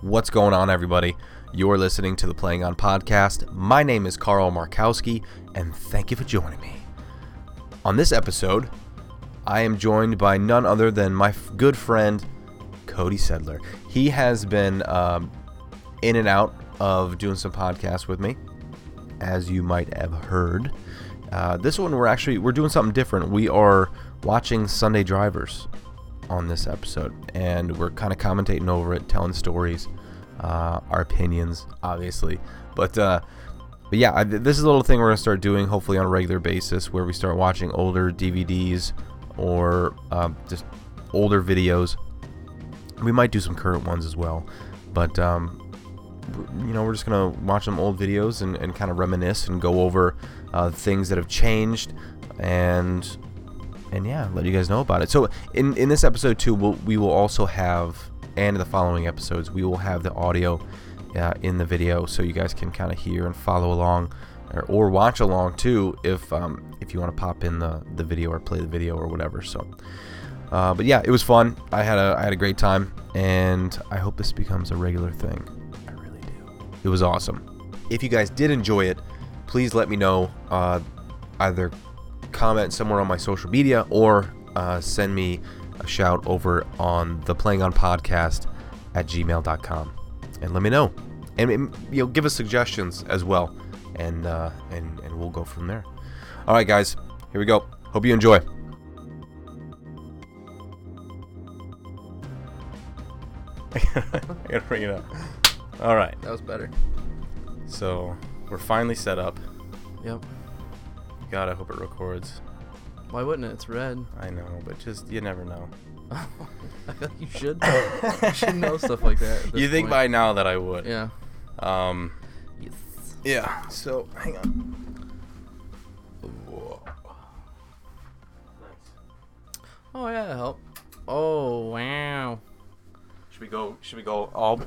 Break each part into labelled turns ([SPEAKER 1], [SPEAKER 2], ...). [SPEAKER 1] What's going on, everybody? You're listening to the Playing On podcast. My name is Carl Markowski, and thank you for joining me. On this episode, I am joined by none other than my f- good friend, Cody Sedler. He has been um, in and out of doing some podcasts with me, as you might have heard. Uh, this one we're actually we're doing something different. We are watching Sunday Drivers on this episode, and we're kind of commentating over it, telling stories, uh, our opinions, obviously. But uh, but yeah, I, this is a little thing we're gonna start doing, hopefully on a regular basis, where we start watching older DVDs or um, just older videos. We might do some current ones as well, but um, you know, we're just gonna watch some old videos and, and kind of reminisce and go over uh, things that have changed and and yeah, let you guys know about it. So in in this episode too, we'll, we will also have and in the following episodes, we will have the audio uh, in the video, so you guys can kind of hear and follow along or, or watch along too if um, if you want to pop in the the video or play the video or whatever. So. Uh, but yeah, it was fun. I had a I had a great time, and I hope this becomes a regular thing. I really do. It was awesome. If you guys did enjoy it, please let me know. Uh, either comment somewhere on my social media or uh, send me a shout over on the Playing On Podcast at gmail.com, and let me know. And, and you know, give us suggestions as well, and uh, and and we'll go from there. All right, guys, here we go. Hope you enjoy. I gotta bring it up. All right,
[SPEAKER 2] That was better.
[SPEAKER 1] so we're finally set up.
[SPEAKER 2] Yep.
[SPEAKER 1] God, I hope it records.
[SPEAKER 2] Why wouldn't it? It's red.
[SPEAKER 1] I know, but just you never know.
[SPEAKER 2] I feel like you should. you should know stuff like that. at
[SPEAKER 1] You
[SPEAKER 2] this
[SPEAKER 1] think
[SPEAKER 2] point.
[SPEAKER 1] by now that I would.
[SPEAKER 2] Yeah.
[SPEAKER 1] Um.
[SPEAKER 2] Yes.
[SPEAKER 1] Yeah. So hang on.
[SPEAKER 2] Oh yeah, that help. Oh wow.
[SPEAKER 1] Should we go? Should we go all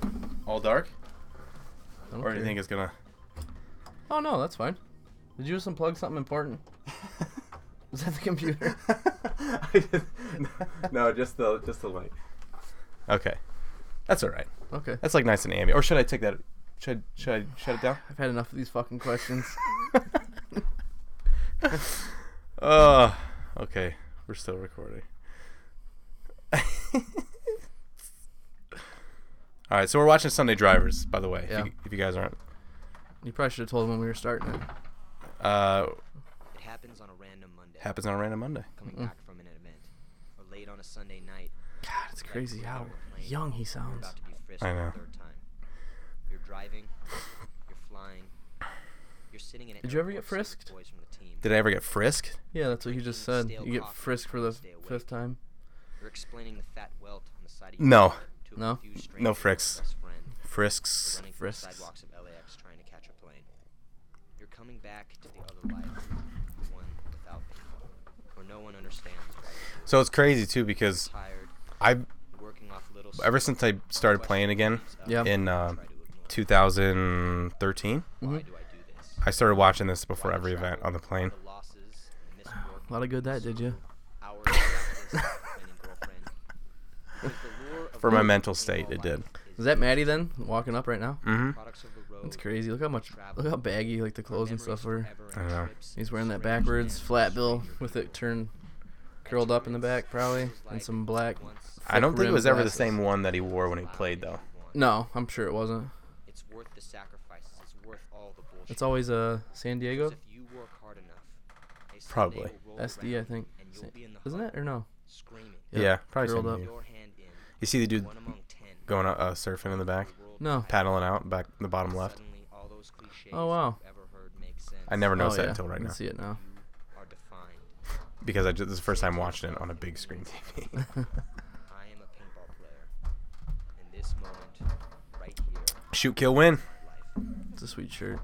[SPEAKER 1] all dark?
[SPEAKER 2] I don't
[SPEAKER 1] Or do you
[SPEAKER 2] care.
[SPEAKER 1] think it's gonna?
[SPEAKER 2] Oh no, that's fine. Did you just unplug something important? Is that the computer?
[SPEAKER 1] no, just the just the light. Okay, that's all right.
[SPEAKER 2] Okay.
[SPEAKER 1] That's like nice and ambient. Or should I take that? Should I- should I shut it down?
[SPEAKER 2] I've had enough of these fucking questions.
[SPEAKER 1] Uh, okay. We're still recording. All right, so we're watching Sunday Drivers, by the way. If,
[SPEAKER 2] Yeah.
[SPEAKER 1] you, if you guys aren't,
[SPEAKER 2] You probably should have told them when we were starting it.
[SPEAKER 1] uh,
[SPEAKER 3] It happens on a random Monday,
[SPEAKER 1] happens on a random Monday.
[SPEAKER 3] coming
[SPEAKER 2] Mm.
[SPEAKER 3] back from an event, or late on a Sunday night.
[SPEAKER 2] God, it's crazy how young he
[SPEAKER 3] You're
[SPEAKER 2] sounds.
[SPEAKER 3] about to be frisked
[SPEAKER 1] I
[SPEAKER 3] for
[SPEAKER 1] know.
[SPEAKER 3] the third time. You're driving. You're flying. You're sitting in an
[SPEAKER 2] Did you ever
[SPEAKER 3] airport
[SPEAKER 2] get
[SPEAKER 3] seat with
[SPEAKER 2] frisked?
[SPEAKER 3] Boys from the team.
[SPEAKER 1] Did I ever get frisked?
[SPEAKER 2] Yeah, that's what you just said. You get frisked for the
[SPEAKER 3] Stay awake.
[SPEAKER 2] fifth time.
[SPEAKER 3] You're explaining the fat welt on the side of your
[SPEAKER 1] No,
[SPEAKER 3] car to a
[SPEAKER 2] No.
[SPEAKER 3] confused stranger
[SPEAKER 1] No
[SPEAKER 3] and your
[SPEAKER 1] fricks.
[SPEAKER 3] best friend. You're
[SPEAKER 1] frisks.
[SPEAKER 3] running through the
[SPEAKER 2] Frisks.
[SPEAKER 3] sidewalks of LAX trying to catch a plane. You're coming back to the other life, the one without me, where no one understands. why you're
[SPEAKER 1] So it's crazy too because
[SPEAKER 3] Tired,
[SPEAKER 1] I,
[SPEAKER 3] working off little.
[SPEAKER 1] ever since I started playing again
[SPEAKER 2] Yeah.
[SPEAKER 1] in uh,
[SPEAKER 3] Try to ignore.
[SPEAKER 1] 2013,
[SPEAKER 3] Why
[SPEAKER 2] Mhm.
[SPEAKER 3] do I do this?
[SPEAKER 1] I started watching this before
[SPEAKER 3] Why
[SPEAKER 1] every
[SPEAKER 3] travel,
[SPEAKER 1] event on the plane.
[SPEAKER 3] the losses, the missed work,
[SPEAKER 2] A lot of good that did you?
[SPEAKER 3] hours of practice, finding girlfriend. Because the lure of
[SPEAKER 1] For my
[SPEAKER 3] living
[SPEAKER 1] mental
[SPEAKER 3] a
[SPEAKER 1] state,
[SPEAKER 3] normal
[SPEAKER 1] it did.
[SPEAKER 3] life
[SPEAKER 2] Is that Maddie then walking up right now?
[SPEAKER 1] Mm-hmm.
[SPEAKER 3] products of the road,
[SPEAKER 2] That's crazy. Look how much, look how baggy like the clothes and
[SPEAKER 3] memories
[SPEAKER 2] stuff were.
[SPEAKER 3] forever
[SPEAKER 1] I
[SPEAKER 3] and
[SPEAKER 1] know.
[SPEAKER 3] trips,
[SPEAKER 2] He's wearing that
[SPEAKER 3] strangers,
[SPEAKER 2] backwards
[SPEAKER 3] and
[SPEAKER 2] flat bill
[SPEAKER 3] stranger
[SPEAKER 2] with it
[SPEAKER 3] people.
[SPEAKER 2] turned curled up in the back probably,
[SPEAKER 3] Experiences
[SPEAKER 2] and
[SPEAKER 3] like
[SPEAKER 2] some black.
[SPEAKER 3] once
[SPEAKER 1] I don't think it
[SPEAKER 2] rim
[SPEAKER 1] was ever the
[SPEAKER 2] glasses.
[SPEAKER 1] same one that he wore when he
[SPEAKER 3] allowed
[SPEAKER 1] played
[SPEAKER 3] if you
[SPEAKER 1] though.
[SPEAKER 3] want.
[SPEAKER 2] No, I'm sure it wasn't.
[SPEAKER 3] It's worth the sacrifices. It's worth all the bullshit.
[SPEAKER 2] It's always uh San Diego,
[SPEAKER 3] Because if you work hard enough, a Sunday
[SPEAKER 1] Probably.
[SPEAKER 3] will roll
[SPEAKER 2] SD I
[SPEAKER 3] around
[SPEAKER 2] think,
[SPEAKER 3] and you'll
[SPEAKER 2] Sa-
[SPEAKER 3] be in the
[SPEAKER 2] isn't
[SPEAKER 3] hub
[SPEAKER 2] it or no?
[SPEAKER 3] Screaming.
[SPEAKER 2] Yeah,
[SPEAKER 1] Yeah, probably
[SPEAKER 2] curled
[SPEAKER 1] same
[SPEAKER 2] up.
[SPEAKER 1] here.
[SPEAKER 3] Your hand in.
[SPEAKER 1] You see the dude
[SPEAKER 3] One among ten.
[SPEAKER 1] going out, uh, surfing in the back,
[SPEAKER 3] The world
[SPEAKER 2] No.
[SPEAKER 3] is back.
[SPEAKER 1] paddling out back the bottom left.
[SPEAKER 3] Suddenly, all those cliches
[SPEAKER 2] Oh, wow.
[SPEAKER 3] you've ever heard make sense.
[SPEAKER 1] I never noticed
[SPEAKER 2] oh,
[SPEAKER 1] that
[SPEAKER 2] yeah.
[SPEAKER 1] until right
[SPEAKER 2] I can
[SPEAKER 1] now
[SPEAKER 2] see it now.
[SPEAKER 3] You are defined.
[SPEAKER 1] because I just, this is the first time watching it on a big screen TV.
[SPEAKER 3] I am a pinball player. In this moment, right here,
[SPEAKER 1] Shoot, kill, win.
[SPEAKER 3] life.
[SPEAKER 2] It's a sweet shirt.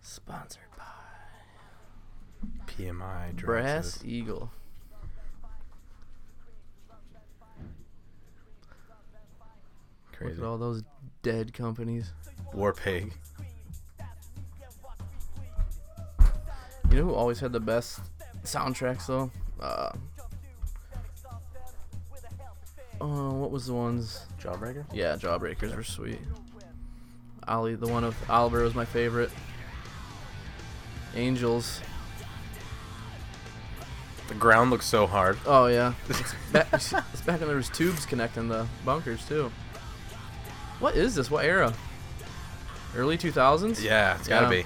[SPEAKER 2] Sponsored by
[SPEAKER 1] PMI. drops
[SPEAKER 2] Brass
[SPEAKER 1] is-
[SPEAKER 2] Eagle. Look
[SPEAKER 1] Crazy.
[SPEAKER 2] at all those dead companies.
[SPEAKER 1] War pig.
[SPEAKER 2] You know who always had the best soundtracks though? Uh, Oh, what was the ones?
[SPEAKER 1] Jawbreaker?
[SPEAKER 2] Yeah, Jawbreakers were sweet. Ali, the one of Oliver was my favorite. Angels.
[SPEAKER 1] The ground looks so hard.
[SPEAKER 2] Oh yeah. It's back, it's back when there was tubes connecting the bunkers too. What is this? What era? Early 2000s?
[SPEAKER 1] Yeah, it's gotta
[SPEAKER 2] Yeah.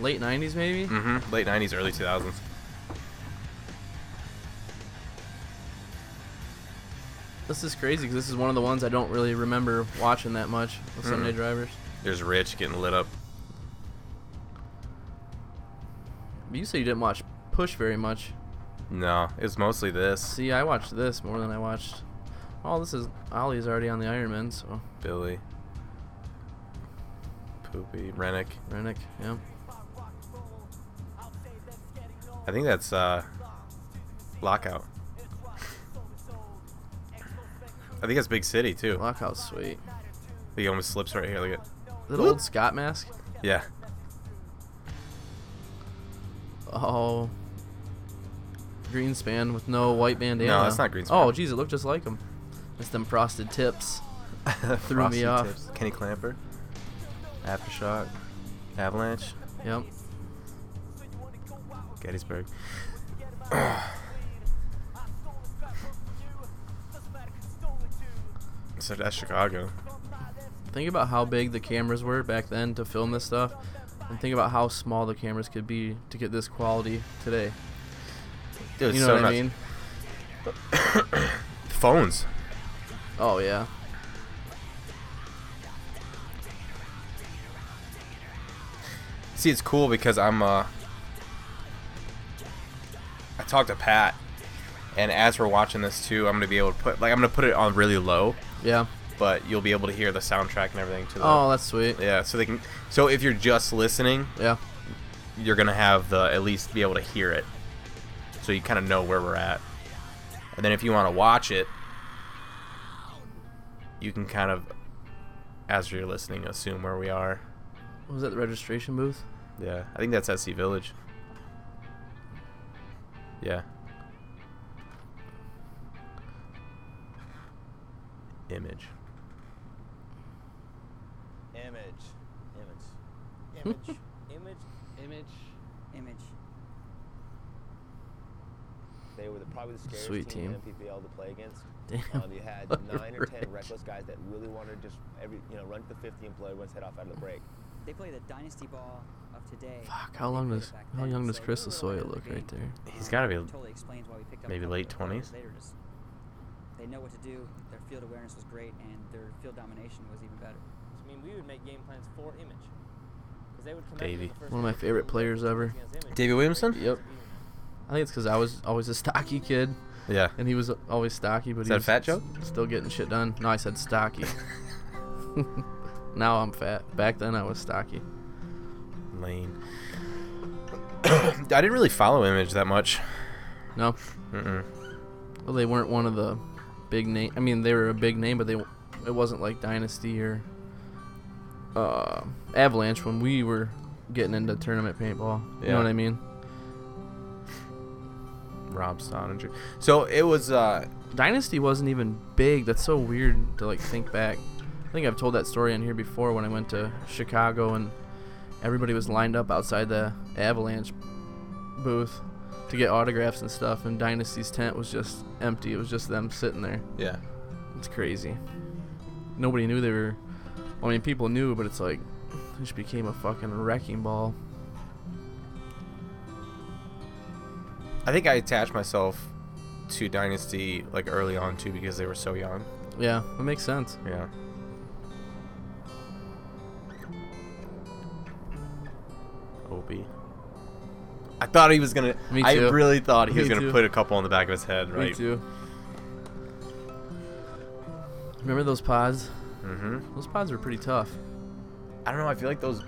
[SPEAKER 2] Late 90s maybe?
[SPEAKER 1] be. Mm-hmm. Late '90s, early 2000s.
[SPEAKER 2] This is crazy because this is one of the ones I don't really remember watching that much with Sunday Drivers.
[SPEAKER 1] There's Rich getting lit up.
[SPEAKER 2] But you say you didn't watch Push very much.
[SPEAKER 1] No, it's mostly this.
[SPEAKER 2] See, I watched this more than I watched. Oh, this is Ollie's already on the Iron Man, so
[SPEAKER 1] Billy, Poopy, Rennick.
[SPEAKER 2] Rennick, yeah.
[SPEAKER 1] I think that's uh, Lockout. I think that's Big City too.
[SPEAKER 2] Lockout's sweet.
[SPEAKER 1] He almost slips right here. Look at.
[SPEAKER 2] Is it
[SPEAKER 1] Whoop.
[SPEAKER 2] old Scott mask?
[SPEAKER 1] Yeah.
[SPEAKER 2] Oh. Greenspan with no white bandana.
[SPEAKER 1] that's not Greenspan.
[SPEAKER 2] Oh, geez, it looked just like him. It's them frosted tips.
[SPEAKER 1] Threw
[SPEAKER 2] me off.
[SPEAKER 1] Kenny Clamper. Aftershock. Avalanche.
[SPEAKER 2] Yep.
[SPEAKER 1] Gettysburg. so that's Chicago.
[SPEAKER 2] Think about how big the cameras were back then to film this stuff, and think about how small the cameras could be to get this quality today.
[SPEAKER 1] Dude,
[SPEAKER 2] you know what I mean?
[SPEAKER 1] Phones.
[SPEAKER 2] Oh yeah.
[SPEAKER 1] See, it's cool because I'm. Uh, I talked to Pat, and as we're watching this too, I'm gonna be able to put like I'm gonna put it on really low,
[SPEAKER 2] Yeah.
[SPEAKER 1] but you'll be able to hear the soundtrack and everything to the.
[SPEAKER 2] Oh, that's sweet.
[SPEAKER 1] Yeah, so they can. So if you're just listening,
[SPEAKER 2] Yeah.
[SPEAKER 1] you're gonna have the at least be able to hear it, so you kind of know where we're at. And then if you want to watch it, you can kind of, as you're listening, assume where we are.
[SPEAKER 2] What was that the registration booth?
[SPEAKER 1] Yeah, I think that's SC Village. Yeah. Image.
[SPEAKER 4] Image. Image. Image. Image.
[SPEAKER 5] Image.
[SPEAKER 6] Image.
[SPEAKER 4] They were the, probably the scariest
[SPEAKER 2] Sweet
[SPEAKER 4] team,
[SPEAKER 2] team.
[SPEAKER 4] in MPPL to play against.
[SPEAKER 2] Damn.
[SPEAKER 4] Um, you had
[SPEAKER 2] Oliver
[SPEAKER 4] nine or ten
[SPEAKER 2] Rich.
[SPEAKER 4] reckless guys that really wanted to just every you know run to the 50 and play once head off out of the break.
[SPEAKER 6] They play the dynasty ball of today.
[SPEAKER 2] Fuck, how long does how young does Chris Lasoya look right there?
[SPEAKER 1] He's gotta be
[SPEAKER 6] Totally explains why we picked up
[SPEAKER 1] maybe
[SPEAKER 6] a couple
[SPEAKER 1] late
[SPEAKER 6] of their players
[SPEAKER 1] 20s.
[SPEAKER 6] later, just- They know what to do. Their field awareness was great, and their field domination was even better.
[SPEAKER 5] Which mean we would make game plans for Image. 'Cause they would come
[SPEAKER 1] Davey.
[SPEAKER 2] One of my favorite players ever.
[SPEAKER 1] Davey Williamson?
[SPEAKER 2] Yep. I think it's because I was always a stocky kid,
[SPEAKER 1] Yeah.
[SPEAKER 2] and he was always stocky, but
[SPEAKER 1] Is
[SPEAKER 2] he
[SPEAKER 1] that a
[SPEAKER 2] was
[SPEAKER 1] fat joke?
[SPEAKER 2] s- Still getting shit done. No, I said stocky. now I'm fat. Back then I was stocky.
[SPEAKER 1] Lane. I didn't really follow Image that much.
[SPEAKER 2] No,
[SPEAKER 1] Mm-mm.
[SPEAKER 2] well they weren't one of the big name. I mean they were a big name, but they w- it wasn't like Dynasty or uh, Avalanche when we were getting into tournament paintball. You
[SPEAKER 1] Yeah.
[SPEAKER 2] know what I mean?
[SPEAKER 1] Rob Stoninger. So it was. uh
[SPEAKER 2] Dynasty wasn't even big. That's so weird to like think back. I think I've told that story on here before when I went to Chicago and everybody was lined up outside the Avalanche booth to get autographs and stuff and Dynasty's tent was just empty. It was just them sitting there.
[SPEAKER 1] Yeah.
[SPEAKER 2] It's crazy. Nobody knew they were I mean people knew, but it's like it just became a fucking wrecking ball.
[SPEAKER 1] I think I attached myself to Dynasty like early on too because they were so young.
[SPEAKER 2] Yeah, that makes sense.
[SPEAKER 1] Yeah. Opie. I thought he was gonna.
[SPEAKER 2] Me
[SPEAKER 1] I
[SPEAKER 2] too.
[SPEAKER 1] really thought he was
[SPEAKER 2] Me
[SPEAKER 1] gonna
[SPEAKER 2] too.
[SPEAKER 1] put a couple on the back of his head, right?
[SPEAKER 2] Me too. Remember those pods?
[SPEAKER 1] Mm-hmm.
[SPEAKER 2] Those pods were pretty tough.
[SPEAKER 1] I don't know. I feel like those.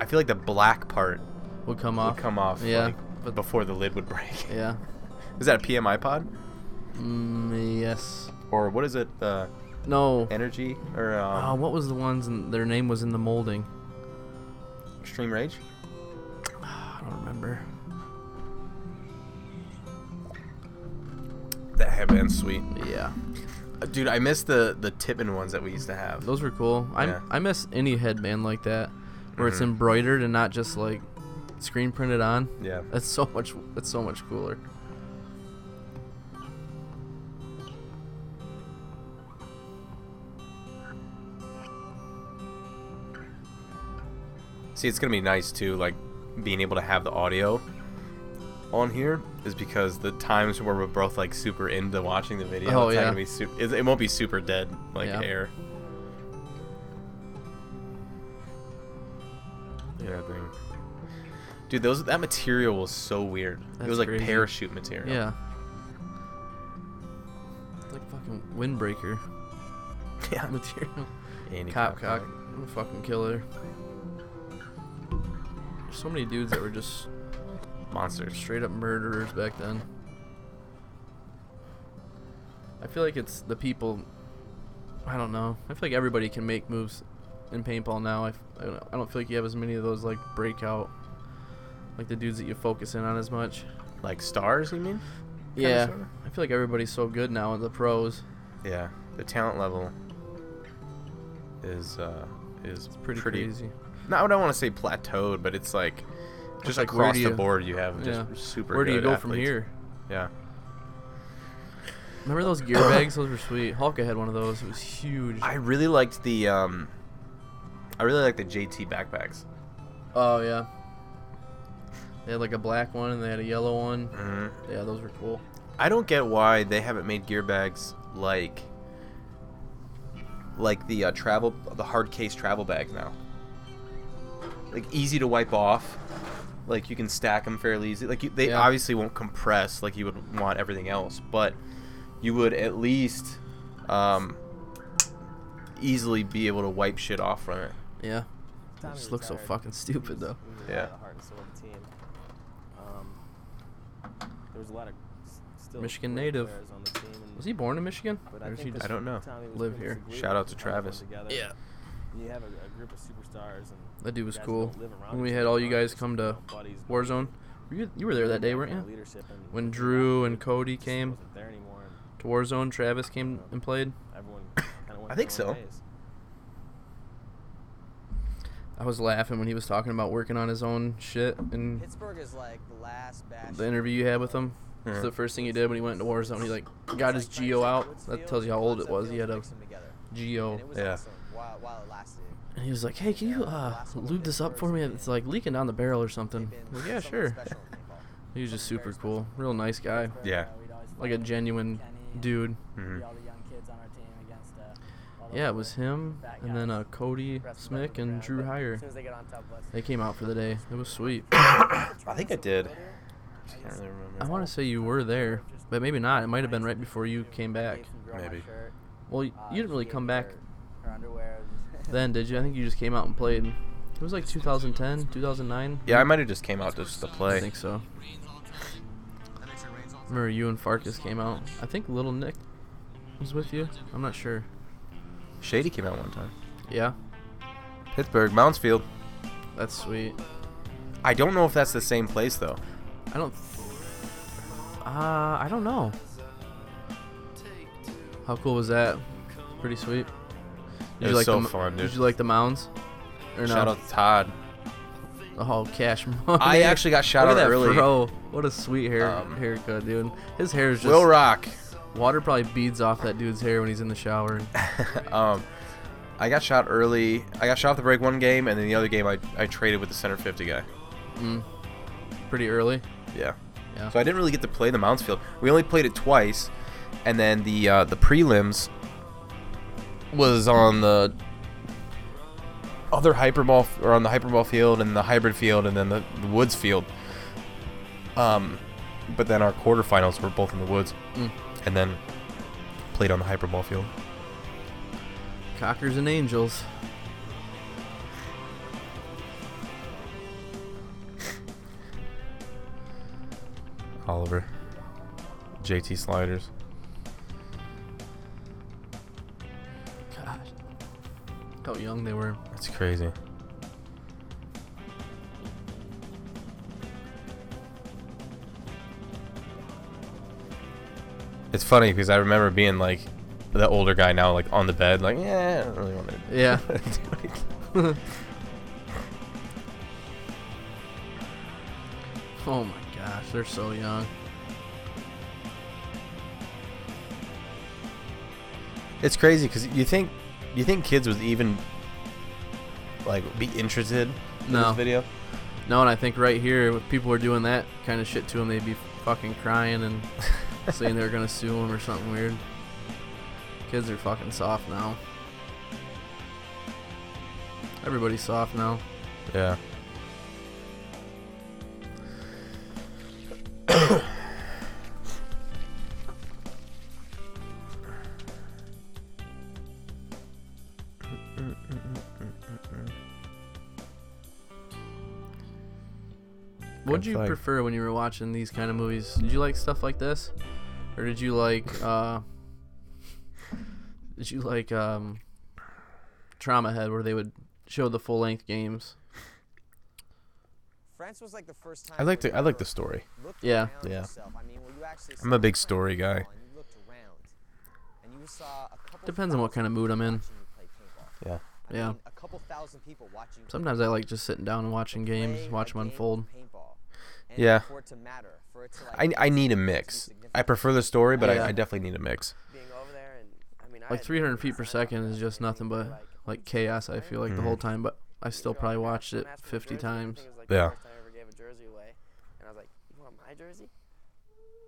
[SPEAKER 1] I feel like the black part
[SPEAKER 2] Would come
[SPEAKER 1] would
[SPEAKER 2] off.
[SPEAKER 1] come off.
[SPEAKER 2] Yeah,
[SPEAKER 1] like,
[SPEAKER 2] but-
[SPEAKER 1] before the lid would break.
[SPEAKER 2] Yeah.
[SPEAKER 1] Is that a PMI pod
[SPEAKER 2] Mm, yes.
[SPEAKER 1] or what is it? Uh,
[SPEAKER 2] No.
[SPEAKER 1] energy or
[SPEAKER 2] Uh,
[SPEAKER 1] um,
[SPEAKER 2] what was the ones? And their name was in the molding.
[SPEAKER 1] extreme rage?
[SPEAKER 2] I don't remember.
[SPEAKER 1] That have been sweet,
[SPEAKER 2] Yeah,
[SPEAKER 1] Uh, dude. I miss the the Tippin ones that we used to have.
[SPEAKER 2] those were cool. I
[SPEAKER 1] Yeah.
[SPEAKER 2] I miss any headband like that, where it's
[SPEAKER 1] Mhm.
[SPEAKER 2] embroidered and not just like screen printed on.
[SPEAKER 1] Yeah.
[SPEAKER 2] That's so much. That's so much cooler.
[SPEAKER 1] See, it's gonna be nice too, like being able to have the audio on here is because the times where we're both like super into watching the video,
[SPEAKER 2] Oh,
[SPEAKER 1] it's
[SPEAKER 2] yeah.
[SPEAKER 1] not gonna be super. It, it won't be super dead like
[SPEAKER 2] Yeah.
[SPEAKER 1] air. Yeah, dude. Dude, those that material was so weird. it
[SPEAKER 2] That's
[SPEAKER 1] was like
[SPEAKER 2] crazy.
[SPEAKER 1] parachute material.
[SPEAKER 2] Yeah. It's like fucking windbreaker
[SPEAKER 1] yeah.
[SPEAKER 2] material.
[SPEAKER 1] Andy
[SPEAKER 2] Cop cock. I'm a fucking killer. There's so many dudes that were just
[SPEAKER 1] monsters.
[SPEAKER 2] straight up murderers back then. I feel like it's the people. I don't know. I feel like everybody can make moves in paintball now. I, f- I don't, know. I don't feel like you have as many of those like breakout, like the dudes that you focus in on as much.
[SPEAKER 1] Like stars, you mean? Kinda,
[SPEAKER 2] Yeah,
[SPEAKER 1] sorta.
[SPEAKER 2] I feel like everybody's so good now in the pros.
[SPEAKER 1] Yeah. The talent level is uh is
[SPEAKER 2] It's pretty,
[SPEAKER 1] pretty
[SPEAKER 2] crazy.
[SPEAKER 1] No, I don't want to say plateaued, but it's like just
[SPEAKER 2] It's like, where
[SPEAKER 1] across
[SPEAKER 2] do
[SPEAKER 1] the
[SPEAKER 2] you-
[SPEAKER 1] board you have just
[SPEAKER 2] yeah.
[SPEAKER 1] super.
[SPEAKER 2] Where do you
[SPEAKER 1] good
[SPEAKER 2] go from
[SPEAKER 1] athletes.
[SPEAKER 2] here?
[SPEAKER 1] Yeah,
[SPEAKER 2] Remember those gear bags? Those were sweet. Hulk had one of those. It was huge.
[SPEAKER 1] I really liked the um, I really liked the JT backpacks.
[SPEAKER 2] Oh yeah. They had like a black one and they had a yellow one.
[SPEAKER 1] hmm
[SPEAKER 2] Yeah, those were cool.
[SPEAKER 1] I don't get why they haven't made gear bags like like the uh, travel the hard case travel bag now. Like easy to wipe off. Like you can stack them fairly easy. Like you, they
[SPEAKER 2] Yeah.
[SPEAKER 1] obviously won't compress like you would want everything else, but you would at least um, easily be able to wipe shit off from it.
[SPEAKER 2] Yeah.
[SPEAKER 5] Tommy
[SPEAKER 2] just look so
[SPEAKER 5] retired.
[SPEAKER 2] fucking stupid, though.
[SPEAKER 5] We were
[SPEAKER 1] Yeah.
[SPEAKER 5] kinda the heart and soul of the team. Um, there was a lot of s- still
[SPEAKER 2] Michigan
[SPEAKER 5] great
[SPEAKER 2] native.
[SPEAKER 5] players on the team, and-
[SPEAKER 2] Was he born in Michigan?
[SPEAKER 5] but
[SPEAKER 2] Or
[SPEAKER 5] I,
[SPEAKER 2] is
[SPEAKER 5] think
[SPEAKER 2] he
[SPEAKER 5] this
[SPEAKER 1] I
[SPEAKER 2] just
[SPEAKER 1] don't know.
[SPEAKER 5] Tommy was
[SPEAKER 2] live
[SPEAKER 5] putting
[SPEAKER 2] here.
[SPEAKER 5] some great
[SPEAKER 1] Shout out to
[SPEAKER 5] effort
[SPEAKER 1] Travis.
[SPEAKER 5] together. You have a, a group of superstars, and
[SPEAKER 2] That dude was
[SPEAKER 5] guys
[SPEAKER 2] cool.
[SPEAKER 5] don't live around
[SPEAKER 2] When we
[SPEAKER 5] each
[SPEAKER 2] had
[SPEAKER 5] other,
[SPEAKER 2] all you
[SPEAKER 5] they're
[SPEAKER 2] guys
[SPEAKER 5] just,
[SPEAKER 2] come
[SPEAKER 5] you
[SPEAKER 2] to
[SPEAKER 5] know, buddies, buddies,
[SPEAKER 2] Warzone, were you, you were there that day, weren't
[SPEAKER 5] kind of
[SPEAKER 2] you?
[SPEAKER 5] leadership, and
[SPEAKER 2] When Drew and Cody
[SPEAKER 5] just
[SPEAKER 2] came
[SPEAKER 5] wasn't there anymore, and
[SPEAKER 2] to Warzone, Travis came
[SPEAKER 5] Uh,
[SPEAKER 2] and played.
[SPEAKER 5] everyone kinda went
[SPEAKER 1] I think
[SPEAKER 5] their own
[SPEAKER 1] so.
[SPEAKER 5] ways.
[SPEAKER 2] I was laughing when he was talking about working on his own shit and
[SPEAKER 6] Pittsburgh is like the last bastion.
[SPEAKER 2] the interview you had with him. It's
[SPEAKER 1] Yeah.
[SPEAKER 2] the first thing he did when he went into Warzone. He like got his geo out. That tells you how old it was. He had a Oh, geo,
[SPEAKER 1] Yeah.
[SPEAKER 6] while, while it lasted.
[SPEAKER 2] and he was like, "Hey, can you uh, lube this up for me? It's like leaking down the barrel or something." I was like, yeah, sure. He was just super cool, real nice guy,
[SPEAKER 1] Yeah.
[SPEAKER 6] uh,
[SPEAKER 2] like a genuine dude.
[SPEAKER 1] Mhm.
[SPEAKER 6] uh,
[SPEAKER 2] Yeah, it was him, and then uh, Cody Smick and Drew Heyer. They came out for the day. It was sweet.
[SPEAKER 1] I think I did. Just can't really remember.
[SPEAKER 2] I want to say you were there, but maybe not. It might have been right before you came back.
[SPEAKER 1] Maybe.
[SPEAKER 2] Well, you
[SPEAKER 6] Uh,
[SPEAKER 2] didn't
[SPEAKER 6] she
[SPEAKER 2] really
[SPEAKER 6] gave
[SPEAKER 2] come
[SPEAKER 6] me
[SPEAKER 2] back
[SPEAKER 6] her- her underwear.
[SPEAKER 2] then, did you? I think you just came out and played. It was like 2010, 2009.
[SPEAKER 1] Yeah, I might have just came out just to
[SPEAKER 2] I
[SPEAKER 1] play.
[SPEAKER 2] think so. Remember you and Farkas came out. I think Little Nick was with you. I'm not sure.
[SPEAKER 1] Shady came out one time.
[SPEAKER 2] Yeah,
[SPEAKER 1] Pittsburgh, Moundsfield.
[SPEAKER 2] that's sweet.
[SPEAKER 1] I don't know if that's the same place though.
[SPEAKER 2] I don't. Uh, I don't know. How cool was that? Pretty sweet.
[SPEAKER 1] It was so
[SPEAKER 2] the, m-
[SPEAKER 1] fun, dude.
[SPEAKER 2] Did you like the mounds? Or no?
[SPEAKER 1] Shout out to Todd.
[SPEAKER 2] the whole cash money.
[SPEAKER 1] I actually got shout
[SPEAKER 2] Look at
[SPEAKER 1] out
[SPEAKER 2] that
[SPEAKER 1] early.
[SPEAKER 2] Fro. What a sweet hair
[SPEAKER 1] Um,
[SPEAKER 2] haircut, dude. His hair is just
[SPEAKER 1] Will Rock.
[SPEAKER 2] water probably beads off that dude's hair when he's in the shower.
[SPEAKER 1] um, I got shot early. I got shot off the break one game, and then the other game I, I traded with the center 50 guy.
[SPEAKER 2] Mm. Pretty early.
[SPEAKER 1] Yeah.
[SPEAKER 2] Yeah.
[SPEAKER 1] So I didn't really get to play the Moundsfield. We only played it twice, and then the uh, the prelims was on the other hyperball f- or on the hyperball field and the hybrid field and then the, the woods field. Um, but then our quarterfinals were both in the woods,
[SPEAKER 2] Mm.
[SPEAKER 1] and then played on the hyperball field.
[SPEAKER 2] Cockers and angels.
[SPEAKER 1] Oliver, JT sliders.
[SPEAKER 2] God. How young they were.
[SPEAKER 1] That's crazy. It's funny because I remember being like the older guy now, like on the bed, like yeah, I don't really want to.
[SPEAKER 2] Yeah.
[SPEAKER 1] do anything."
[SPEAKER 2] Oh my gosh, they're so young.
[SPEAKER 1] It's crazy because you think you think kids would even like be interested in
[SPEAKER 2] No.
[SPEAKER 1] this video.
[SPEAKER 2] No, and I think right here, if people were doing that kind of shit to him, they'd be fucking crying and saying they're gonna sue him or something weird. Kids are fucking soft now. Everybody's soft now.
[SPEAKER 1] Yeah.
[SPEAKER 2] What'd
[SPEAKER 1] Good
[SPEAKER 2] you
[SPEAKER 1] fight.
[SPEAKER 2] prefer when you were watching these kind of movies? Did you like stuff like this, or did you like uh, did you like um, Trauma Head, where they would show the full length games?
[SPEAKER 4] France was like the first time.
[SPEAKER 1] I like the I like the story.
[SPEAKER 2] Yeah.
[SPEAKER 1] Yeah.
[SPEAKER 4] I mean, were you actually
[SPEAKER 1] I'm a big story guy.
[SPEAKER 4] and you looked around, and you saw a couple
[SPEAKER 2] Depends on what kind of mood I'm in.
[SPEAKER 4] watching you play paintball.
[SPEAKER 1] Yeah.
[SPEAKER 4] I
[SPEAKER 2] Yeah.
[SPEAKER 4] mean, a couple thousand people watching you
[SPEAKER 2] Sometimes I like just sitting down and watching games,
[SPEAKER 4] play
[SPEAKER 2] watch
[SPEAKER 4] a
[SPEAKER 2] them
[SPEAKER 4] game of
[SPEAKER 2] unfold.
[SPEAKER 4] paintball, and
[SPEAKER 1] Yeah.
[SPEAKER 4] For it to matter, for it to like
[SPEAKER 1] I, I need a mix. I prefer the story, but
[SPEAKER 2] Yeah.
[SPEAKER 1] I, I definitely need a mix.
[SPEAKER 7] being over there and I mean I
[SPEAKER 2] Like
[SPEAKER 7] had
[SPEAKER 2] 300
[SPEAKER 7] never
[SPEAKER 2] feet per
[SPEAKER 7] signed up
[SPEAKER 2] second
[SPEAKER 7] for
[SPEAKER 2] is
[SPEAKER 7] that
[SPEAKER 2] just
[SPEAKER 7] thing,
[SPEAKER 2] nothing
[SPEAKER 7] but,
[SPEAKER 2] but
[SPEAKER 7] like,
[SPEAKER 2] like chaos. I feel like the
[SPEAKER 1] Mhm.
[SPEAKER 2] whole time, but I still
[SPEAKER 7] you know,
[SPEAKER 2] probably
[SPEAKER 7] I got
[SPEAKER 2] watched it
[SPEAKER 7] someone asked for a
[SPEAKER 2] 50
[SPEAKER 7] jersey, I think
[SPEAKER 2] times.
[SPEAKER 7] it was, like,
[SPEAKER 1] Yeah.
[SPEAKER 7] The first time I ever gave a jersey away, and I was like, "You want my jersey?"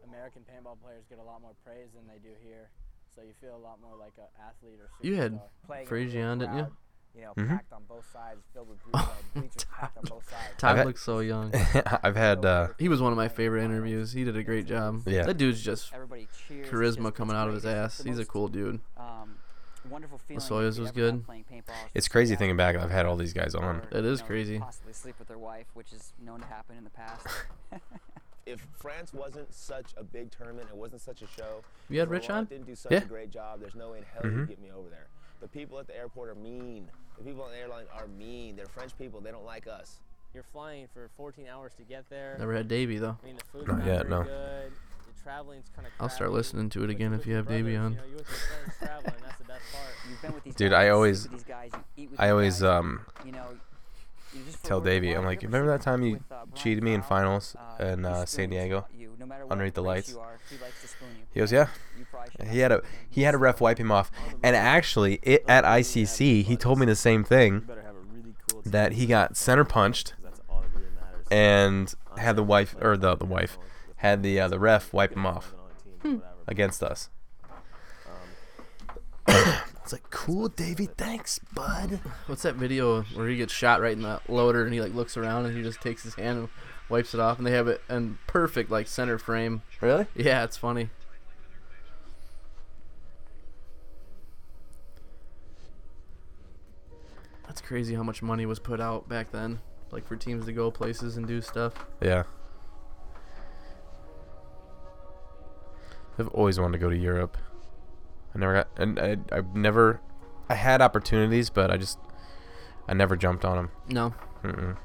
[SPEAKER 5] American paintball players get a lot more praise than they do here, so you feel a lot more like an athlete or
[SPEAKER 2] You had
[SPEAKER 5] superstar.
[SPEAKER 4] playing in a
[SPEAKER 2] Frazier
[SPEAKER 4] real
[SPEAKER 2] on, didn't you? Mm-hmm. Oh,
[SPEAKER 4] crowd, You know,
[SPEAKER 1] Mhm.
[SPEAKER 4] packed on both sides, filled with blue, bleachers packed on both sides.
[SPEAKER 1] Okay.
[SPEAKER 2] Todd looks so young.
[SPEAKER 1] I've had uh,
[SPEAKER 2] He was one of my favorite interviews. He did a great job.
[SPEAKER 1] Yeah.
[SPEAKER 2] That dude's just
[SPEAKER 6] Everybody cheers. it's
[SPEAKER 2] charisma
[SPEAKER 6] just-
[SPEAKER 2] coming
[SPEAKER 6] it's
[SPEAKER 2] out of his
[SPEAKER 6] great. It's
[SPEAKER 2] ass.
[SPEAKER 6] the
[SPEAKER 2] He's a
[SPEAKER 6] most,
[SPEAKER 2] cool dude.
[SPEAKER 6] Um, wonderful feeling. you
[SPEAKER 2] Lasoya's
[SPEAKER 6] could
[SPEAKER 2] was
[SPEAKER 6] ever have
[SPEAKER 2] good.
[SPEAKER 6] playing paintball. It's
[SPEAKER 1] it's
[SPEAKER 6] just
[SPEAKER 1] crazy
[SPEAKER 6] out.
[SPEAKER 1] thinking back. I've had all these guys on.
[SPEAKER 2] It is
[SPEAKER 6] you know,
[SPEAKER 2] crazy.
[SPEAKER 6] Possibly sleep with their wife, which is known to happen in the past.
[SPEAKER 4] if France wasn't such a big tournament, it wasn't such a show.
[SPEAKER 2] You had
[SPEAKER 4] Number
[SPEAKER 2] Rich
[SPEAKER 4] one,
[SPEAKER 2] on?
[SPEAKER 4] Didn't do such
[SPEAKER 1] Yeah.
[SPEAKER 4] a great job. There's no way in hell
[SPEAKER 5] Mm-hmm.
[SPEAKER 4] you'd get me over there. The people at the airport are mean. The people on the airline are mean. They're French people. They don't like us.
[SPEAKER 5] You're flying for 14 hours to get there.
[SPEAKER 2] Never had Davey though.
[SPEAKER 5] I mean, the food's
[SPEAKER 1] Not
[SPEAKER 5] not,
[SPEAKER 1] yet,
[SPEAKER 5] very
[SPEAKER 1] no.
[SPEAKER 5] good. The traveling's kind of.
[SPEAKER 2] I'll start listening to it again if you have Davey on.
[SPEAKER 5] You know, you're with your friends traveling. That's the best part.
[SPEAKER 6] You've been with these
[SPEAKER 1] Dude,
[SPEAKER 6] guys,
[SPEAKER 1] I
[SPEAKER 6] you sleep
[SPEAKER 1] always-
[SPEAKER 6] with these guys, you eat with
[SPEAKER 1] I
[SPEAKER 6] these
[SPEAKER 1] always
[SPEAKER 6] guys,
[SPEAKER 1] um
[SPEAKER 6] you know, you just for
[SPEAKER 1] tell
[SPEAKER 6] word of
[SPEAKER 1] Davey,
[SPEAKER 6] mouth,
[SPEAKER 1] I'm
[SPEAKER 6] you
[SPEAKER 1] like,
[SPEAKER 6] ever
[SPEAKER 1] remember
[SPEAKER 6] seen
[SPEAKER 1] that time you
[SPEAKER 6] with, uh, Brian
[SPEAKER 1] cheated me in
[SPEAKER 6] Clough?
[SPEAKER 1] finals
[SPEAKER 6] he
[SPEAKER 1] in uh,
[SPEAKER 6] spoons
[SPEAKER 1] San Diego?
[SPEAKER 6] You, no matter what
[SPEAKER 1] underneath the
[SPEAKER 6] race
[SPEAKER 1] lights?
[SPEAKER 6] you are, he likes to spoon you.
[SPEAKER 1] He goes, yeah.
[SPEAKER 6] You probably should
[SPEAKER 1] He
[SPEAKER 6] not
[SPEAKER 1] had a
[SPEAKER 6] spoon him.
[SPEAKER 1] he had a ref wipe him off, and actually, it at ICC, he told me the same
[SPEAKER 5] You
[SPEAKER 1] thing
[SPEAKER 5] better have a really cool.
[SPEAKER 1] that he got center punched
[SPEAKER 5] 'cause that's all that really matters.
[SPEAKER 1] and had the wife or the the wife had the uh, the ref wipe him off
[SPEAKER 2] Hmm.
[SPEAKER 1] against us.
[SPEAKER 5] um,
[SPEAKER 1] It's like cool, Davey. Thanks, bud.
[SPEAKER 2] What's that video where he gets shot right in the loader and he like looks around and he just takes his hand and wipes it off and they have it in perfect like center frame.
[SPEAKER 1] Really?
[SPEAKER 2] Yeah, it's funny. That's crazy how much money was put out back then, like for teams to go places and do stuff.
[SPEAKER 1] Yeah. I've always wanted to go to Europe. I never got, and I, I've never, I had opportunities, but I just, I never jumped on them.
[SPEAKER 2] No,
[SPEAKER 1] Mm-mm.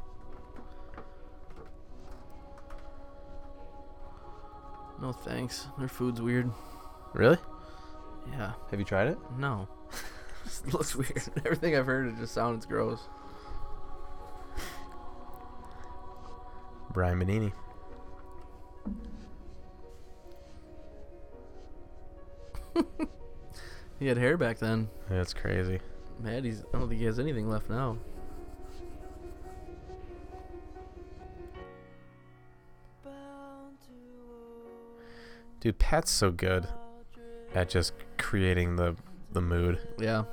[SPEAKER 2] no thanks. Their food's weird.
[SPEAKER 1] Really?
[SPEAKER 2] Yeah,
[SPEAKER 1] Have you tried it?
[SPEAKER 2] no. It looks weird. Everything I've heard, it just sounds gross.
[SPEAKER 1] Brian Benini.
[SPEAKER 2] He had hair back then.
[SPEAKER 1] That's crazy.
[SPEAKER 2] Man, he's, I don't think he has anything left now.
[SPEAKER 1] Dude, Pat's so good at just creating the the mood.
[SPEAKER 2] Yeah.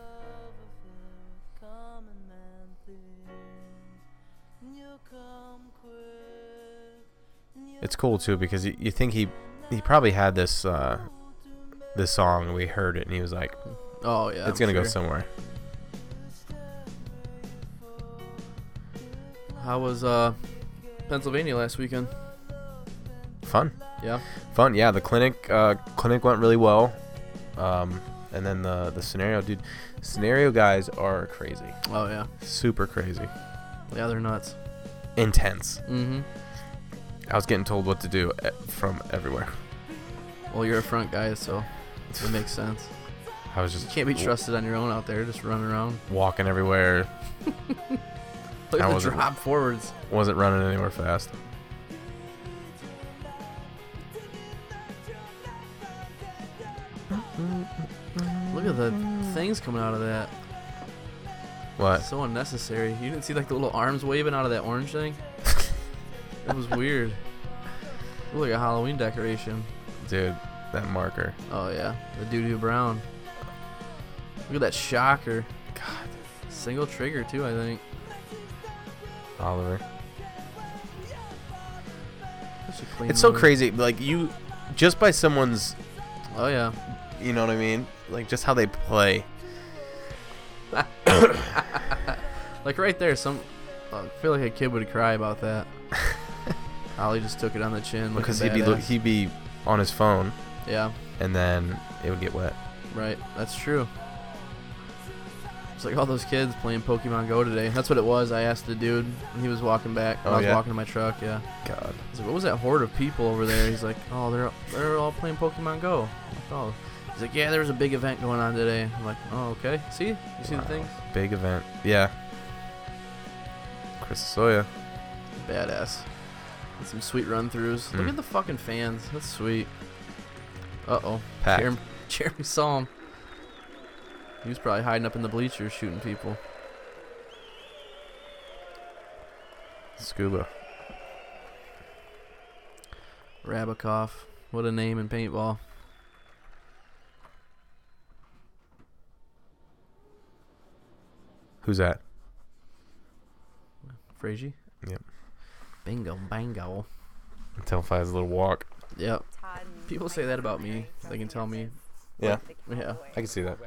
[SPEAKER 1] It's cool too because you, you think he he probably had this uh this song and we heard it and he was like,
[SPEAKER 2] Oh yeah.
[SPEAKER 1] it's
[SPEAKER 2] I'm
[SPEAKER 1] gonna go
[SPEAKER 2] sure.
[SPEAKER 1] somewhere.
[SPEAKER 2] How was uh, Pennsylvania last weekend?
[SPEAKER 1] Fun.
[SPEAKER 2] Yeah.
[SPEAKER 1] fun. Yeah, the clinic uh, clinic went really well, um, and then the the scenario, dude, scenario guys are crazy,
[SPEAKER 2] Oh yeah.
[SPEAKER 1] super crazy,
[SPEAKER 2] Yeah, they're nuts.
[SPEAKER 1] intense. eh,
[SPEAKER 2] Mm-hmm.
[SPEAKER 1] I was getting told what to do e- from everywhere.
[SPEAKER 2] Well, you're a front guy, so it makes sense.
[SPEAKER 1] I was
[SPEAKER 2] You
[SPEAKER 1] just
[SPEAKER 2] can't be
[SPEAKER 1] w-
[SPEAKER 2] trusted on your own out there, just running around.
[SPEAKER 1] walking everywhere.
[SPEAKER 2] Look
[SPEAKER 1] I
[SPEAKER 2] at the
[SPEAKER 1] wasn't-
[SPEAKER 2] drop forwards.
[SPEAKER 1] Wasn't running anywhere fast.
[SPEAKER 2] Look at the things coming out of that.
[SPEAKER 1] What?
[SPEAKER 2] So unnecessary. You didn't see like the little arms waving out of that orange thing? It was weird. It looked like a Halloween decoration.
[SPEAKER 1] Dude, that marker.
[SPEAKER 2] Oh yeah, the doo doo brown. Look at that shocker. God, single trigger too. I think.
[SPEAKER 1] Oliver.
[SPEAKER 2] That's a clean
[SPEAKER 1] It's so
[SPEAKER 2] move.
[SPEAKER 1] crazy. Like you just by someone's
[SPEAKER 2] Oh yeah.
[SPEAKER 1] you know what I mean? Like just how they play.
[SPEAKER 2] Like right there, some. uh, I feel like a kid would cry about that. Ollie just took it on the chin. looking
[SPEAKER 1] Because he'd be look
[SPEAKER 2] badass.
[SPEAKER 1] he'd be on his phone
[SPEAKER 2] Yeah,
[SPEAKER 1] and then it would get wet.
[SPEAKER 2] right. That's true. It's like all those kids playing Pokemon Go today. That's what it was. I asked the dude, and he was walking back. when
[SPEAKER 1] Oh,
[SPEAKER 2] I was
[SPEAKER 1] yeah?
[SPEAKER 2] walking to my truck. Yeah.
[SPEAKER 1] God.
[SPEAKER 2] I was like, "What was that horde of people over there?" He's like, "Oh, they're they're all playing Pokemon Go." I'm like, oh. He's like, "Yeah, there was a big event going on today." I'm like, "Oh, okay. See, you see
[SPEAKER 1] Wow.
[SPEAKER 2] the things?
[SPEAKER 1] Big event. Yeah. Chris Soya.
[SPEAKER 2] Badass. And some sweet run-throughs. Look
[SPEAKER 1] Mm.
[SPEAKER 2] at the fucking fans. That's sweet." Uh oh,
[SPEAKER 1] Packed.
[SPEAKER 2] Jeremy, Jeremy saw him. He was probably hiding up in the bleachers shooting people.
[SPEAKER 1] Scuba.
[SPEAKER 2] Rabikoff, what a name in paintball.
[SPEAKER 1] Who's that?
[SPEAKER 2] Frazier.
[SPEAKER 1] Yep.
[SPEAKER 2] Bingo, bango.
[SPEAKER 1] Until Five's little walk.
[SPEAKER 2] Yep.
[SPEAKER 8] People say that about me. They can tell me.
[SPEAKER 1] Yeah.
[SPEAKER 2] Yeah.
[SPEAKER 1] I can see that.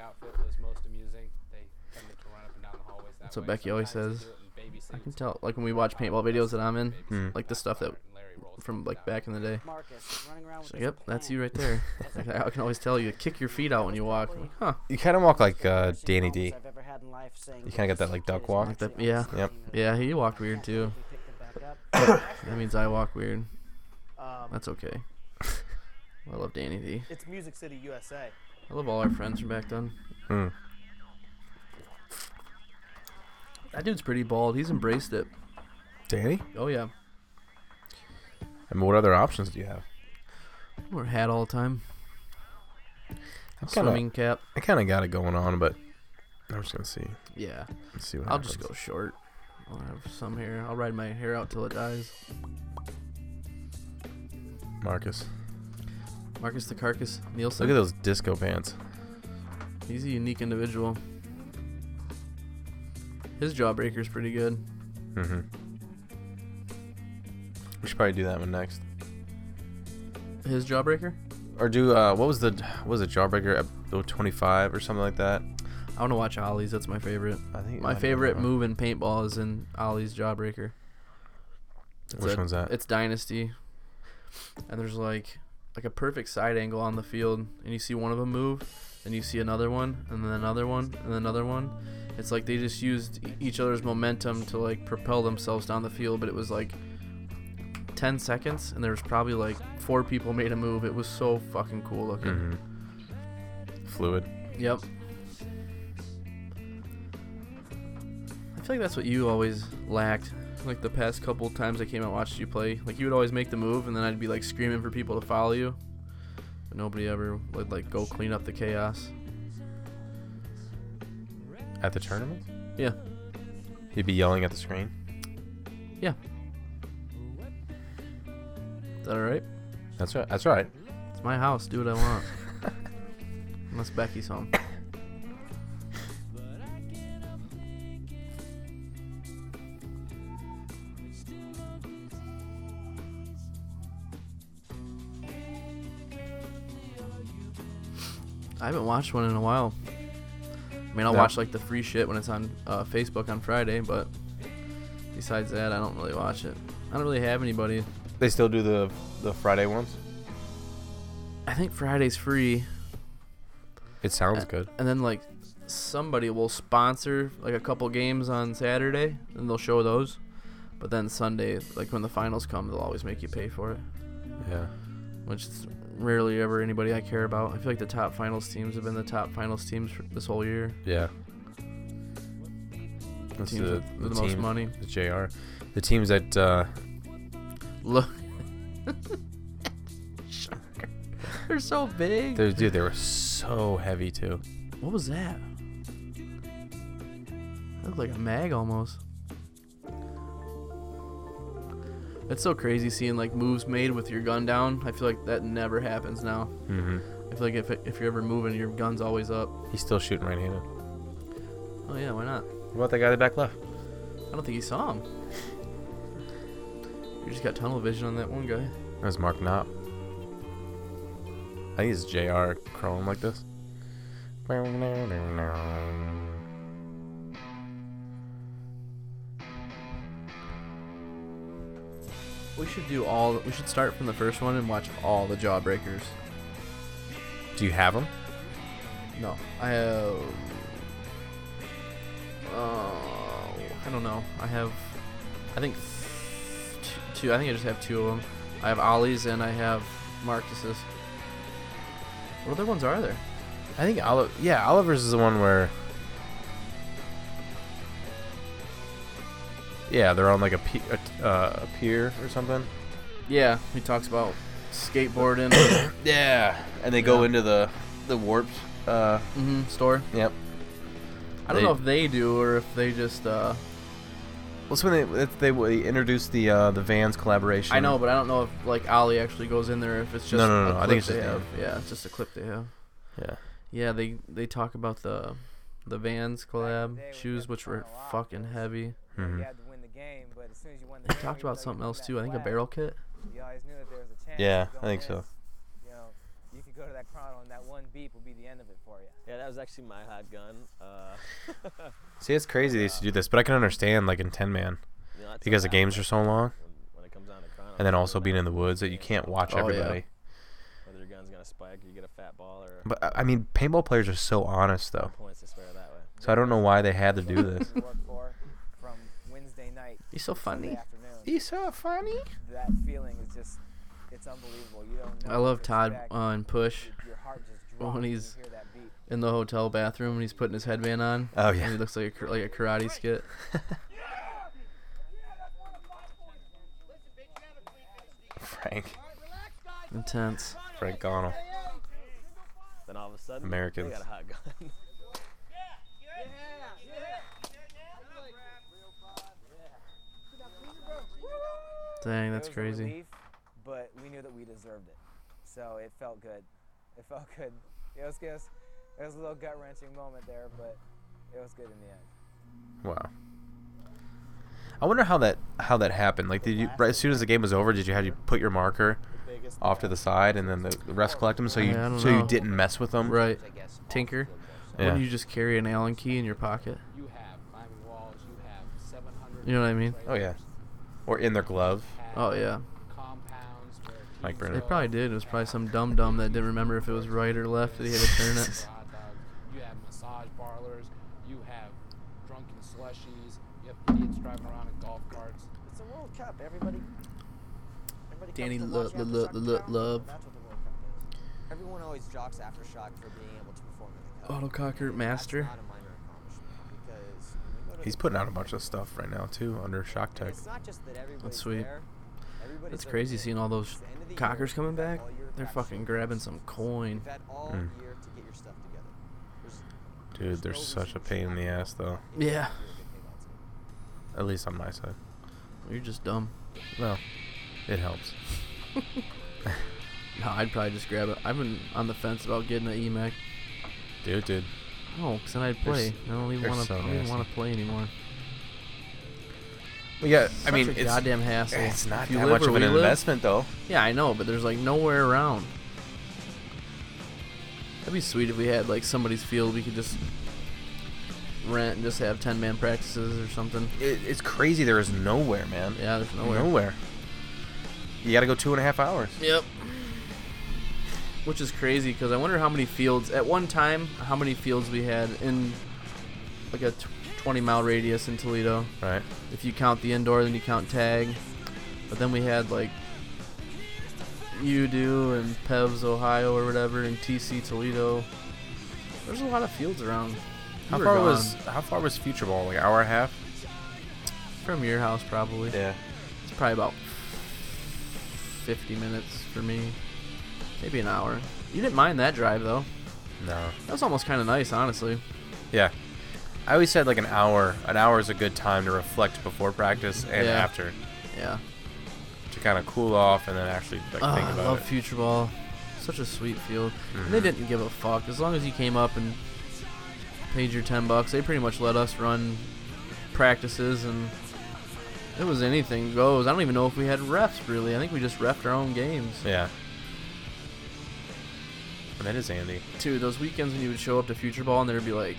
[SPEAKER 2] That's what Becky always says. I can tell, like when we watch paintball videos that I'm in,
[SPEAKER 1] Mm.
[SPEAKER 2] like the stuff that from like back in the day.
[SPEAKER 6] Marcus running around
[SPEAKER 2] She's
[SPEAKER 6] with
[SPEAKER 2] like,
[SPEAKER 6] this
[SPEAKER 2] yep, that's you
[SPEAKER 6] plan.
[SPEAKER 2] right there. Like, I can always tell you kick your feet out when you walk. I'm like, huh?
[SPEAKER 1] You kind of walk like uh,
[SPEAKER 6] Worst
[SPEAKER 1] Danny
[SPEAKER 6] moments
[SPEAKER 1] D.
[SPEAKER 6] I've ever had in life saying
[SPEAKER 1] You kinda got that,
[SPEAKER 6] this
[SPEAKER 1] like,
[SPEAKER 6] kid
[SPEAKER 1] duck
[SPEAKER 6] is
[SPEAKER 1] walk.
[SPEAKER 6] actually
[SPEAKER 2] Like that- yeah.
[SPEAKER 6] on
[SPEAKER 1] Yep.
[SPEAKER 6] something that
[SPEAKER 2] Yeah, he walked
[SPEAKER 6] we
[SPEAKER 2] weird
[SPEAKER 6] can't believe
[SPEAKER 2] too.
[SPEAKER 6] we picked him back up.
[SPEAKER 2] That means I walk weird.
[SPEAKER 7] Um,
[SPEAKER 2] That's okay. I love Danny D.
[SPEAKER 7] it's Music City, USA.
[SPEAKER 2] I love all our friends from back then.
[SPEAKER 1] Mm.
[SPEAKER 2] That dude's pretty bald. He's embraced it.
[SPEAKER 1] Danny?
[SPEAKER 2] Oh yeah,
[SPEAKER 1] I mean, what other options do you have?
[SPEAKER 2] wear a hat all the time.
[SPEAKER 1] I'm kinda-
[SPEAKER 2] Swimming cap.
[SPEAKER 1] I kind of got it going on, but I'm just gonna see.
[SPEAKER 2] Yeah.
[SPEAKER 1] See what
[SPEAKER 2] I'll
[SPEAKER 1] happens.
[SPEAKER 2] just go short. I'll have some hair. I'll ride my hair out till it dies.
[SPEAKER 1] Marcus.
[SPEAKER 2] Marcus the Carcass
[SPEAKER 1] Look
[SPEAKER 2] Nielsen.
[SPEAKER 1] at those disco pants.
[SPEAKER 2] He's a unique individual. His jawbreaker's pretty good.
[SPEAKER 1] Mm-hmm. We should probably do that one next,
[SPEAKER 2] His jawbreaker?
[SPEAKER 1] or do uh, what was the what was it Jawbreaker episode 25 or something like that?
[SPEAKER 2] I want to watch Ollie's. That's my favorite.
[SPEAKER 1] I think it might
[SPEAKER 2] My
[SPEAKER 1] have been
[SPEAKER 2] favorite
[SPEAKER 1] that one.
[SPEAKER 2] move in paintball is in Ollie's jawbreaker. It's
[SPEAKER 1] Which
[SPEAKER 2] a-
[SPEAKER 1] one's that?
[SPEAKER 2] It's Dynasty. And there's like like a perfect side angle on the field, and you see one of them move, then you see another one, and then another one, and then another one. It's like they just used e- each other's momentum to like propel themselves down the field, but it was like 10 seconds, and there was probably like four people made a move. It was so fucking cool looking.
[SPEAKER 1] hmm Fluid.
[SPEAKER 2] Yep. I feel like that's what you always lacked. Like the past couple times I came out and watched you play, like you would always make the move, and then I'd be like screaming for people to follow you, but nobody ever would like go clean up the chaos.
[SPEAKER 1] At the tournament?
[SPEAKER 2] Yeah.
[SPEAKER 1] He'd be yelling at the screen.
[SPEAKER 2] Is that all right?
[SPEAKER 1] That's right. That's right.
[SPEAKER 2] It's my house. Do what I want. Unless Becky's home. I haven't watched one in a while. I mean, I'll
[SPEAKER 1] Yeah.
[SPEAKER 2] watch like the free shit when it's on uh, Facebook on Friday, but besides that, I don't really watch it. I don't really have anybody.
[SPEAKER 1] They still do the the Friday ones.
[SPEAKER 2] I think Friday's free.
[SPEAKER 1] It sounds good.
[SPEAKER 2] and then like somebody will sponsor like a couple games on Saturday and they'll show those. But then Sunday, like when the finals come, they'll always make you pay for it.
[SPEAKER 1] Yeah.
[SPEAKER 2] which is rarely ever anybody I care about. I feel like the top finals teams have been the top finals teams for this whole year.
[SPEAKER 1] Yeah. That's
[SPEAKER 2] teams
[SPEAKER 1] the,
[SPEAKER 2] with
[SPEAKER 1] the,
[SPEAKER 2] the most
[SPEAKER 1] team,
[SPEAKER 2] money.
[SPEAKER 1] The JR. The teams that uh,
[SPEAKER 2] Look, they're so big.
[SPEAKER 1] they dude, they were so heavy too.
[SPEAKER 2] What was that? Looked like a mag almost. It's so crazy seeing like moves made with your gun down. I feel like that never happens now.
[SPEAKER 1] Mm-hmm.
[SPEAKER 2] I feel like if, if you're ever moving, your gun's always up.
[SPEAKER 1] He's still shooting right handed.
[SPEAKER 2] Oh yeah, why not?
[SPEAKER 1] What about that guy in the back left?
[SPEAKER 2] I don't think he saw him. You just got tunnel vision on that one guy.
[SPEAKER 1] That was Mark Knopp. I think it's JR crawling like this.
[SPEAKER 2] We should do all. We should start from the first one and watch all the Jawbreakers.
[SPEAKER 1] Do you have him?
[SPEAKER 2] No, I have. Oh, I don't know. I have. I think th- two. I think I just have two of them. I have Ollie's and I have Marcus's. What other ones are there?
[SPEAKER 1] I think Oliver. Yeah, Oliver's is the one where. Yeah, they're on like a, pe- a, t- uh, a pier or something.
[SPEAKER 2] Yeah, he talks about skateboarding.
[SPEAKER 1] Yeah, and they
[SPEAKER 2] Yeah.
[SPEAKER 1] into the the warped. Uh,
[SPEAKER 2] mm-hmm, store.
[SPEAKER 1] yep.
[SPEAKER 2] I don't
[SPEAKER 1] They-
[SPEAKER 2] know if they do or if they just. uh
[SPEAKER 1] That's when they that's- they, they introduced the uh, the Vans collaboration.
[SPEAKER 2] I know, but I don't know if like Ollie actually goes in there. If it's just
[SPEAKER 1] No, no, no,
[SPEAKER 2] a
[SPEAKER 1] no, I
[SPEAKER 2] clip
[SPEAKER 1] think it's
[SPEAKER 2] they
[SPEAKER 1] just
[SPEAKER 2] have.
[SPEAKER 1] him.
[SPEAKER 2] Yeah, it's just a clip they have.
[SPEAKER 1] Yeah.
[SPEAKER 2] Yeah, they they talk about the the Vans collab shoes, which were fucking heavy.
[SPEAKER 1] hmm
[SPEAKER 2] They talked about something else too. I think a barrel kit.
[SPEAKER 9] You always knew that there was a chance.
[SPEAKER 1] Yeah,
[SPEAKER 9] you
[SPEAKER 1] I think so.
[SPEAKER 9] miss. You know, you could go to that chrono and that one beep would be the end of it for you.
[SPEAKER 4] Yeah, that was actually my hot gun. Uh,
[SPEAKER 1] See, it's crazy they used to do this, but I can understand like in Ten Man
[SPEAKER 4] you know, that's
[SPEAKER 1] because the
[SPEAKER 4] what
[SPEAKER 1] games are
[SPEAKER 4] happens
[SPEAKER 1] so long,
[SPEAKER 4] When, when it comes down to chrono,
[SPEAKER 1] and then
[SPEAKER 4] you
[SPEAKER 1] also
[SPEAKER 4] know
[SPEAKER 1] being in the woods that you can't watch
[SPEAKER 2] Oh, yeah.
[SPEAKER 1] everybody.
[SPEAKER 4] Whether your gun's gonna spike or you get a fat ball or
[SPEAKER 1] But I- I mean, paintball players are so honest though,
[SPEAKER 4] points to swear that way.
[SPEAKER 1] so I don't know why they had to do this.
[SPEAKER 9] You work for from Wednesday night
[SPEAKER 2] He's so
[SPEAKER 9] to Sunday
[SPEAKER 2] funny.
[SPEAKER 9] afternoon.
[SPEAKER 1] you so funny.
[SPEAKER 9] That feeling is just, it's unbelievable. You don't know.
[SPEAKER 2] I
[SPEAKER 9] what
[SPEAKER 2] love
[SPEAKER 9] to
[SPEAKER 2] Todd uh,
[SPEAKER 9] expect.
[SPEAKER 2] on Push
[SPEAKER 9] Your- Your heart just drops
[SPEAKER 2] when
[SPEAKER 9] when you
[SPEAKER 2] he's-
[SPEAKER 9] hear that beep.
[SPEAKER 2] in the hotel bathroom and he's putting his headband on.
[SPEAKER 1] Oh
[SPEAKER 2] And
[SPEAKER 1] yeah.
[SPEAKER 2] he looks like a kar- like a karate skit.
[SPEAKER 1] Frank,
[SPEAKER 2] Intense.
[SPEAKER 1] Frank Connell.
[SPEAKER 4] Then all of a sudden,
[SPEAKER 1] Americans.
[SPEAKER 4] they got a hot gun.
[SPEAKER 2] Dang,
[SPEAKER 9] It
[SPEAKER 2] that's
[SPEAKER 9] was a
[SPEAKER 2] crazy.
[SPEAKER 9] relief, but we knew that we deserved it, so it felt good. It felt good. It was, it was, it was a little gut wrenching moment there, but it was good in the end.
[SPEAKER 1] Wow. I wonder how that how that happened. Like, did you right as soon as the game was over, did you had you put your marker off to the side and then the, the refs collect them so you
[SPEAKER 2] Yeah, I don't
[SPEAKER 1] so you
[SPEAKER 2] know.
[SPEAKER 1] didn't mess with them?
[SPEAKER 2] Right.
[SPEAKER 3] I guess. off
[SPEAKER 2] Tinker.
[SPEAKER 3] the field goal, so-
[SPEAKER 1] Yeah.
[SPEAKER 2] Wouldn't you just carry an Allen key in your pocket?
[SPEAKER 10] You have climbing walls. You have 700.
[SPEAKER 2] You know what I mean?
[SPEAKER 1] Oh yeah. Or in their glove.
[SPEAKER 2] Oh yeah.
[SPEAKER 10] Compounds. where
[SPEAKER 1] Mike
[SPEAKER 10] teams
[SPEAKER 1] Brennan.
[SPEAKER 2] They
[SPEAKER 10] go
[SPEAKER 2] probably did. It was probably some dumb dumb that didn't remember if it was right or left that he had to turn it.
[SPEAKER 10] for hot dogs. You have massage parlors. You have drunken slushies. You have idiots driving around in golf carts.
[SPEAKER 7] It's a World Cup. Everybody. everybody comes
[SPEAKER 2] Danny
[SPEAKER 7] to
[SPEAKER 2] lo-
[SPEAKER 7] watch
[SPEAKER 2] lo-
[SPEAKER 7] after
[SPEAKER 2] lo-
[SPEAKER 7] soccer
[SPEAKER 2] lo-
[SPEAKER 7] now.
[SPEAKER 2] love.
[SPEAKER 7] That's what the World Cup
[SPEAKER 3] Everyone always jocks Aftershock for being able to perform in the cup.
[SPEAKER 2] Autococker master.
[SPEAKER 3] That's not a minor accomplishment because
[SPEAKER 1] He's putting out a bunch of stuff right now too under Shock Tech.
[SPEAKER 3] It's not just that everybody's
[SPEAKER 2] sweet.
[SPEAKER 3] there. everybody's
[SPEAKER 2] It's crazy seeing all those cockers coming back. They're fucking grabbing some coin.
[SPEAKER 3] You've had all
[SPEAKER 1] Mm.
[SPEAKER 3] year to get your stuff together. There's,
[SPEAKER 1] Dude, they're such a pain in the ass though.
[SPEAKER 2] Yeah.
[SPEAKER 1] At least on my side.
[SPEAKER 2] You're just dumb.
[SPEAKER 1] Well, it helps.
[SPEAKER 2] No, I'd probably just grab it. I've been on the fence about getting an EMAC.
[SPEAKER 1] Dude, dude.
[SPEAKER 2] Oh, 'cause then I'd
[SPEAKER 1] They're
[SPEAKER 2] play.
[SPEAKER 1] s-
[SPEAKER 2] I don't even
[SPEAKER 1] they're
[SPEAKER 2] want to.
[SPEAKER 1] so
[SPEAKER 2] I don't even
[SPEAKER 1] nasty.
[SPEAKER 2] want to play anymore.
[SPEAKER 1] Well, yeah, I
[SPEAKER 2] Such
[SPEAKER 1] mean,
[SPEAKER 2] a
[SPEAKER 1] it's,
[SPEAKER 2] goddamn hassle.
[SPEAKER 1] it's not
[SPEAKER 2] If you
[SPEAKER 1] that
[SPEAKER 2] live
[SPEAKER 1] much
[SPEAKER 2] where
[SPEAKER 1] of an
[SPEAKER 2] we live-
[SPEAKER 1] investment though.
[SPEAKER 2] Yeah, I know, but there's like nowhere around. That'd be sweet if we had like somebody's field we could just rent and just have ten man practices or something.
[SPEAKER 1] It, it's crazy. There is nowhere, man.
[SPEAKER 2] Yeah, there's nowhere.
[SPEAKER 1] You got to go two and a half hours.
[SPEAKER 2] Yep. Which is crazy because I wonder how many fields at one time, how many fields we had in like a tw- 20 mile radius in Toledo.
[SPEAKER 1] Right.
[SPEAKER 2] If you count the indoor, then you count tag. But then we had like UDU and Pevs, Ohio, or whatever, and TC Toledo. There's a lot of fields around.
[SPEAKER 1] How
[SPEAKER 2] You
[SPEAKER 1] far
[SPEAKER 2] were
[SPEAKER 1] was
[SPEAKER 2] gone.
[SPEAKER 1] how far was Future Ball? Like hour and a half?
[SPEAKER 2] from your house? Probably.
[SPEAKER 1] Yeah.
[SPEAKER 2] It's probably about 50 minutes for me, maybe an hour. You didn't mind that drive though.
[SPEAKER 1] No.
[SPEAKER 2] That was almost kind of nice, honestly.
[SPEAKER 1] Yeah. I always said like an hour. An hour is a good time to reflect before practice and
[SPEAKER 2] Yeah.
[SPEAKER 1] after
[SPEAKER 2] Yeah.
[SPEAKER 1] to kind of cool off and then actually like
[SPEAKER 2] Ah,
[SPEAKER 1] think
[SPEAKER 2] I
[SPEAKER 1] about
[SPEAKER 2] love
[SPEAKER 1] it.
[SPEAKER 2] Future Ball. Such a sweet field. And they
[SPEAKER 1] Mhm.
[SPEAKER 2] didn't give a fuck. As long as you came up and paid your 10 bucks, they pretty much let us run practices and it was anything goes. I don't even know if we had refs really. I think we just refed our own games.
[SPEAKER 1] Yeah. And that is Andy.
[SPEAKER 2] Dude, those weekends when you would show up to Future Ball and there'd be like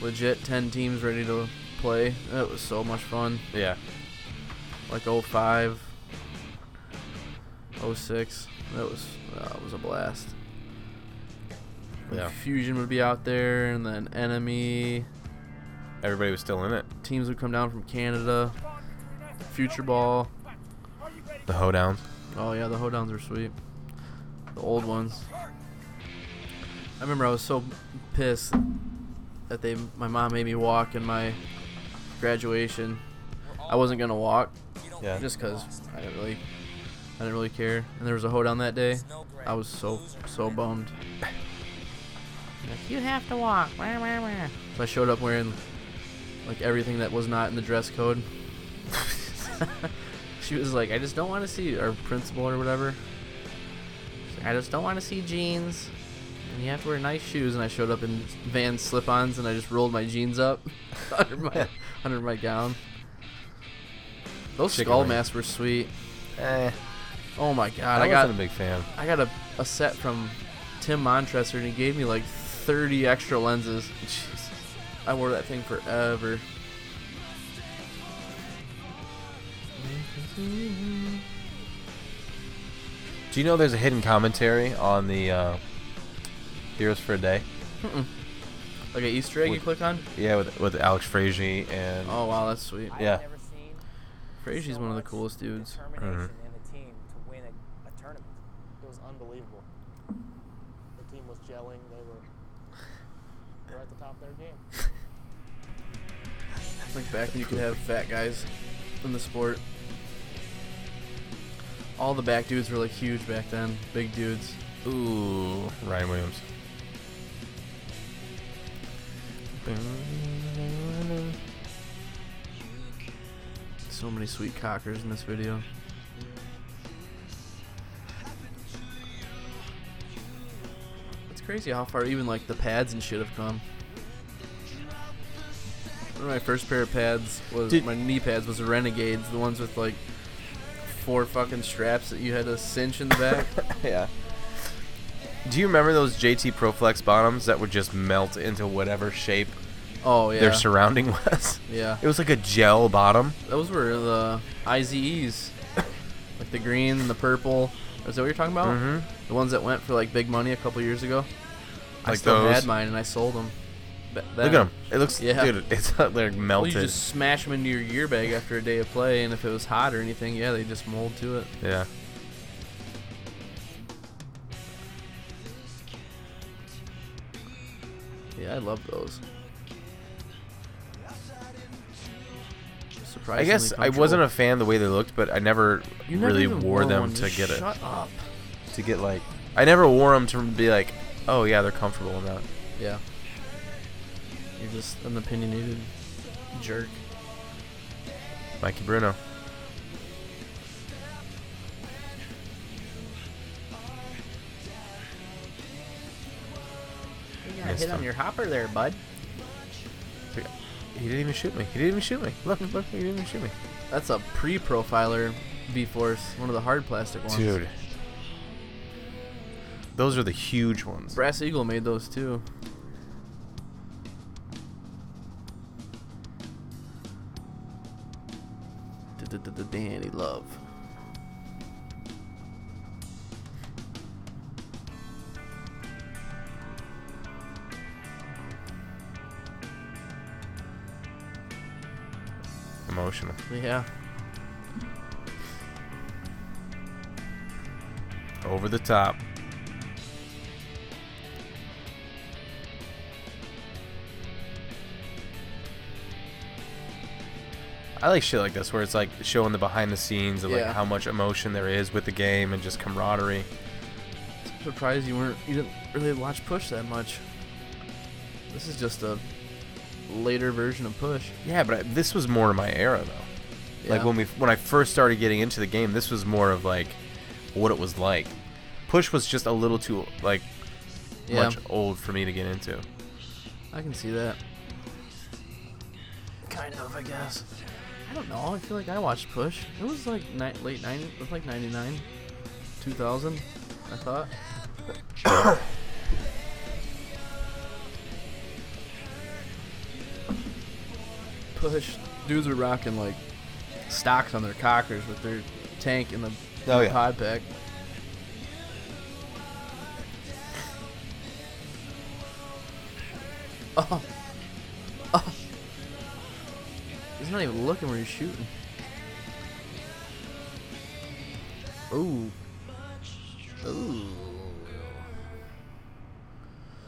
[SPEAKER 2] legit 10 teams ready to play. That was so much fun.
[SPEAKER 1] Yeah.
[SPEAKER 2] Like 05, 06. That was that was a blast. And
[SPEAKER 1] Yeah.
[SPEAKER 2] Fusion would be out there, and then enemy
[SPEAKER 1] Everybody was still in it.
[SPEAKER 2] teams would come down from Canada. Future Ball.
[SPEAKER 1] The hoedown.
[SPEAKER 2] Oh yeah, the hoedowns are sweet. The old ones. I remember I was so pissed that they my mom made me walk in my graduation. I wasn't gonna walk.
[SPEAKER 1] Yeah.
[SPEAKER 2] Just cause I didn't really I didn't really care. And there was a hoedown that day. I was so so bummed.
[SPEAKER 8] You have to walk.
[SPEAKER 2] So I showed up wearing like everything that was not in the dress code. she was like, I just don't want to see our principal or whatever. She's like, I just don't want to see jeans. And you have to wear nice shoes. And I showed up in van slip ons and I just rolled my jeans up under, my, under my gown. Those
[SPEAKER 1] Chicken
[SPEAKER 2] skull
[SPEAKER 1] wing.
[SPEAKER 2] masks were sweet.
[SPEAKER 1] Eh.
[SPEAKER 2] Oh my god.
[SPEAKER 1] I,
[SPEAKER 2] I got
[SPEAKER 1] wasn't a big fan.
[SPEAKER 2] I got a, a set from Tim Montresor and he gave me like 30 extra lenses. Jesus. I wore that thing forever.
[SPEAKER 1] Do you know there's a hidden commentary on the uh, Heroes for a Day?
[SPEAKER 2] Mm-mm. Like an Easter egg you
[SPEAKER 1] With-
[SPEAKER 2] click on?
[SPEAKER 1] Yeah, with with Alex Frazier and
[SPEAKER 2] Oh wow, that's sweet.
[SPEAKER 1] I- Yeah.
[SPEAKER 9] never seen
[SPEAKER 2] Frazier's
[SPEAKER 9] so
[SPEAKER 2] one of the
[SPEAKER 9] much
[SPEAKER 2] coolest dudes.
[SPEAKER 9] Determination in the team to win a, a tournament.
[SPEAKER 7] It was unbelievable. The team was gelling. They were, they were at the top of their game.
[SPEAKER 2] Like back when you could have fat guys in the sport. All the back dudes were like huge back then, big dudes.
[SPEAKER 1] ooh Ryan Williams.
[SPEAKER 2] So many sweet cockers in this video. It's crazy how far even like the pads and shit have come. Remember my first pair of pads was
[SPEAKER 1] Did-
[SPEAKER 2] my knee pads was Renegades, the ones with like four fucking straps that you had to cinch in the back.
[SPEAKER 1] yeah. Do you remember those JT Proflex bottoms that would just melt into whatever shape
[SPEAKER 2] oh yeah,
[SPEAKER 1] their surrounding was?
[SPEAKER 2] yeah.
[SPEAKER 1] It was like a gel bottom.
[SPEAKER 2] Those were the IZEs, like the green and the purple. Is that what you're talking about?
[SPEAKER 1] Mhm.
[SPEAKER 2] The ones that went for like big money a couple years ago. I
[SPEAKER 1] Like
[SPEAKER 2] still
[SPEAKER 1] those?
[SPEAKER 2] had mine and I sold them.
[SPEAKER 1] Look at them. It looks,
[SPEAKER 2] Yeah.
[SPEAKER 1] dude, it's they're
[SPEAKER 2] Well, you
[SPEAKER 1] melted.
[SPEAKER 2] just smash them into your gear bag after a day of play, and if it was hot or anything, yeah, they just mold to it.
[SPEAKER 1] Yeah.
[SPEAKER 2] Yeah, I love those.
[SPEAKER 1] I guess I wasn't a fan the way they looked, but I never really wore them to get
[SPEAKER 2] shut
[SPEAKER 1] it.
[SPEAKER 2] up.
[SPEAKER 1] To get like, I never wore them to be like, oh yeah, they're comfortable and that.
[SPEAKER 2] Yeah. You're just an opinionated jerk.
[SPEAKER 1] Mikey Bruno.
[SPEAKER 2] You
[SPEAKER 1] got Missed hit on him. your
[SPEAKER 2] hopper there, bud.
[SPEAKER 1] He didn't even shoot me. He didn't even shoot me. Look, look, he didn't even shoot me.
[SPEAKER 2] That's a pre-profiler V-Force, one of the hard plastic ones.
[SPEAKER 1] Dude. Those are the huge ones.
[SPEAKER 2] Brass Eagle made those too. D-d-d-d- Danny Love.
[SPEAKER 1] Emotional.
[SPEAKER 2] Yeah.
[SPEAKER 1] over the top. I like shit like this where it's like showing the behind the scenes of like
[SPEAKER 2] Yeah.
[SPEAKER 1] how much emotion there is with the game and just camaraderie.
[SPEAKER 2] Surprised you weren't you didn't really watch Push that much. This is just a later version of Push.
[SPEAKER 1] Yeah, but I, this was more my era though. Like
[SPEAKER 2] Yeah.
[SPEAKER 1] when we when I first started getting into the game, this was more of like what it was like. Push was just a little too like
[SPEAKER 2] Yeah.
[SPEAKER 1] much old for me to get into.
[SPEAKER 2] I can see that. Kind of, I guess. I don't know. I feel like I watched Push. It was like ni- late 90s. It was like 99, 2000, I thought. Push. Dudes were rocking like stocks on their cockers with their tank in the
[SPEAKER 1] Oh, yeah.
[SPEAKER 2] pod pack. Oh. Oh. He's not even looking where he's shooting. Ooh. Ooh.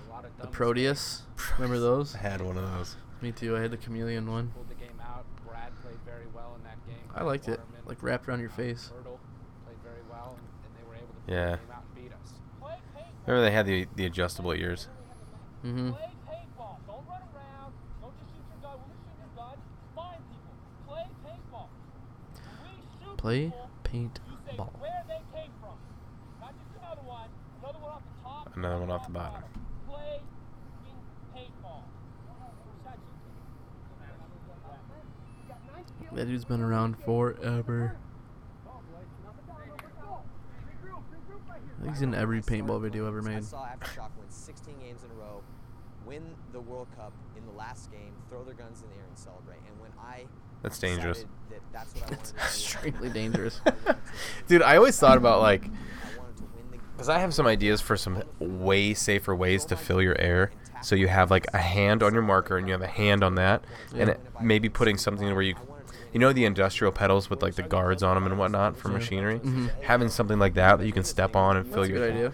[SPEAKER 10] A lot of
[SPEAKER 2] The
[SPEAKER 10] dumb
[SPEAKER 2] Proteus. Remember those?
[SPEAKER 1] I had one of those.
[SPEAKER 2] Me too. I had the chameleon one.
[SPEAKER 10] stuff pulled the game out. Brad played very well in that game.
[SPEAKER 2] I liked it.
[SPEAKER 10] Waterman, uh,
[SPEAKER 2] Like wrapped around your face.
[SPEAKER 10] Hurdle played very well, and, and they were able to pull
[SPEAKER 1] Yeah.
[SPEAKER 10] the game out and beat us.
[SPEAKER 1] Remember they had the the adjustable ears.
[SPEAKER 2] Mm-hmm. Play paintball.
[SPEAKER 1] Another one off the bottom.
[SPEAKER 2] That dude's been around forever. I think he's in every paintball video ever
[SPEAKER 3] I
[SPEAKER 2] made.
[SPEAKER 3] saw Aftershock win 16 games in a row, win the World Cup in the last game, throw their guns in the air and celebrate. And when I
[SPEAKER 1] That's dangerous.
[SPEAKER 3] decided That that's what I wanted
[SPEAKER 2] It's
[SPEAKER 3] to do,
[SPEAKER 2] extremely dangerous.
[SPEAKER 1] Dude, I always thought about like
[SPEAKER 3] I wanted to win the
[SPEAKER 1] Because I have some ideas for some way safer ways to fill your air. So you have like a hand on your marker and you have a hand on that, and it, maybe putting something where you, you know, the industrial pedals with like the guards on them and whatnot for
[SPEAKER 2] Yeah.
[SPEAKER 1] machinery.
[SPEAKER 2] Mhm.
[SPEAKER 1] Having something like that that you can step on and fill
[SPEAKER 2] That's a
[SPEAKER 1] your.
[SPEAKER 2] good idea.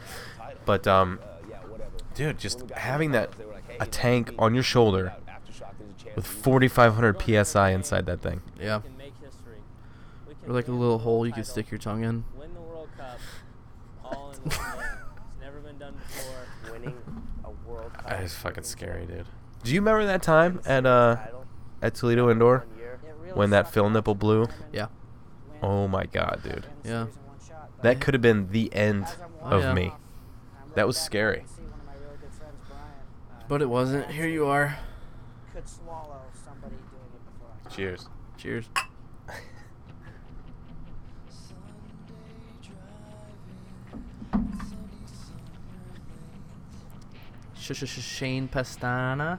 [SPEAKER 1] But um,
[SPEAKER 4] Uh, yeah, whatever.
[SPEAKER 1] dude, just
[SPEAKER 4] When we got to the
[SPEAKER 1] having that
[SPEAKER 4] finals, they were like, "Hey, you
[SPEAKER 1] a
[SPEAKER 4] know,
[SPEAKER 1] tank
[SPEAKER 4] we
[SPEAKER 1] on your shoulder
[SPEAKER 4] got Aftershock, there's a chance
[SPEAKER 1] with
[SPEAKER 4] that you
[SPEAKER 1] 4,500 psi inside that thing.
[SPEAKER 2] Yeah.
[SPEAKER 8] can make history. We can
[SPEAKER 2] Or like a
[SPEAKER 8] win
[SPEAKER 2] little
[SPEAKER 8] the
[SPEAKER 2] hole
[SPEAKER 8] world
[SPEAKER 2] you could
[SPEAKER 8] title,
[SPEAKER 2] stick your tongue in.
[SPEAKER 8] Win the World Cup all in one game. It's never been done before. Winning a World Cup.
[SPEAKER 1] It's fucking scary, dude. Do you remember that time at uh at Toledo Indoor when that Phil nipple blew?
[SPEAKER 2] Yeah.
[SPEAKER 1] Oh my god, dude.
[SPEAKER 2] Yeah.
[SPEAKER 1] That could have been the end
[SPEAKER 2] Oh,
[SPEAKER 1] of
[SPEAKER 2] yeah.
[SPEAKER 1] me. That was scary.
[SPEAKER 2] But it wasn't. Here you are.
[SPEAKER 11] Could swallow somebody doing it before I could.
[SPEAKER 1] Cheers.
[SPEAKER 2] Cheers. Sh- sh- sh- Shane Pastana.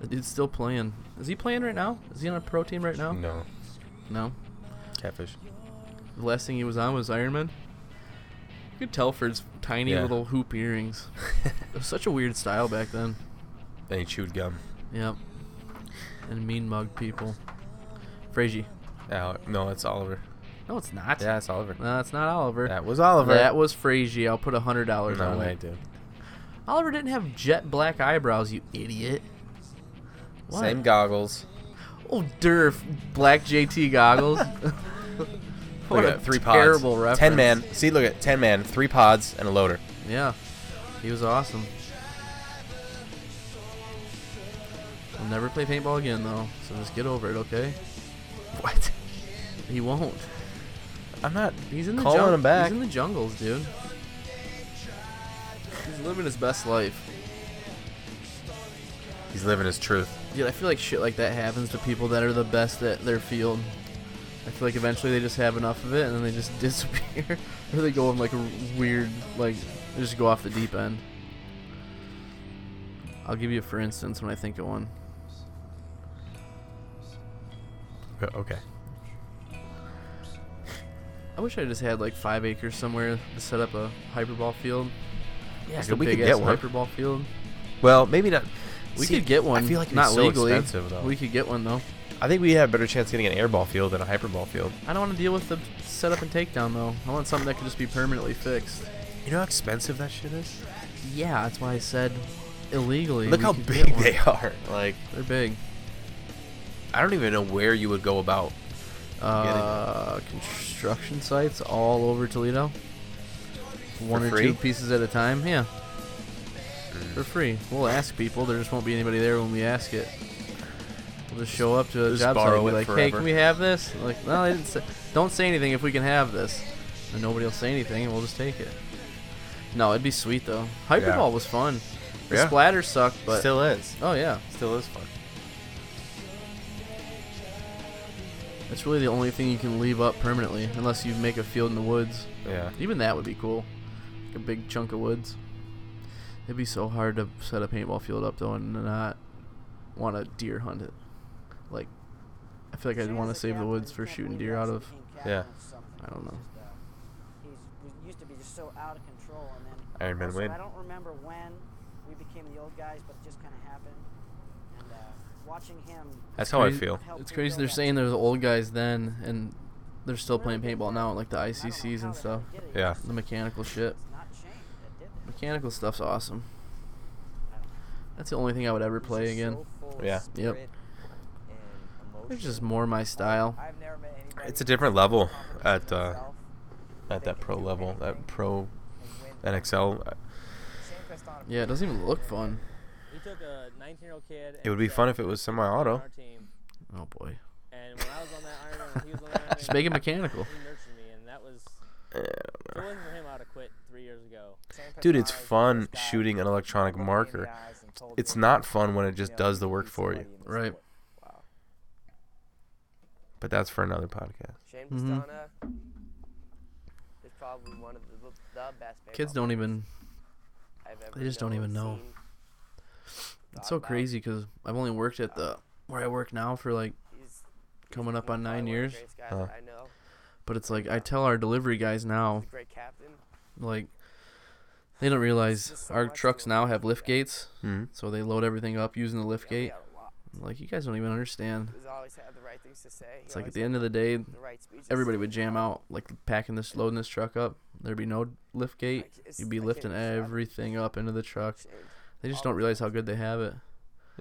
[SPEAKER 2] The dude's still playing. Is he playing right now? Is he on a pro team right now?
[SPEAKER 1] No.
[SPEAKER 2] No.
[SPEAKER 1] Catfish.
[SPEAKER 2] The last thing he was on was Iron Man. You could tell for his tiny
[SPEAKER 1] Yeah.
[SPEAKER 2] little hoop earrings. it was such a weird style back then.
[SPEAKER 1] Then he chewed gum.
[SPEAKER 2] Yep. And mean mug people. Frazier.
[SPEAKER 1] Al- no, it's Oliver.
[SPEAKER 2] No, it's not.
[SPEAKER 1] Yeah, it's Oliver.
[SPEAKER 2] No, it's not Oliver.
[SPEAKER 1] That was Oliver.
[SPEAKER 2] That was Frazier. I'll put a hundred dollars
[SPEAKER 1] no,
[SPEAKER 2] on
[SPEAKER 1] way,
[SPEAKER 2] it.
[SPEAKER 1] dude.
[SPEAKER 2] Oliver didn't have jet black eyebrows, you idiot. What?
[SPEAKER 1] Same goggles.
[SPEAKER 2] Oh, derf, black JT goggles. what
[SPEAKER 1] Look
[SPEAKER 2] a
[SPEAKER 1] at that, three pods.
[SPEAKER 2] terrible reference.
[SPEAKER 1] Ten man. See, look at ten man, three pods and a loader.
[SPEAKER 2] Yeah, he was awesome. I'll never play paintball again though, so just get over it, okay?
[SPEAKER 1] What?
[SPEAKER 2] He won't.
[SPEAKER 1] I'm not.
[SPEAKER 2] He's in the
[SPEAKER 1] calling
[SPEAKER 2] jung-
[SPEAKER 1] him back.
[SPEAKER 2] He's in the jungles, dude. He's living his best life.
[SPEAKER 1] He's living his truth.
[SPEAKER 2] Dude, I feel like shit like that happens to people that are the best at their field. I feel like eventually they just have enough of it and then they just disappear, or they go in like a weird, like they just go off the deep end. I'll give you a for instance when I think of one.
[SPEAKER 1] Okay.
[SPEAKER 2] I wish I just had like five acres somewhere to set up a hyperball field.
[SPEAKER 1] Yeah,
[SPEAKER 2] Like
[SPEAKER 1] dude,
[SPEAKER 2] a
[SPEAKER 1] we could
[SPEAKER 2] big-ass
[SPEAKER 1] get one.
[SPEAKER 2] Hyperball field.
[SPEAKER 1] Well, maybe not.
[SPEAKER 2] We
[SPEAKER 1] See,
[SPEAKER 2] could get one.
[SPEAKER 1] I feel like it'd be
[SPEAKER 2] not
[SPEAKER 1] so
[SPEAKER 2] legally.
[SPEAKER 1] expensive though.
[SPEAKER 2] We could get one though.
[SPEAKER 1] I think we have a better chance getting an air ball field than a hyperball field.
[SPEAKER 2] I don't want to deal with the setup and takedown though. I want something that can just be permanently fixed.
[SPEAKER 1] You know how expensive that shit is?
[SPEAKER 2] Yeah, that's why I said illegally.
[SPEAKER 1] Look
[SPEAKER 2] we
[SPEAKER 1] how
[SPEAKER 2] could get
[SPEAKER 1] big
[SPEAKER 2] one.
[SPEAKER 1] they are. Like
[SPEAKER 2] They're big.
[SPEAKER 1] I don't even know where you would go about.
[SPEAKER 2] Uh, construction sites all over Toledo. One or
[SPEAKER 1] free? Hmm.
[SPEAKER 2] two pieces at a time. Yeah. For free. We'll ask people. There just won't be anybody there when we ask it. We'll just show up to a
[SPEAKER 1] Just
[SPEAKER 2] job site
[SPEAKER 1] borrow
[SPEAKER 2] and be
[SPEAKER 1] it
[SPEAKER 2] like, "Hey,
[SPEAKER 1] forever."
[SPEAKER 2] can we have this?" Like, no, they didn't say, don't say anything if we can have this. And nobody will say anything, and we'll just take it. No, it'd be sweet though.
[SPEAKER 1] Yeah.
[SPEAKER 2] Hyperball was fun. The
[SPEAKER 1] Yeah.
[SPEAKER 2] splatter sucked, but
[SPEAKER 1] Still is.
[SPEAKER 2] Oh yeah,
[SPEAKER 1] Still is fun.
[SPEAKER 2] That's really the only thing you can leave up permanently, unless you make a field in the woods.
[SPEAKER 1] Yeah.
[SPEAKER 2] Even that would be cool. Like a big chunk of woods. It'd be so hard to set a paintball field up though and not want to deer hunt it. Like, I feel like I'd want to save the woods for shooting deer out of.
[SPEAKER 1] Yeah.
[SPEAKER 2] I don't know.
[SPEAKER 11] He's, we used to be just so out of control, and then
[SPEAKER 1] Iron Man
[SPEAKER 11] also,
[SPEAKER 1] win.
[SPEAKER 11] I don't remember when we became the old guys, but it just kind of happened. And uh, watching him.
[SPEAKER 1] That's how I
[SPEAKER 2] Crazy-
[SPEAKER 1] feel.
[SPEAKER 2] It's crazy. They're saying they're the old guys then, and they're still playing paintball now, at, like the ICCs and stuff.
[SPEAKER 1] Yeah.
[SPEAKER 2] The mechanical shit. Mechanical stuff's awesome. That's the only thing I would ever play again.
[SPEAKER 1] Yeah.
[SPEAKER 2] Yep. It's just more my style.
[SPEAKER 1] It's a different level at uh, at that pro level, that pro NXL. Uh,
[SPEAKER 2] Yeah, it doesn't even look fun.
[SPEAKER 8] We took a 19-year-old kid.
[SPEAKER 1] It would be fun if it was semi-auto.
[SPEAKER 2] Oh boy.
[SPEAKER 8] And when I was on that Iron Man, when he was on that Iron Man,
[SPEAKER 2] Just make it mechanical.
[SPEAKER 8] He nurtured me, and that was.
[SPEAKER 1] Yeah, I
[SPEAKER 8] If it wasn't for him, I'd have quit three years ago.
[SPEAKER 1] Dude, it's fun shooting an electronic marker. It's not fun when it just does the work for you.
[SPEAKER 2] Right.
[SPEAKER 1] But that's for another podcast.
[SPEAKER 4] Shane
[SPEAKER 2] Mhm.
[SPEAKER 4] Pistana is probably one of the, the best.
[SPEAKER 2] Kids
[SPEAKER 4] baseball
[SPEAKER 2] don't
[SPEAKER 4] players
[SPEAKER 2] even.
[SPEAKER 4] I've ever
[SPEAKER 2] They just don't
[SPEAKER 4] known,
[SPEAKER 2] even know.
[SPEAKER 4] seen.
[SPEAKER 2] It's so crazy because I've only worked at the where I work now for like
[SPEAKER 4] He's-
[SPEAKER 2] coming up on nine
[SPEAKER 4] probably one of
[SPEAKER 2] years.
[SPEAKER 4] the greatest guys that I know.
[SPEAKER 2] But it's like I tell our delivery guys now,
[SPEAKER 4] He's a great captain.
[SPEAKER 2] like they don't realize our trucks now have lift gates,
[SPEAKER 1] Mhm.
[SPEAKER 2] so they load everything up using the lift gate. Like you guys don't even understand.
[SPEAKER 4] He's always had the right things to say. He
[SPEAKER 2] It's like at
[SPEAKER 4] always
[SPEAKER 2] the
[SPEAKER 4] had
[SPEAKER 2] end of the day,
[SPEAKER 4] right speeches.
[SPEAKER 2] everybody would jam out, like packing this, loading this truck up. There'd be no lift gate. You'd be lifting everything up into the truck. They just don't realize how good they have it.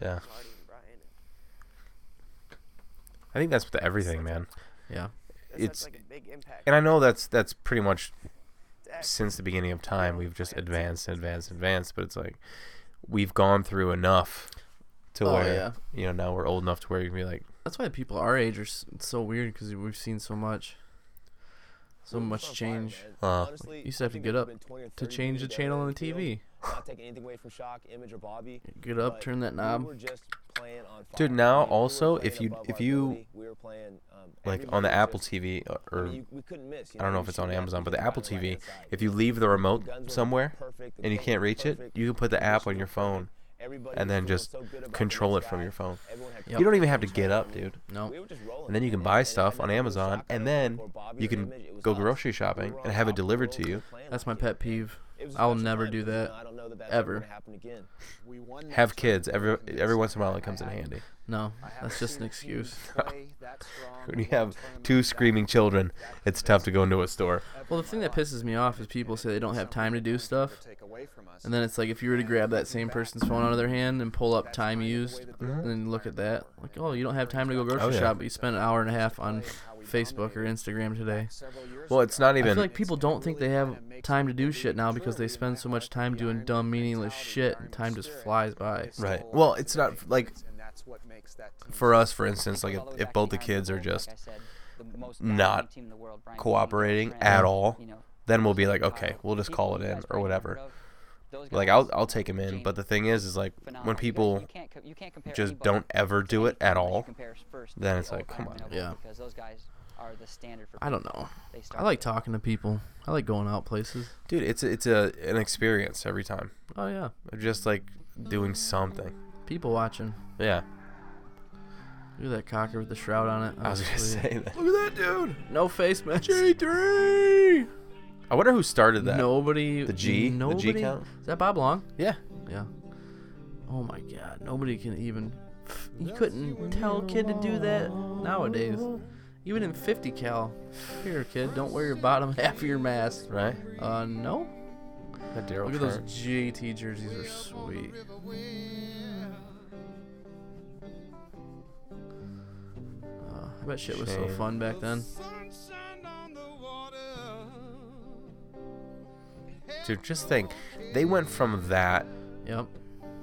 [SPEAKER 1] Yeah.
[SPEAKER 4] Marty and Brian.
[SPEAKER 1] I think that's with everything, man.
[SPEAKER 2] Yeah.
[SPEAKER 4] That's
[SPEAKER 1] It's
[SPEAKER 4] like a big impact.
[SPEAKER 1] and I know that's that's pretty much since the beginning of time we've just advanced and advanced and advanced, but it's like we've gone through enough to
[SPEAKER 2] Oh,
[SPEAKER 1] where
[SPEAKER 2] yeah.
[SPEAKER 1] you know now we're old enough to where you can be like
[SPEAKER 2] That's why people our age are s- it's so weird because we've seen so much, so much change.
[SPEAKER 1] Uh.
[SPEAKER 2] Like,
[SPEAKER 4] Honestly,
[SPEAKER 2] you used to have to
[SPEAKER 4] I think
[SPEAKER 2] get
[SPEAKER 4] there
[SPEAKER 2] up
[SPEAKER 4] could've been 20 or
[SPEAKER 2] to
[SPEAKER 4] 30
[SPEAKER 2] change the
[SPEAKER 4] dudes out
[SPEAKER 2] channel
[SPEAKER 4] there
[SPEAKER 2] on the
[SPEAKER 4] in the
[SPEAKER 2] TV.
[SPEAKER 4] Not taking anything away from Shock, Image, or Bobby.
[SPEAKER 2] Get up,
[SPEAKER 4] but
[SPEAKER 2] turn that
[SPEAKER 4] we
[SPEAKER 2] knob.
[SPEAKER 4] were just playing on fire.
[SPEAKER 1] Dude, now
[SPEAKER 4] We were
[SPEAKER 1] also,
[SPEAKER 4] playing
[SPEAKER 1] if you-
[SPEAKER 4] above
[SPEAKER 1] if
[SPEAKER 4] our
[SPEAKER 1] you-
[SPEAKER 4] ability. we were playing, um,
[SPEAKER 1] like
[SPEAKER 4] everybody
[SPEAKER 1] on the
[SPEAKER 4] was
[SPEAKER 1] Apple
[SPEAKER 4] just-
[SPEAKER 1] TV uh,
[SPEAKER 4] I
[SPEAKER 1] or
[SPEAKER 4] mean, you- we couldn't miss, you
[SPEAKER 1] I don't know if
[SPEAKER 4] you
[SPEAKER 1] it's on
[SPEAKER 4] shoot that,
[SPEAKER 1] Amazon,
[SPEAKER 4] you
[SPEAKER 1] but the
[SPEAKER 4] couldn't
[SPEAKER 1] Apple
[SPEAKER 4] find it right
[SPEAKER 1] TV,
[SPEAKER 4] outside.
[SPEAKER 1] if you leave the remote
[SPEAKER 4] Guns were
[SPEAKER 1] somewhere
[SPEAKER 4] perfect, the
[SPEAKER 1] and you
[SPEAKER 4] paint
[SPEAKER 1] can't
[SPEAKER 4] was
[SPEAKER 1] reach it,
[SPEAKER 4] perfect,
[SPEAKER 1] you can put the
[SPEAKER 4] the
[SPEAKER 1] app
[SPEAKER 4] position
[SPEAKER 1] on your
[SPEAKER 4] was
[SPEAKER 1] phone
[SPEAKER 4] Everybody
[SPEAKER 1] and then
[SPEAKER 4] was feeling
[SPEAKER 1] just
[SPEAKER 4] so good about the
[SPEAKER 1] control it
[SPEAKER 4] next
[SPEAKER 1] from
[SPEAKER 4] guy.
[SPEAKER 1] your phone.
[SPEAKER 4] Everyone had
[SPEAKER 1] You don't even have to get up, dude.
[SPEAKER 2] No.
[SPEAKER 4] We were just rolling
[SPEAKER 1] And then you can buy stuff on Amazon and then you can go grocery shopping and have it delivered to you.
[SPEAKER 2] That's my pet peeve.
[SPEAKER 4] It was a
[SPEAKER 2] I'll
[SPEAKER 4] special
[SPEAKER 2] never
[SPEAKER 4] time
[SPEAKER 2] do
[SPEAKER 4] because, you
[SPEAKER 2] that
[SPEAKER 4] know, I don't know that that's ever
[SPEAKER 2] ever.
[SPEAKER 4] gonna happen again.
[SPEAKER 12] We won that
[SPEAKER 1] Have
[SPEAKER 12] tournament.
[SPEAKER 1] kids every every once in a while it comes in handy.
[SPEAKER 2] No,
[SPEAKER 12] I haven't
[SPEAKER 2] that's just an
[SPEAKER 12] seen a team
[SPEAKER 2] excuse.
[SPEAKER 12] play that strong
[SPEAKER 1] When you
[SPEAKER 12] in one
[SPEAKER 1] have
[SPEAKER 12] tournament
[SPEAKER 1] two
[SPEAKER 12] that
[SPEAKER 1] screaming children, it's tough to go into a store.
[SPEAKER 2] Well, the thing that pisses me off is people say they don't have time to do stuff,
[SPEAKER 12] take away from us.
[SPEAKER 2] and then it's like if you were to grab that same person's phone out of their hand and pull up time used, and then look at that, like, oh, you don't have time to go grocery
[SPEAKER 1] Mm-hmm. yeah.
[SPEAKER 2] shop, but you spent an hour and a half on Facebook or Instagram today.
[SPEAKER 1] Well, it's not
[SPEAKER 2] I feel
[SPEAKER 1] even
[SPEAKER 2] like people don't think they have time to do shit now because they spend so much time doing dumb, meaningless shit, and time just flies by.
[SPEAKER 1] right. Well, it's not like for us, for instance, like if, if both the kids are just not cooperating at all, then we'll be like, okay, we'll just call it in or whatever. Like I'll I'll take him in, but the thing is, is like when people just don't ever do it at all, then it's like, come on,
[SPEAKER 2] Yeah.
[SPEAKER 6] Because those guys are the standard for.
[SPEAKER 2] I don't
[SPEAKER 6] people.
[SPEAKER 2] know.
[SPEAKER 6] They start
[SPEAKER 2] I like talking to people. I like going out places.
[SPEAKER 1] dude, it's a, it's a an experience every time.
[SPEAKER 2] Oh yeah,
[SPEAKER 1] just like doing something.
[SPEAKER 2] people watching.
[SPEAKER 1] Yeah,
[SPEAKER 2] Look at that cocker with the shroud on it.
[SPEAKER 1] I was gonna
[SPEAKER 2] Obviously.
[SPEAKER 1] say that.
[SPEAKER 2] Look at that dude. No face match. J three.
[SPEAKER 1] I wonder who started that.
[SPEAKER 2] Nobody.
[SPEAKER 1] The G? The
[SPEAKER 2] Nobody.
[SPEAKER 1] G count?
[SPEAKER 2] Is that Bob Long?
[SPEAKER 1] Yeah.
[SPEAKER 2] Yeah. Oh my God. Nobody can even you couldn't tell a kid to do that nowadays. Even in 50 cal, here kid, don't wear your bottom half of your mask.
[SPEAKER 1] Right.
[SPEAKER 2] Uh, no.
[SPEAKER 1] That Daryl
[SPEAKER 2] Look at those
[SPEAKER 1] Trent.
[SPEAKER 2] JT jerseys are sweet. Uh, I bet shit was so
[SPEAKER 1] Shame.
[SPEAKER 2] fun back then.
[SPEAKER 1] Dude, just think, they went from that,
[SPEAKER 2] yep,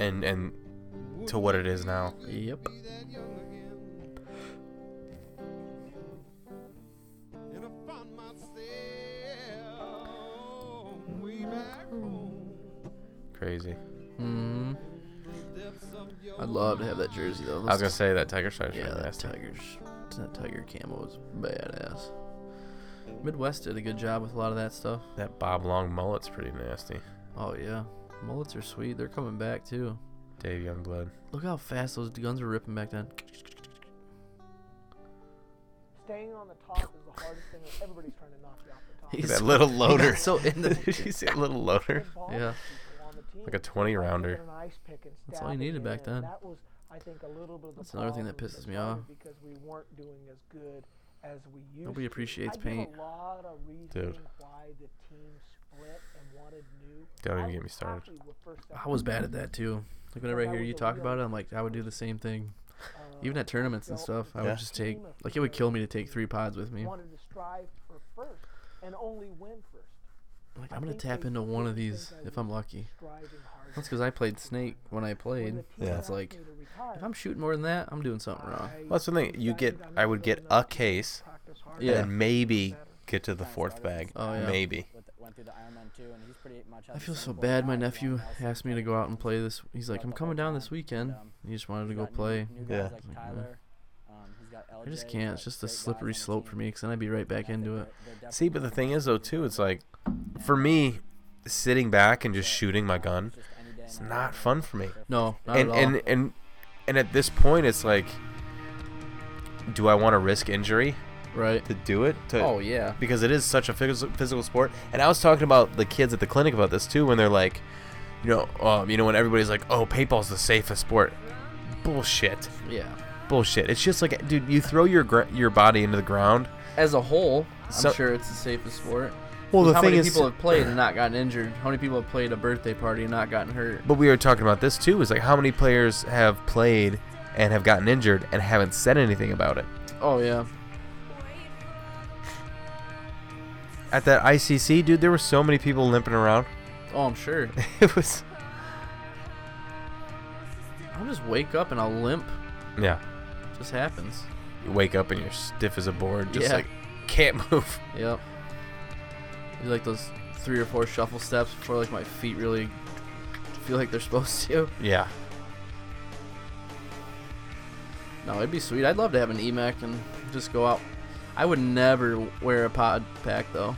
[SPEAKER 1] and and to what it is now.
[SPEAKER 2] Yep.
[SPEAKER 1] Crazy.
[SPEAKER 2] hmm I'd love to have that jersey though.
[SPEAKER 1] I was gonna say that tiger stripe's
[SPEAKER 2] Yeah,
[SPEAKER 1] really
[SPEAKER 2] that
[SPEAKER 1] nasty.
[SPEAKER 2] tiger's that tiger camo is badass. Midwest did a good job with a lot of that stuff.
[SPEAKER 1] That Bob Long mullet's pretty nasty.
[SPEAKER 2] Oh yeah, mullets are sweet. They're coming back too.
[SPEAKER 1] Dave Youngblood.
[SPEAKER 2] Look how fast those guns were ripping back then.
[SPEAKER 13] Staying on the top is the hardest thing. that Everybody's trying to knock you off the top.
[SPEAKER 1] Look at that little
[SPEAKER 2] he
[SPEAKER 1] loader.
[SPEAKER 2] got so in the-
[SPEAKER 1] Did you see that little loader?
[SPEAKER 2] Yeah.
[SPEAKER 1] Like a 20 rounder.
[SPEAKER 13] An ice pick and
[SPEAKER 2] That's all you
[SPEAKER 13] stab it
[SPEAKER 2] needed back
[SPEAKER 13] in, and
[SPEAKER 2] then.
[SPEAKER 13] That was, I think, a little bit of the
[SPEAKER 2] That's another thing that
[SPEAKER 13] problem
[SPEAKER 2] pisses me off.
[SPEAKER 13] started Because we weren't doing as good as we used.
[SPEAKER 2] Nobody
[SPEAKER 13] to.
[SPEAKER 2] appreciates
[SPEAKER 13] I give
[SPEAKER 2] paint.
[SPEAKER 13] A lot of reasoning
[SPEAKER 1] Dude.
[SPEAKER 13] why the team split and wanted new.
[SPEAKER 1] Don't even get me started.
[SPEAKER 2] I was bad at that too. Like whenever I hear you talk about it, I'm like, I would do the same thing.
[SPEAKER 13] uh,
[SPEAKER 2] Even at tournaments and stuff, I
[SPEAKER 1] Yeah.
[SPEAKER 2] would just take like it would kill me to take three pods with me.
[SPEAKER 13] Wanted to strive for first and only win first.
[SPEAKER 2] Like I'm gonna tap into one of these if I'm lucky. That's because I played Snake when I played.
[SPEAKER 1] Yeah.
[SPEAKER 2] It's like if I'm shooting more than that, I'm doing something wrong.
[SPEAKER 1] Well, that's the thing. You get, I would get a case,
[SPEAKER 2] Yeah.
[SPEAKER 1] and maybe get to the fourth bag.
[SPEAKER 2] Oh, yeah.
[SPEAKER 1] Maybe.
[SPEAKER 5] With, went through the Ironman too, and he's pretty much.
[SPEAKER 2] I feel so bad. My nephew asked me to go out and play this. He's like, I'm coming down this weekend. He just wanted to go play.
[SPEAKER 5] New
[SPEAKER 1] Yeah.
[SPEAKER 5] guys like Tyler. Um, he's got LJ.
[SPEAKER 2] I just can't. It's just a slippery slope for me because then I'd be right back into it.
[SPEAKER 1] See, but the thing is, though, too, it's like, for me, sitting back and just shooting my gun, it's not fun for me.
[SPEAKER 2] No, not
[SPEAKER 1] and
[SPEAKER 2] at all.
[SPEAKER 1] and and and at this point, it's like, do I want to risk injury?
[SPEAKER 2] Right.
[SPEAKER 1] To do it. To,
[SPEAKER 2] Oh, yeah.
[SPEAKER 1] Because it is such a phys- physical sport, and I was talking about the kids at the clinic about this too, when they're like, you know, um, you know, when everybody's like, oh, paintball's the safest sport. Bullshit.
[SPEAKER 2] Yeah.
[SPEAKER 1] Bullshit. It's just like, dude, you throw your gr- your body into the ground.
[SPEAKER 2] As a whole, I'm
[SPEAKER 1] So-
[SPEAKER 2] sure it's the safest sport.
[SPEAKER 1] Well,
[SPEAKER 2] Because
[SPEAKER 1] the
[SPEAKER 2] how
[SPEAKER 1] thing
[SPEAKER 2] many
[SPEAKER 1] is-
[SPEAKER 2] people have played and not gotten injured? How many people have played a birthday party and not gotten hurt?
[SPEAKER 1] But we were talking about this too. Is like how many players have played and have gotten injured and haven't said anything about it.
[SPEAKER 2] Oh yeah.
[SPEAKER 1] At that ICC, dude, there were so many people limping around.
[SPEAKER 2] Oh, I'm sure.
[SPEAKER 1] it was.
[SPEAKER 2] I'll just wake up and I'll limp.
[SPEAKER 1] Yeah.
[SPEAKER 2] Just happens.
[SPEAKER 1] You wake up and you're stiff as a board, just
[SPEAKER 2] Yeah.
[SPEAKER 1] like can't move.
[SPEAKER 2] Yep. Do like those three or four shuffle steps before like my feet really feel like they're supposed to.
[SPEAKER 1] Yeah.
[SPEAKER 2] No, it'd be sweet. I'd love to have an EMAC and just go out. I would never wear a pod pack though.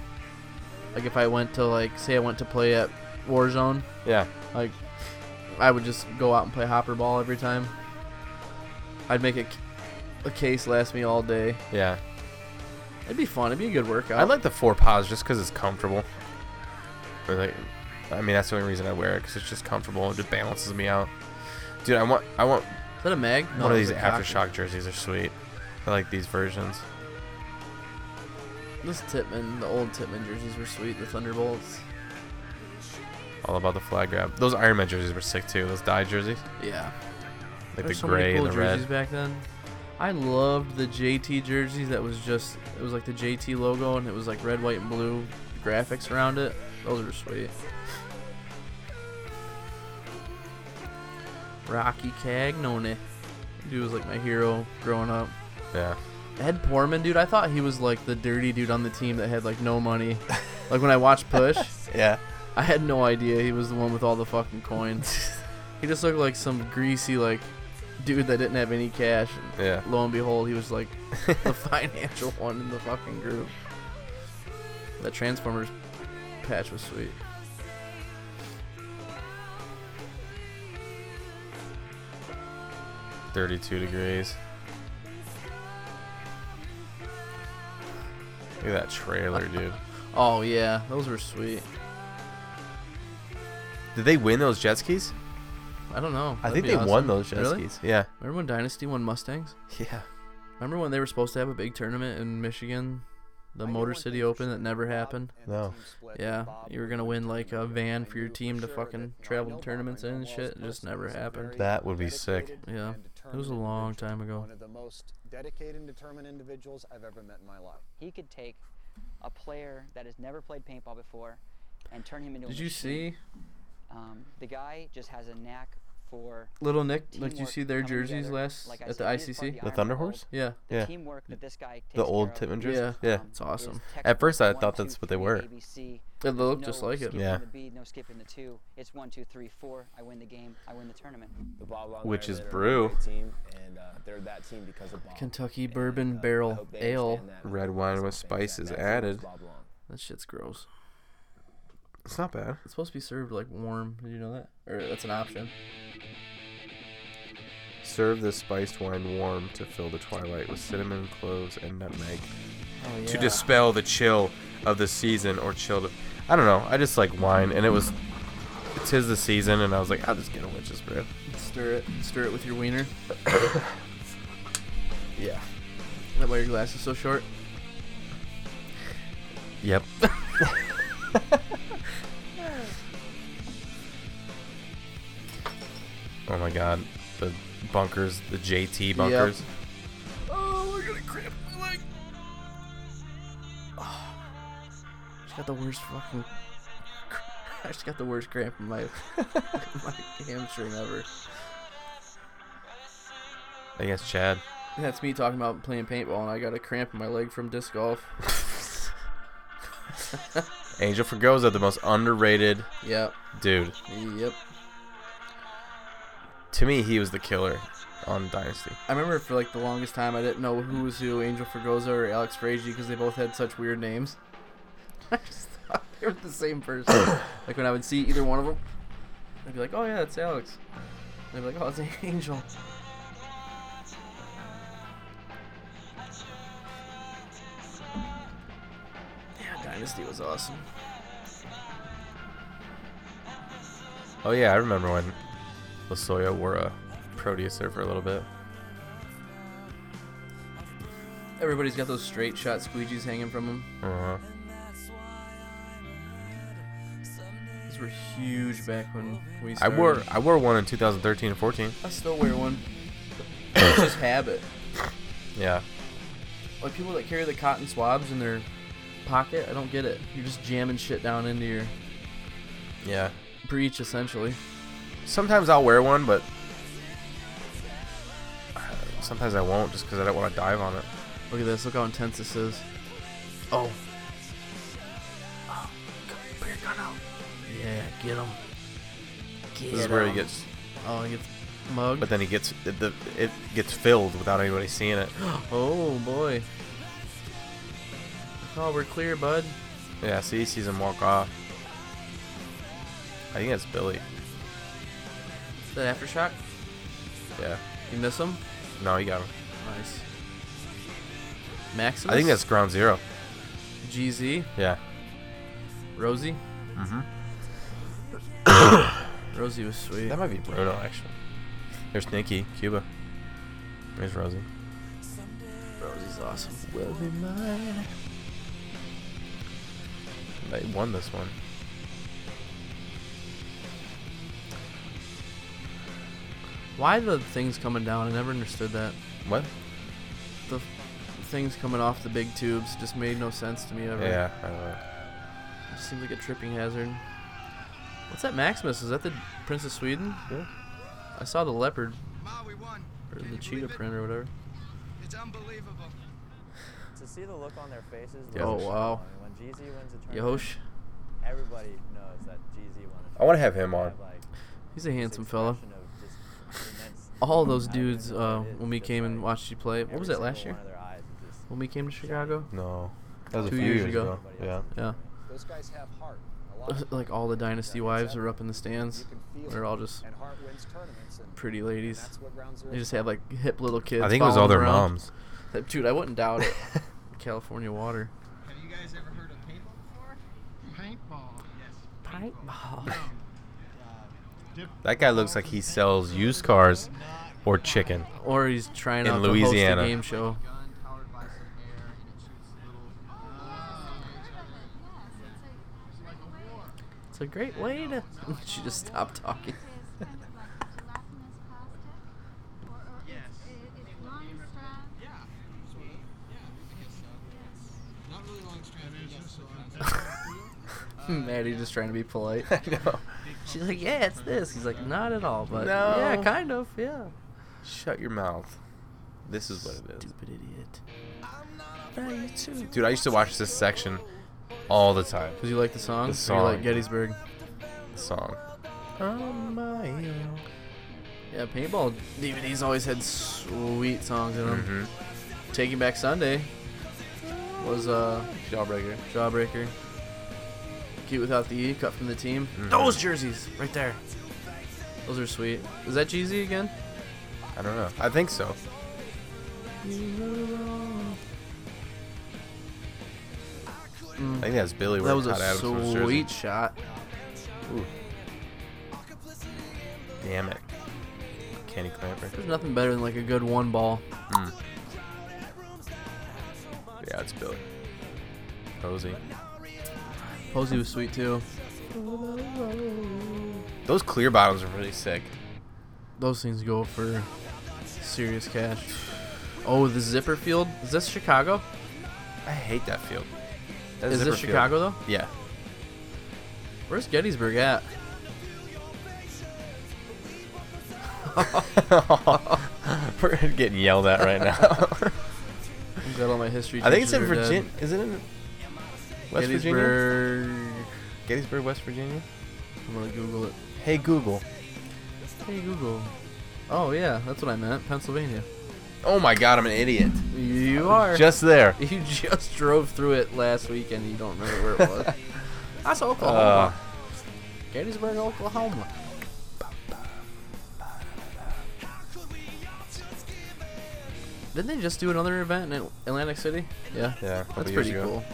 [SPEAKER 2] Like if I went to like say I went to play at Warzone.
[SPEAKER 1] Yeah.
[SPEAKER 2] Like I would just go out and play hopper ball every time. I'd make a, c- a case last me all day.
[SPEAKER 1] Yeah.
[SPEAKER 2] It'd be fun. It'd be a good workout.
[SPEAKER 1] I like the four paws just because it's comfortable. Or, like, I mean, that's the only reason I wear it because it's just comfortable. It just balances me out. Dude, I want, I want.
[SPEAKER 2] Is that a mag? No,
[SPEAKER 1] one of
[SPEAKER 2] it's
[SPEAKER 1] these
[SPEAKER 2] a cock.
[SPEAKER 1] aftershock jerseys are sweet. I like these versions.
[SPEAKER 2] This Titman, the old Titman jerseys were sweet. The Thunderbolts.
[SPEAKER 1] All about the flag grab. Those Iron Man jerseys were sick too. Those dye jerseys.
[SPEAKER 2] Yeah.
[SPEAKER 1] Like
[SPEAKER 2] There's
[SPEAKER 1] the
[SPEAKER 2] so many
[SPEAKER 1] gray
[SPEAKER 2] cool
[SPEAKER 1] and the
[SPEAKER 2] jerseys
[SPEAKER 1] red.
[SPEAKER 2] back then. I loved the JT jerseys. That was just it was like the JT logo and it was like red, white, and blue graphics around it. Those were sweet. Rocky Cagnone, dude was like my hero growing up.
[SPEAKER 1] Yeah.
[SPEAKER 2] Ed Portman, dude, I thought he was like the dirty dude on the team that had like no money. like when I watched Push.
[SPEAKER 1] yeah.
[SPEAKER 2] I had no idea he was the one with all the fucking coins. he just looked like some greasy like dude that didn't have any cash. And
[SPEAKER 1] Yeah.
[SPEAKER 2] Lo and behold, he was like the financial one in the fucking group. That Transformers patch was sweet.
[SPEAKER 1] Thirty-two degrees. Look at that trailer, dude.
[SPEAKER 2] Oh yeah, those were sweet.
[SPEAKER 1] Did they win those jet skis?
[SPEAKER 2] I don't know.
[SPEAKER 1] I
[SPEAKER 2] That'd
[SPEAKER 1] think
[SPEAKER 2] be
[SPEAKER 1] they
[SPEAKER 2] awesome.
[SPEAKER 1] won those jet
[SPEAKER 2] Really?
[SPEAKER 1] skis. Yeah.
[SPEAKER 2] Remember when Dynasty won Mustangs?
[SPEAKER 1] Yeah.
[SPEAKER 2] Remember when they were supposed to have a big tournament in Michigan, the Motor City Open that never happened?
[SPEAKER 1] No.
[SPEAKER 2] Yeah, you were gonna win like a van for your team to fucking travel to tournaments in and shit. It just never happened.
[SPEAKER 1] That would be sick.
[SPEAKER 2] Yeah, it was a long time ago.
[SPEAKER 12] One of the most dedicated and determined individuals I've ever met in my life.
[SPEAKER 6] He could take a player that has never played paintball before and turn him into a
[SPEAKER 2] Did you
[SPEAKER 6] machine.
[SPEAKER 2] see
[SPEAKER 6] Um, the guy just has a knack for
[SPEAKER 2] Little Nick? Like, did you
[SPEAKER 6] teamwork
[SPEAKER 2] see their
[SPEAKER 6] coming
[SPEAKER 2] jerseys
[SPEAKER 6] together.
[SPEAKER 2] last
[SPEAKER 6] Like I
[SPEAKER 2] at
[SPEAKER 6] said,
[SPEAKER 2] the
[SPEAKER 6] he is part of
[SPEAKER 2] ICC?
[SPEAKER 6] Iron Bowl.
[SPEAKER 2] Yeah.
[SPEAKER 6] The
[SPEAKER 1] Yeah.
[SPEAKER 6] teamwork that this guy
[SPEAKER 1] The
[SPEAKER 6] takes
[SPEAKER 1] old
[SPEAKER 6] care of
[SPEAKER 1] Titman jerseys?
[SPEAKER 2] Yeah.
[SPEAKER 1] Yeah.
[SPEAKER 2] It's awesome.
[SPEAKER 6] is
[SPEAKER 1] At first, I
[SPEAKER 6] technical.
[SPEAKER 1] thought
[SPEAKER 6] One,
[SPEAKER 1] that's
[SPEAKER 6] two,
[SPEAKER 1] what they
[SPEAKER 6] three,
[SPEAKER 1] were.
[SPEAKER 6] ABC.
[SPEAKER 2] They look just
[SPEAKER 6] No
[SPEAKER 2] like it.
[SPEAKER 6] skipping
[SPEAKER 1] Yeah.
[SPEAKER 6] The bead, no skipping the two. It's one, two, three, four. I win the game. I win the tournament.
[SPEAKER 4] The Bob Long
[SPEAKER 1] Which is
[SPEAKER 4] Iron Men are a
[SPEAKER 1] brew.
[SPEAKER 4] great Team, and uh, they're that team because of Bob. uh,
[SPEAKER 2] Kentucky Bourbon Barrel
[SPEAKER 4] hope they
[SPEAKER 2] Ale.
[SPEAKER 4] understand
[SPEAKER 1] Red wine with spices added.
[SPEAKER 4] Bob Long.
[SPEAKER 2] That shit's gross.
[SPEAKER 1] It's not bad.
[SPEAKER 2] It's supposed to be served like warm. Did you know that? Or that's an option.
[SPEAKER 1] Serve this spiced wine warm to fill the twilight with cinnamon, cloves, and nutmeg.
[SPEAKER 2] Oh,
[SPEAKER 1] To
[SPEAKER 2] yeah.
[SPEAKER 1] dispel the chill of the season or chill to. I don't know. I just like wine, and it was. It's his the season, and I was like, I'll just get a witch's brew.
[SPEAKER 2] Stir it. Stir it with your wiener.
[SPEAKER 1] Yeah.
[SPEAKER 2] That way your glass is so short.
[SPEAKER 1] Yep. oh my god. The bunkers, the JT bunkers.
[SPEAKER 2] Oh, I got a cramp in my leg. Just got the worst fucking. I just got the worst cramp in my my hamstring ever.
[SPEAKER 1] I guess Chad.
[SPEAKER 2] That's me talking about playing paintball, and I got a cramp in my leg from disc golf.
[SPEAKER 1] Angel Fergoza, the most underrated
[SPEAKER 2] Yep.
[SPEAKER 1] dude.
[SPEAKER 2] Yep.
[SPEAKER 1] To me, he was the killer on Dynasty.
[SPEAKER 2] I remember for like the longest time, I didn't know who was who, Angel Fergoza or Alex Frazier, because they both had such weird names. I just thought they were the same person. like when I would see either one of them, I'd be like, "Oh yeah, that's Alex." And I'd be like, "Oh, it's Angel." Yeah, Dynasty was awesome.
[SPEAKER 1] Oh yeah, I remember when Lasoya wore a Producer for a little bit.
[SPEAKER 2] Everybody's got those straight shot squeegees hanging from them.
[SPEAKER 1] Uh-huh.
[SPEAKER 2] These were huge back when we.
[SPEAKER 1] I
[SPEAKER 2] Started.
[SPEAKER 1] wore I wore one in 2013 and 14.
[SPEAKER 2] I still wear one. it's just habit.
[SPEAKER 1] Yeah.
[SPEAKER 2] Like people that carry the cotton swabs in their pocket, I don't get it. You're just jamming shit down into your
[SPEAKER 1] Yeah.
[SPEAKER 2] breech, essentially.
[SPEAKER 1] Sometimes I'll wear one, but sometimes I won't just because I don't want to dive on it.
[SPEAKER 2] Look at this. Look how intense this is. Oh. Yeah, get him.
[SPEAKER 1] This is where he gets.
[SPEAKER 2] Oh, he gets mugged.
[SPEAKER 1] But then he gets it, the it gets filled without anybody seeing it.
[SPEAKER 2] Oh boy. Oh, we're clear, bud.
[SPEAKER 1] Yeah, see, he sees him walk off. I think that's Billy.
[SPEAKER 2] Is that aftershock?
[SPEAKER 1] Yeah.
[SPEAKER 2] You miss him?
[SPEAKER 1] No, he got him.
[SPEAKER 2] Nice. Maximus.
[SPEAKER 1] I think that's Ground Zero.
[SPEAKER 2] GZ.
[SPEAKER 1] Yeah.
[SPEAKER 2] Rosie.
[SPEAKER 1] Mm-hmm.
[SPEAKER 2] Rosie was sweet.
[SPEAKER 1] That might be Bruno, actually. There's Nikki, Cuba. There's Rosie.
[SPEAKER 2] Rosie's awesome. Will be mine.
[SPEAKER 1] They won this one.
[SPEAKER 2] Why the things coming down? I never understood that.
[SPEAKER 1] What?
[SPEAKER 2] The f- things coming off the big tubes just made no sense to me ever.
[SPEAKER 1] Yeah, I don't know.
[SPEAKER 2] It just seems like a tripping hazard. What's that Maximus? Is that the Prince of Sweden?
[SPEAKER 1] Yeah.
[SPEAKER 2] I saw the leopard. Or the cheetah print or whatever.
[SPEAKER 8] It's unbelievable.
[SPEAKER 9] To see the look on their faces.
[SPEAKER 2] Yeah. Oh,
[SPEAKER 9] when-
[SPEAKER 2] wow.
[SPEAKER 9] When GZ wins a tournament,
[SPEAKER 2] Yosh.
[SPEAKER 9] everybody knows that GZ won. a
[SPEAKER 1] I wanna
[SPEAKER 9] tournament.
[SPEAKER 1] have him
[SPEAKER 9] They
[SPEAKER 1] on.
[SPEAKER 9] like,
[SPEAKER 2] He's a
[SPEAKER 9] this
[SPEAKER 2] handsome fella.
[SPEAKER 9] expression of just immense-
[SPEAKER 2] All those
[SPEAKER 9] I don't even
[SPEAKER 2] dudes,
[SPEAKER 9] know what
[SPEAKER 2] uh,
[SPEAKER 9] it is,
[SPEAKER 2] when we
[SPEAKER 9] just
[SPEAKER 2] came
[SPEAKER 9] like
[SPEAKER 2] and watched you play, what
[SPEAKER 9] every
[SPEAKER 2] was that
[SPEAKER 9] single
[SPEAKER 2] last year?
[SPEAKER 9] one of their eyes is just-
[SPEAKER 2] When we came to Chicago?
[SPEAKER 1] No. That was
[SPEAKER 2] Two
[SPEAKER 1] a few
[SPEAKER 2] years
[SPEAKER 1] years,
[SPEAKER 2] ago.
[SPEAKER 1] ago. Yeah.
[SPEAKER 2] Yeah.
[SPEAKER 12] Those guys have heart. A lot.
[SPEAKER 2] like all the dynasty wives were up in the stands.
[SPEAKER 12] You can feel
[SPEAKER 2] They're
[SPEAKER 12] it,
[SPEAKER 2] all just
[SPEAKER 12] and heart wins tournaments. And
[SPEAKER 2] pretty
[SPEAKER 12] and
[SPEAKER 2] ladies.
[SPEAKER 12] that's what Ground Zero's
[SPEAKER 2] They just
[SPEAKER 12] about.
[SPEAKER 2] had like hip little kids.
[SPEAKER 1] think it was
[SPEAKER 2] following
[SPEAKER 1] all their
[SPEAKER 2] them around.
[SPEAKER 1] moms.
[SPEAKER 2] That- Dude, I wouldn't doubt it. California water.
[SPEAKER 8] Have you guys ever heard of paintball before? Paintball. Yes.
[SPEAKER 2] Oh. Paintball.
[SPEAKER 8] Um, uh,
[SPEAKER 1] That guy looks like he sells used cars or chicken.
[SPEAKER 2] Or he's trying
[SPEAKER 1] in
[SPEAKER 2] out
[SPEAKER 1] Louisiana.
[SPEAKER 2] to host a game show. It's a great way to. she just stopped talking. Maddie just trying to be polite. I know. She's like, yeah, it's this. He's like, not at all, but
[SPEAKER 1] No.
[SPEAKER 2] yeah, kind of, yeah.
[SPEAKER 1] Shut your mouth. This is what it is.
[SPEAKER 2] Stupid idiot.
[SPEAKER 1] Dude, I used to watch this section all the time.
[SPEAKER 2] Cause you like the song.
[SPEAKER 1] The
[SPEAKER 2] Or
[SPEAKER 1] song.
[SPEAKER 2] you like Gettysburg.
[SPEAKER 1] The song.
[SPEAKER 2] Yeah, paintball DVDs always had sweet songs in
[SPEAKER 1] Mm-hmm.
[SPEAKER 2] them. Taking Back Sunday was uh
[SPEAKER 1] Jawbreaker.
[SPEAKER 2] Jawbreaker. Cute without the E, cut from the team.
[SPEAKER 1] Mm-hmm.
[SPEAKER 2] Those jerseys right there. Those are sweet. Was that Jeezy again?
[SPEAKER 1] I don't know. I think so.
[SPEAKER 2] Mm.
[SPEAKER 1] I think that's Billy. where
[SPEAKER 2] That was a
[SPEAKER 1] Todd Adams his jersey.
[SPEAKER 2] sweet shot.
[SPEAKER 1] Ooh. Damn it. Candy clamper.
[SPEAKER 2] There's nothing better than like a good one ball.
[SPEAKER 1] Mm. Yeah, it's Billy. Posey.
[SPEAKER 2] Posey was sweet too.
[SPEAKER 1] Those clear bottoms are really sick.
[SPEAKER 2] Those things go for serious cash. Oh, the zipper field. Is this Chicago?
[SPEAKER 1] I hate that field. That
[SPEAKER 2] Is
[SPEAKER 1] zipper
[SPEAKER 2] this
[SPEAKER 1] field.
[SPEAKER 2] Chicago though?
[SPEAKER 1] Yeah.
[SPEAKER 2] Where's Gettysburg at?
[SPEAKER 1] We're getting yelled at right now.
[SPEAKER 2] I'm glad all my history.
[SPEAKER 1] I think it's in
[SPEAKER 2] teachers are dead.
[SPEAKER 1] Virginia. Is it in West
[SPEAKER 2] Gettysburg.
[SPEAKER 1] Virginia? Gettysburg, West Virginia.
[SPEAKER 2] I'm gonna Google it.
[SPEAKER 1] Hey Google.
[SPEAKER 2] Hey Google. Oh yeah, that's what I meant. Pennsylvania.
[SPEAKER 1] Oh my God, I'm an idiot.
[SPEAKER 2] You are
[SPEAKER 1] Just there.
[SPEAKER 2] You just drove through it last week and you don't remember where it was. that's
[SPEAKER 1] Uh,
[SPEAKER 2] Oklahoma. Gettysburg, Oklahoma. Didn't they just do another event in Atl- Atlantic City? Yeah.
[SPEAKER 1] Yeah, a couple
[SPEAKER 2] That's
[SPEAKER 1] years
[SPEAKER 2] pretty
[SPEAKER 1] ago.
[SPEAKER 2] cool.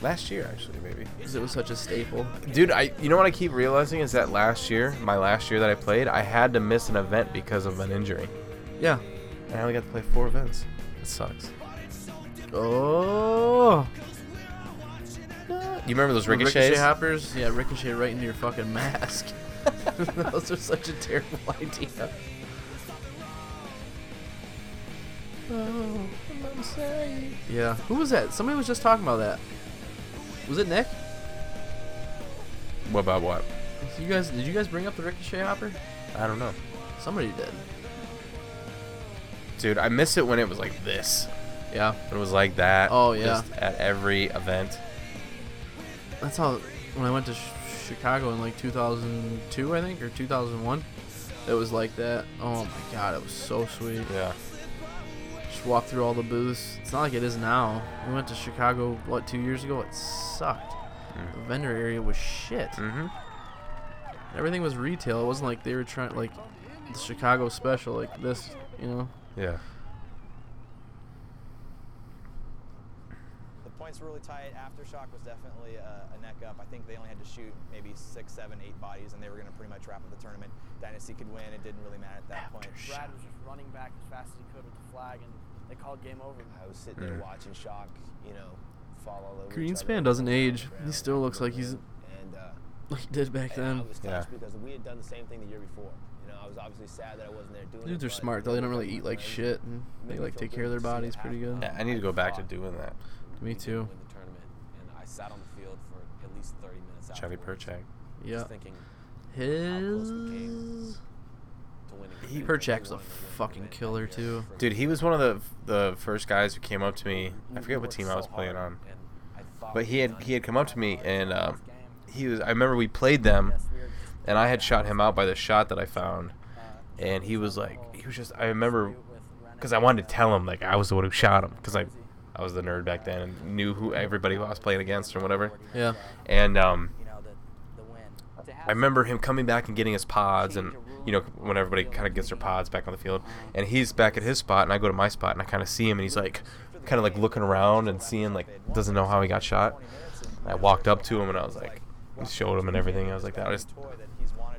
[SPEAKER 1] Last year, actually, maybe.
[SPEAKER 2] Because it was such a staple.
[SPEAKER 1] Dude, I you know what I keep realizing is that last year, my last year that I played, I had to miss an event because of an injury.
[SPEAKER 2] Yeah.
[SPEAKER 1] And I only got to play four events. It sucks.
[SPEAKER 2] Oh.
[SPEAKER 1] You remember those ricochets?
[SPEAKER 2] Ricochet hoppers? Yeah, ricochet right into your fucking mask. Those are such a terrible idea. Yeah. Who was that? Somebody was just talking about that. Was it Nick?
[SPEAKER 1] What about what?
[SPEAKER 2] You guys, did you guys bring up the ricochet hopper?
[SPEAKER 1] I don't know.
[SPEAKER 2] Somebody did.
[SPEAKER 1] Dude, I miss it when it was like this.
[SPEAKER 2] Yeah.
[SPEAKER 1] It was like that.
[SPEAKER 2] Oh, yeah.
[SPEAKER 1] Just at every event.
[SPEAKER 2] That's how when I went to sh- Chicago in like 2002, I think, or 2001. It was like that. Oh my god, it was so sweet.
[SPEAKER 1] Yeah.
[SPEAKER 2] Just walk through all the booths. It's not like it is now. We went to Chicago what two years ago. It sucked.
[SPEAKER 1] Mm.
[SPEAKER 2] The vendor area was shit.
[SPEAKER 1] Mm-hmm.
[SPEAKER 2] Everything was retail. It wasn't like they were trying like the Chicago special like this. You know.
[SPEAKER 1] Yeah.
[SPEAKER 4] The points were really tight. Aftershock was definitely uh, a, a neck up. I think they only had to shoot maybe six, seven, eight bodies, and they were going to pretty much wrap up the tournament. Dynasty could win. It didn't really matter at that point.
[SPEAKER 11] Brad was just running back as fast as he could with the flag, and they called game over.
[SPEAKER 4] I was sitting there watching Shock, you know, fall all over. each other.
[SPEAKER 2] Mm. Greenspan doesn't age. He still looks like he's
[SPEAKER 4] And, uh,
[SPEAKER 2] like he did back
[SPEAKER 4] and
[SPEAKER 2] then.
[SPEAKER 4] I was touched because we had done the same thing the year before. You know, I was obviously sad that I wasn't there doing it.
[SPEAKER 2] Dudes are
[SPEAKER 4] but,
[SPEAKER 2] smart
[SPEAKER 4] you
[SPEAKER 2] though.
[SPEAKER 4] know,
[SPEAKER 2] They don't
[SPEAKER 4] with
[SPEAKER 2] really
[SPEAKER 4] my
[SPEAKER 2] eat like
[SPEAKER 4] friends,
[SPEAKER 2] shit. And
[SPEAKER 4] it made
[SPEAKER 2] they
[SPEAKER 4] me
[SPEAKER 2] like
[SPEAKER 4] feel
[SPEAKER 2] take
[SPEAKER 4] good
[SPEAKER 2] care of their
[SPEAKER 4] to see what
[SPEAKER 2] bodies pretty good.
[SPEAKER 4] happened.
[SPEAKER 1] Yeah, I need to go back to doing that.
[SPEAKER 2] Me too.
[SPEAKER 14] win the tournament, and I sat on the field for at least 30 minutes
[SPEAKER 1] Chevy
[SPEAKER 14] afterwards,
[SPEAKER 1] Perchak.
[SPEAKER 2] Yeah.
[SPEAKER 14] just thinking
[SPEAKER 2] His
[SPEAKER 14] to winning. the
[SPEAKER 2] he
[SPEAKER 14] tournament.
[SPEAKER 2] Perchak's a fucking killer too.
[SPEAKER 1] Dude, he was one of the the first guys who came up to me. I forget what team I was playing on, but he had he had come up to me and um, he was. I remember we played them, and I had shot him out by the shot that I found, and he was like, he was just. I remember because I wanted to tell him like I was the one who shot him because I I was the nerd back then and knew who everybody who I was playing against or whatever.
[SPEAKER 2] Yeah.
[SPEAKER 1] And um,
[SPEAKER 11] You know, the, the win. To have
[SPEAKER 1] I remember him coming back and getting his pods, and you know when everybody kind of gets their pods back on the field, and he's back at his spot, and I go to my spot, and I kind of see him, and he's like, kind of like looking around and seeing like doesn't know how he got shot. And I walked up to him, and I was like, and showed him and everything. I was like, that was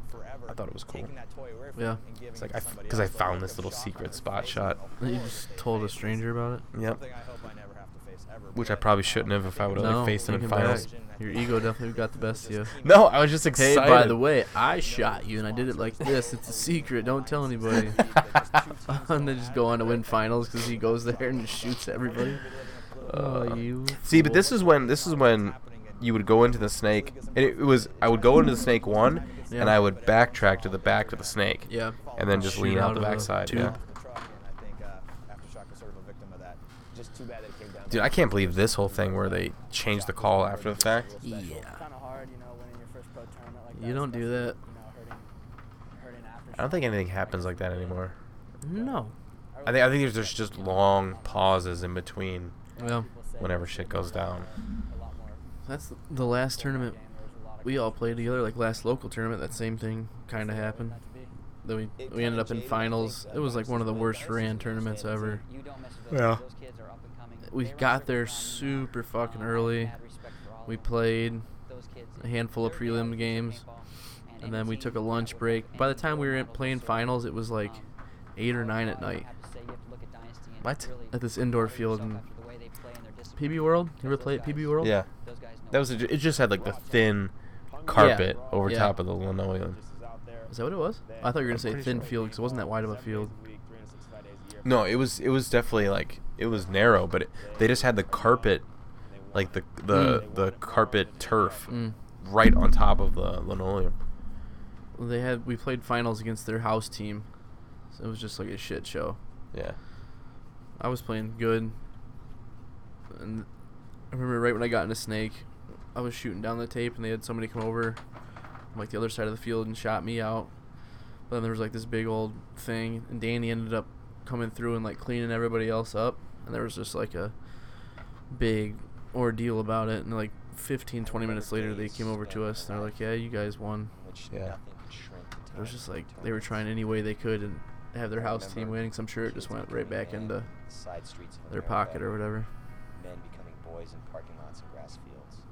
[SPEAKER 4] forever.
[SPEAKER 1] I thought it was cool.
[SPEAKER 4] Taking that toy away from
[SPEAKER 2] Yeah.
[SPEAKER 4] them and giving
[SPEAKER 1] It's
[SPEAKER 4] it
[SPEAKER 1] like
[SPEAKER 4] to
[SPEAKER 1] I,
[SPEAKER 4] somebody
[SPEAKER 1] because I
[SPEAKER 4] else, the
[SPEAKER 1] found
[SPEAKER 4] look
[SPEAKER 1] this
[SPEAKER 4] of
[SPEAKER 1] little
[SPEAKER 4] shock on
[SPEAKER 1] secret
[SPEAKER 4] their
[SPEAKER 1] spot
[SPEAKER 4] face
[SPEAKER 1] shot,
[SPEAKER 2] You just told a stranger about it.
[SPEAKER 1] Yep.
[SPEAKER 4] Something I hope I never have to face ever.
[SPEAKER 1] which
[SPEAKER 4] but, um,
[SPEAKER 1] I probably shouldn't have if I would have
[SPEAKER 2] No,
[SPEAKER 1] like, faced him in
[SPEAKER 2] looking
[SPEAKER 1] finals.
[SPEAKER 2] back, Your ego definitely got the best of you.
[SPEAKER 1] No, I was just
[SPEAKER 2] Hey, by
[SPEAKER 1] excited.
[SPEAKER 2] the way, I shot you and I did it like this. It's a secret. Don't tell anybody. and they just go on to win finals because he goes there and shoots everybody. Oh, you.
[SPEAKER 1] Uh, See, but this is when this is when you would go into the snake. And it, it was I would go into the snake one, and
[SPEAKER 2] Yeah.
[SPEAKER 1] I would backtrack to the back of the snake.
[SPEAKER 2] Yeah.
[SPEAKER 1] And then just
[SPEAKER 2] Shoot
[SPEAKER 1] lean
[SPEAKER 2] out
[SPEAKER 1] out the
[SPEAKER 2] of the
[SPEAKER 1] backside.
[SPEAKER 2] tube.
[SPEAKER 1] Yeah.
[SPEAKER 4] the truck, and I think uh, Aftershock was sort of a victim of that. Just too bad that it came down.
[SPEAKER 1] Dude, I can't believe this whole thing where they changed the call after the fact.
[SPEAKER 5] It's kind of hard, you know, winning your first pro tournament like that.
[SPEAKER 2] You don't do that.
[SPEAKER 5] You know, hurting, hurting after.
[SPEAKER 1] I don't think anything happens like that anymore.
[SPEAKER 2] No.
[SPEAKER 1] I think I think there's just, just long pauses in between
[SPEAKER 2] Yeah.
[SPEAKER 1] whenever shit goes down.
[SPEAKER 2] That's the last tournament we all played together, like last local tournament. That same thing kind of happened. Then we, we ended up in finals. It was like one of the worst Ran tournaments ever.
[SPEAKER 1] Yeah.
[SPEAKER 2] We got there super fucking early. We played a handful of prelim games, and then we took a lunch break. By the time we were Um, in- playing finals, it was like eight or nine at night.
[SPEAKER 1] What?
[SPEAKER 2] At this indoor field in PB World. You ever play at PB World?
[SPEAKER 1] Yeah. That was it just had like the thin carpet
[SPEAKER 2] Yeah.
[SPEAKER 1] over
[SPEAKER 2] Yeah.
[SPEAKER 1] top of the linoleum.
[SPEAKER 2] Is that what it was? I thought you were gonna say thin field because it wasn't that wide of a field.
[SPEAKER 1] No, it was it was definitely like it was narrow, but it, they just had the carpet, like the the the carpet turf,
[SPEAKER 2] Mm.
[SPEAKER 1] right on top of the linoleum.
[SPEAKER 2] They had we played finals against their house team, so it was just like a shit show.
[SPEAKER 1] Yeah.
[SPEAKER 2] I was playing good, and I remember right when I got into snake, I was shooting down the tape, and they had somebody come over, from, like the other side of the field, and shot me out. But then there was like this big old thing, and Danny ended up coming through and like cleaning everybody else up, and there was just like a big ordeal about it, and like 15, 20 minutes later, they came over to us, and they're like, "Yeah, you guys won."
[SPEAKER 1] Which yeah.
[SPEAKER 2] It was just like they were trying any way they could and have their house team winning. So I'm sure it just went right back into
[SPEAKER 3] side streets of
[SPEAKER 2] their
[SPEAKER 3] America,
[SPEAKER 2] pocket or whatever.
[SPEAKER 3] Men becoming boys in parking lots and grass fields.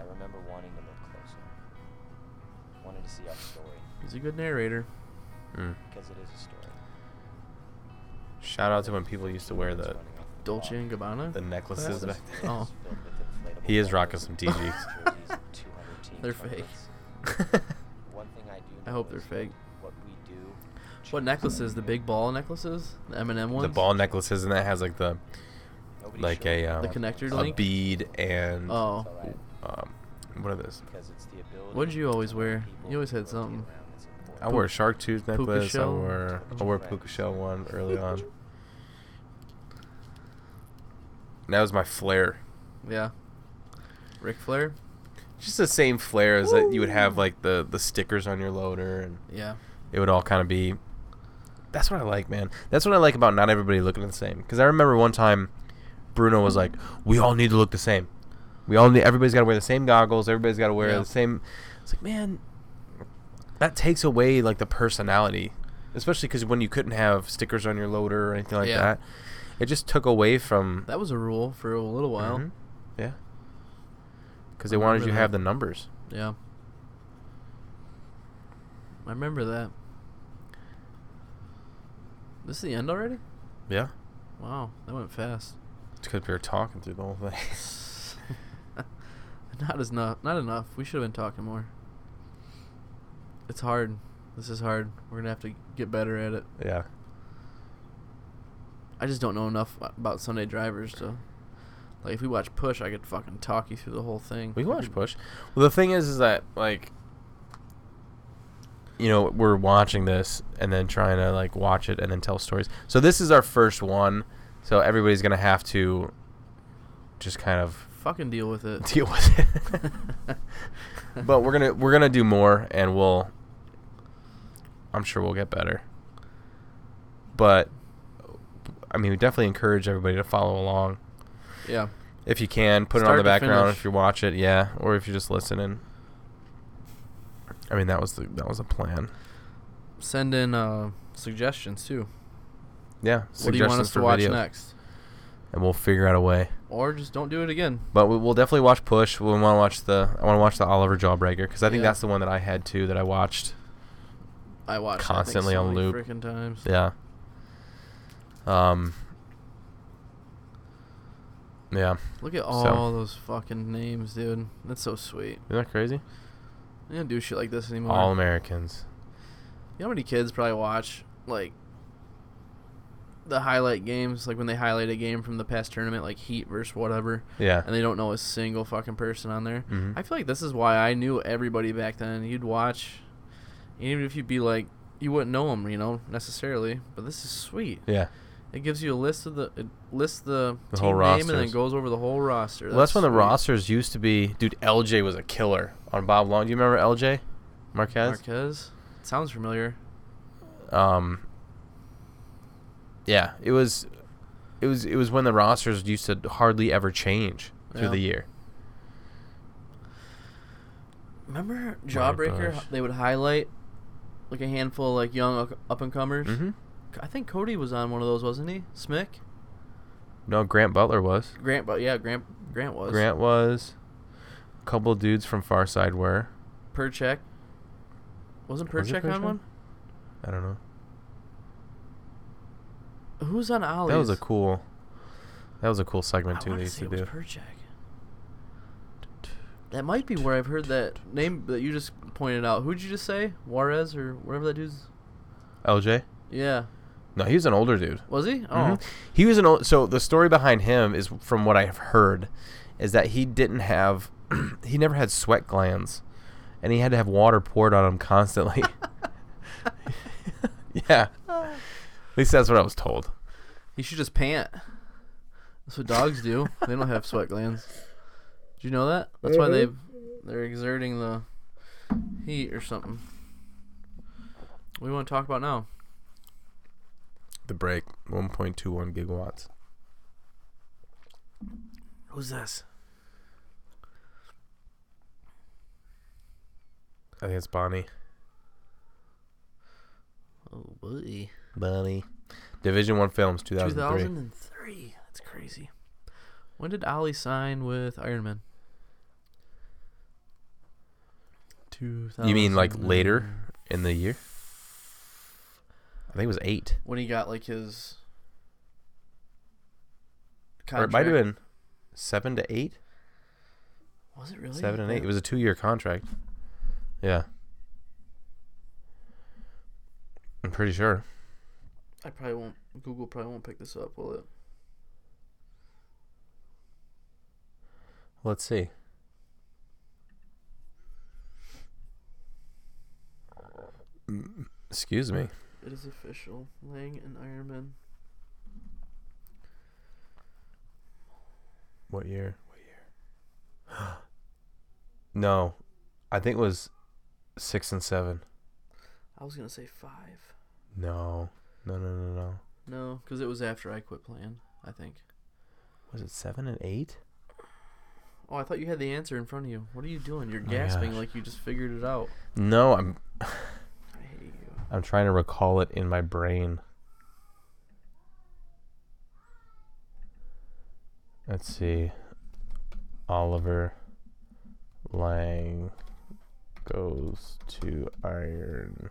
[SPEAKER 3] I remember wanting to look closer. Wanted to see our story
[SPEAKER 2] He's a good narrator.
[SPEAKER 1] Mm.
[SPEAKER 3] because it is a story.
[SPEAKER 1] Shout out to when people used to wear the
[SPEAKER 2] Dolce and Gabbana.
[SPEAKER 1] the necklaces back
[SPEAKER 2] Glasses?
[SPEAKER 1] then.
[SPEAKER 2] Oh,
[SPEAKER 1] He is rocking some TGs.
[SPEAKER 3] Jerseys of 200 team
[SPEAKER 2] They're fake.
[SPEAKER 3] tournaments. One thing I do.
[SPEAKER 2] I
[SPEAKER 3] know
[SPEAKER 2] hope they're
[SPEAKER 3] is
[SPEAKER 2] fake.
[SPEAKER 3] What we do
[SPEAKER 2] What necklaces? The big ball necklaces? The M&M ones?
[SPEAKER 1] the ball necklaces, and that has like the like a um,
[SPEAKER 2] The connector
[SPEAKER 1] a
[SPEAKER 2] link?
[SPEAKER 1] bead and
[SPEAKER 2] Oh.
[SPEAKER 1] um, what are those?
[SPEAKER 3] because it's the ability.
[SPEAKER 2] What did you always wear? You always had something.
[SPEAKER 1] I wore a shark tooth
[SPEAKER 2] Puka
[SPEAKER 1] necklace. I
[SPEAKER 2] shell?
[SPEAKER 1] wore I wore a puka shell one early on. And that was my flare.
[SPEAKER 2] Yeah. Ric Flair?
[SPEAKER 1] Just the same flare as that you would have like the the stickers on your loader and
[SPEAKER 2] Yeah.
[SPEAKER 1] it would all kind of be. That's what I like, man. That's what I like about not everybody looking the same. Because I remember one time, Bruno was like, "We all need to look the same. We all need. Everybody's got to wear the same goggles. Everybody's got to wear
[SPEAKER 2] Yeah.
[SPEAKER 1] the same." It's like, man, that takes away like the personality, especially because when you couldn't have stickers on your loader or anything like
[SPEAKER 2] Yeah.
[SPEAKER 1] that, it just took away from.
[SPEAKER 2] That was a rule for a little while.
[SPEAKER 1] Mhm. Yeah. Because
[SPEAKER 2] I
[SPEAKER 1] they wanted you
[SPEAKER 2] remember
[SPEAKER 1] to have
[SPEAKER 2] that.
[SPEAKER 1] the numbers.
[SPEAKER 2] Yeah. I remember that. This is the end already?
[SPEAKER 1] Yeah.
[SPEAKER 2] Wow, that went fast.
[SPEAKER 1] Because we were talking through the whole thing.
[SPEAKER 2] not as not not enough. We should have been talking more. It's hard. This is hard. We're gonna have to get better at it.
[SPEAKER 1] yeah.
[SPEAKER 2] I just don't know enough a- about Sunday drivers to. Like if we watch Push, I could fucking talk you through the whole thing.
[SPEAKER 1] We can watch push. Well, the thing is, is that like, you know, we're watching this and then trying to like watch it and then tell stories. So this is our first one. So everybody's gonna have to just kind of
[SPEAKER 2] Fucking deal with it.
[SPEAKER 1] deal with it. but we're gonna we're gonna do more, and we'll. I'm sure we'll get better. But, I mean, we definitely encourage everybody to follow along.
[SPEAKER 2] Yeah.
[SPEAKER 1] If you can, put it on
[SPEAKER 2] Start
[SPEAKER 1] the
[SPEAKER 2] to
[SPEAKER 1] background
[SPEAKER 2] finish.
[SPEAKER 1] if you watch it, yeah, or if you're just listening. I mean, that was the that was a plan.
[SPEAKER 2] Send in uh, suggestions too.
[SPEAKER 1] Yeah.
[SPEAKER 2] What do you want
[SPEAKER 1] suggestions
[SPEAKER 2] us to
[SPEAKER 1] for
[SPEAKER 2] watch
[SPEAKER 1] videos.
[SPEAKER 2] next?
[SPEAKER 1] and we'll figure out a way.
[SPEAKER 2] Or just don't do it again.
[SPEAKER 1] But we- we'll definitely watch Push. We want to watch the I want to watch the Oliver Jawbreaker because I think
[SPEAKER 2] Yeah.
[SPEAKER 1] that's the one that I had too that I watched
[SPEAKER 2] I watched that thing
[SPEAKER 1] constantly
[SPEAKER 2] so
[SPEAKER 1] on
[SPEAKER 2] many
[SPEAKER 1] loop.
[SPEAKER 2] frickin' times.
[SPEAKER 1] Yeah. Um. Yeah.
[SPEAKER 2] Look at
[SPEAKER 1] So,
[SPEAKER 2] all those fucking names, dude. That's so sweet.
[SPEAKER 1] Isn't that crazy?
[SPEAKER 2] I don't do shit like this anymore.
[SPEAKER 1] All Americans.
[SPEAKER 2] You know how many kids probably watch like the highlight games, like when they highlight a game from the past tournament, like Heat versus whatever.
[SPEAKER 1] Yeah.
[SPEAKER 2] And they don't know a single fucking person on there.
[SPEAKER 1] Mhm.
[SPEAKER 2] I feel like this is why I knew everybody back then. You'd watch, and even if you'd be like, you wouldn't know them, you know, necessarily. But this is sweet.
[SPEAKER 1] Yeah.
[SPEAKER 2] It gives you a list of the it lists the,
[SPEAKER 1] The
[SPEAKER 2] team
[SPEAKER 1] whole
[SPEAKER 2] name and then
[SPEAKER 1] rosters.
[SPEAKER 2] goes over the whole roster.
[SPEAKER 1] Well, that's when the
[SPEAKER 2] sweet.
[SPEAKER 1] rosters used to be. Dude, LJ was a killer on Bob Long. Do you remember LJ Marquez?
[SPEAKER 2] Marquez sounds familiar.
[SPEAKER 1] um yeah it was it was it was when the rosters used to hardly ever change through
[SPEAKER 2] Yeah.
[SPEAKER 1] the year
[SPEAKER 2] Remember Jawbreaker?
[SPEAKER 1] gosh.
[SPEAKER 2] They would highlight like a handful of like young up and comers.
[SPEAKER 1] Mhm.
[SPEAKER 2] I think Cody was on one of those, wasn't he? Smick,
[SPEAKER 1] no grant butler was
[SPEAKER 2] Grant, but yeah, Grant, Grant was
[SPEAKER 1] grant was a couple dudes from far side were
[SPEAKER 2] Perchek. Wasn't
[SPEAKER 1] Was it
[SPEAKER 2] Perchek on
[SPEAKER 1] Perchek?
[SPEAKER 2] one?
[SPEAKER 1] i don't know
[SPEAKER 2] Who's on Ollie's?
[SPEAKER 1] that was a cool that was a cool segment
[SPEAKER 2] I
[SPEAKER 1] too they
[SPEAKER 2] wanna
[SPEAKER 1] used
[SPEAKER 2] say
[SPEAKER 1] to
[SPEAKER 2] it was
[SPEAKER 1] do
[SPEAKER 2] Perchek. That might be where I've heard that name that you just pointed out. Who'd you just say? Juarez or whatever that dude's.
[SPEAKER 1] lj
[SPEAKER 2] Yeah.
[SPEAKER 1] no he was an older dude
[SPEAKER 2] Was he? Oh.
[SPEAKER 1] Mhm. He was an old. So the story behind him is, from what I've heard, is that he didn't have, he never had sweat glands, and he had to have water poured on him constantly. Mm-hmm. yeah, at least that's what I was told.
[SPEAKER 2] You should just pant. That's what dogs do. they don't have sweat glands. Did you know that? That's why they
[SPEAKER 8] Mhm.
[SPEAKER 2] they're exerting the heat or something. What do you want to talk about now?
[SPEAKER 1] The break, 1.21 gigawatts.
[SPEAKER 2] Who's this?
[SPEAKER 1] I think it's Bonnie.
[SPEAKER 2] Oh boy.
[SPEAKER 1] Bonnie. Division One Films, 2003.
[SPEAKER 2] 2003. That's crazy. When did Ali sign with Iron Man?
[SPEAKER 1] You mean like later in the year? I think it was eight.
[SPEAKER 2] When he got like his
[SPEAKER 1] Or it might have been seven to eight.
[SPEAKER 2] Was it really?
[SPEAKER 1] Seven and
[SPEAKER 2] Yeah.
[SPEAKER 1] eight. It was a two-year contract. Yeah, I'm pretty sure.
[SPEAKER 2] I probably won't. Google probably won't pick this up, will it?
[SPEAKER 1] Let's see. Mm, Excuse me.
[SPEAKER 2] It is official. Lang and Iron Man.
[SPEAKER 1] What year? What year? no, I think it was six and seven.
[SPEAKER 2] I was gonna say five.
[SPEAKER 1] No, no, no, no, no.
[SPEAKER 2] No, because it was after I quit playing. I think.
[SPEAKER 1] Was it seven and eight?
[SPEAKER 2] Oh, I thought you had the answer in front of you. What are you doing? You're
[SPEAKER 1] Oh, my
[SPEAKER 2] gasping
[SPEAKER 1] gosh.
[SPEAKER 2] like you just figured it out.
[SPEAKER 1] No, I'm. I'm trying to recall it in my brain. Let's see. Oliver Lang goes to Iron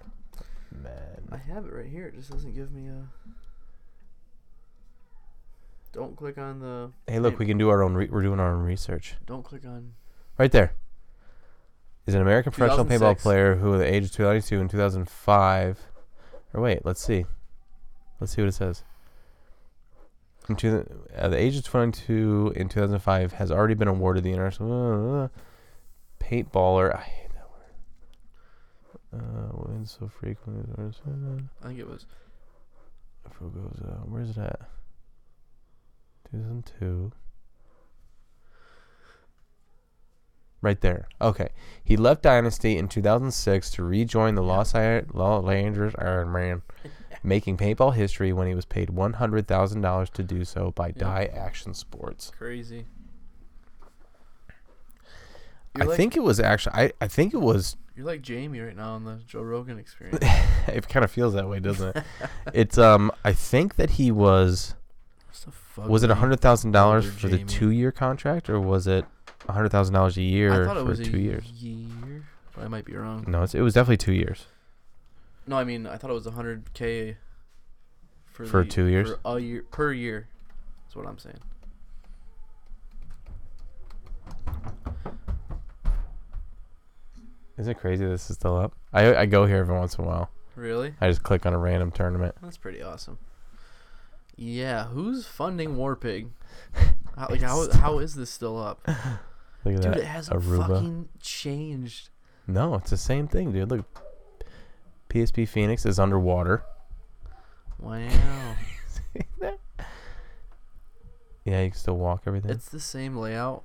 [SPEAKER 1] Man.
[SPEAKER 2] I have it right here. It just doesn't give me a. Don't click on the.
[SPEAKER 1] Hey, look, we can do our own. Re- we're doing our own research.
[SPEAKER 2] Don't click on.
[SPEAKER 1] Right there. Is an American professional paintball
[SPEAKER 2] 2006.
[SPEAKER 1] player who, at the age of 22 in 2005, or wait, let's see. Let's see what it says. From two, at the age of 22 in 2005, has already been awarded the international uh, paintballer. I hate that word. Uh, wins so frequently.
[SPEAKER 2] I think it was.
[SPEAKER 1] Who goes out? Where's uh, it at? 2002. Right there. Okay. He left Dynasty in 2006 to rejoin the Los, Iron, Los Angeles Iron Man, making paintball history when he was paid $100,000 to do so by Die Action Sports.
[SPEAKER 2] Crazy.
[SPEAKER 1] I
[SPEAKER 2] You're like-
[SPEAKER 1] think it was actually, I, I think it was,
[SPEAKER 2] You're like Jamie right now on the Joe Rogan experience.
[SPEAKER 1] it kind of feels that way, doesn't it? it's, um, I think that he was,
[SPEAKER 2] fuck
[SPEAKER 1] was it
[SPEAKER 2] me.
[SPEAKER 1] hundred thousand dollars
[SPEAKER 2] Fucker
[SPEAKER 1] for the
[SPEAKER 2] Jamie.
[SPEAKER 1] two-year contract, or was it hundred thousand dollars a year
[SPEAKER 2] I thought it
[SPEAKER 1] for
[SPEAKER 2] was a
[SPEAKER 1] two years?
[SPEAKER 2] year, but I might be wrong.
[SPEAKER 1] No, it's, it was definitely two years.
[SPEAKER 2] No, I mean I thought it was 100k for
[SPEAKER 1] For
[SPEAKER 2] the-
[SPEAKER 1] two years?
[SPEAKER 2] for a year per year. That's what I'm saying.
[SPEAKER 1] Isn't it crazy this is still up? I I go here every once in a while.
[SPEAKER 2] Really?
[SPEAKER 1] I just click on a random tournament.
[SPEAKER 2] That's pretty awesome. Yeah, who's funding Warpig? How, like how how is this still up?
[SPEAKER 1] Look at
[SPEAKER 2] Dude,
[SPEAKER 1] that,
[SPEAKER 2] it hasn't
[SPEAKER 1] Aruba.
[SPEAKER 2] fucking changed.
[SPEAKER 1] No, it's the same thing, dude. Look, PSP Phoenix is underwater.
[SPEAKER 2] Wow.
[SPEAKER 1] Yeah, you can still walk everything.
[SPEAKER 2] It's the same layout.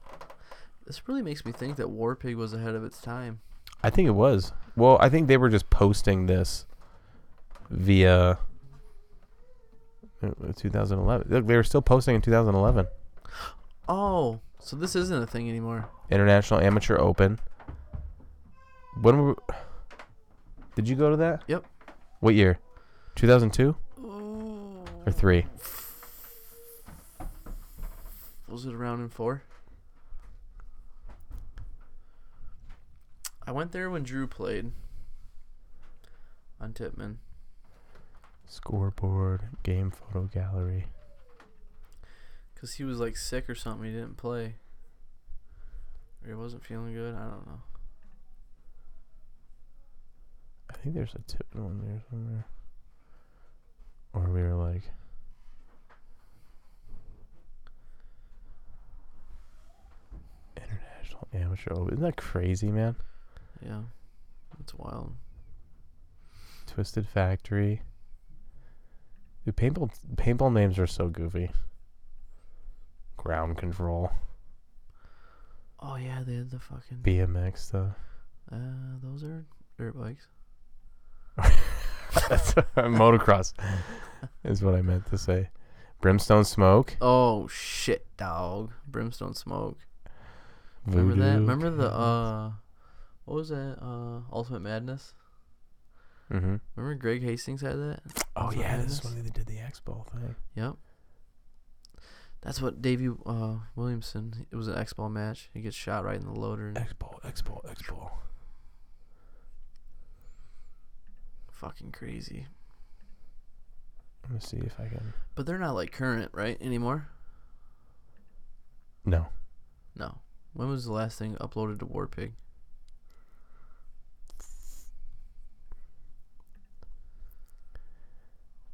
[SPEAKER 2] This really makes me think that Warpig was ahead of its time.
[SPEAKER 1] I think it was. Well, I think they were just posting this via uh, 2011. Look, they were still posting in 2011.
[SPEAKER 2] Oh, so this isn't a thing anymore.
[SPEAKER 1] International Amateur Open. When were, did you go to that?
[SPEAKER 2] Yep.
[SPEAKER 1] What year? 2002 or three?
[SPEAKER 2] Was it around in four? I went there when Drew played on Tipman.
[SPEAKER 1] Scoreboard, game photo gallery.
[SPEAKER 2] Because he was like sick or something. He didn't play. Or he wasn't feeling good. I don't know.
[SPEAKER 1] I think there's a tip one there somewhere. Or we were like, International Amateur Open. Isn't that crazy, man?
[SPEAKER 2] Yeah. It's wild.
[SPEAKER 1] Twisted Factory. Dude, paintball paintball names are so goofy. Ground control,
[SPEAKER 2] Oh, yeah, they had the fucking.
[SPEAKER 1] BMX stuff.
[SPEAKER 2] Uh, those are dirt bikes.
[SPEAKER 1] That's motocross, is what I meant to say. Brimstone Smoke.
[SPEAKER 2] Oh shit, dog! Brimstone smoke. Remember that?
[SPEAKER 1] Voodoo
[SPEAKER 2] Remember the uh, what was that? Uh, Ultimate Madness.
[SPEAKER 1] Mm-hmm.
[SPEAKER 2] Remember Greg Hastings had that?
[SPEAKER 1] Oh
[SPEAKER 2] Ultimate
[SPEAKER 1] yeah, this is
[SPEAKER 2] Madness?
[SPEAKER 1] when they did the X Ball thing.
[SPEAKER 2] Yep. That's what Davey uh, Williamson. It was an X ball match. He gets shot right in the loader. X
[SPEAKER 1] ball, X ball, X ball.
[SPEAKER 2] Fucking crazy.
[SPEAKER 1] Let me see if I can.
[SPEAKER 2] But they're not like current, right, anymore?
[SPEAKER 1] No.
[SPEAKER 2] No. When was the last thing uploaded to Warpig?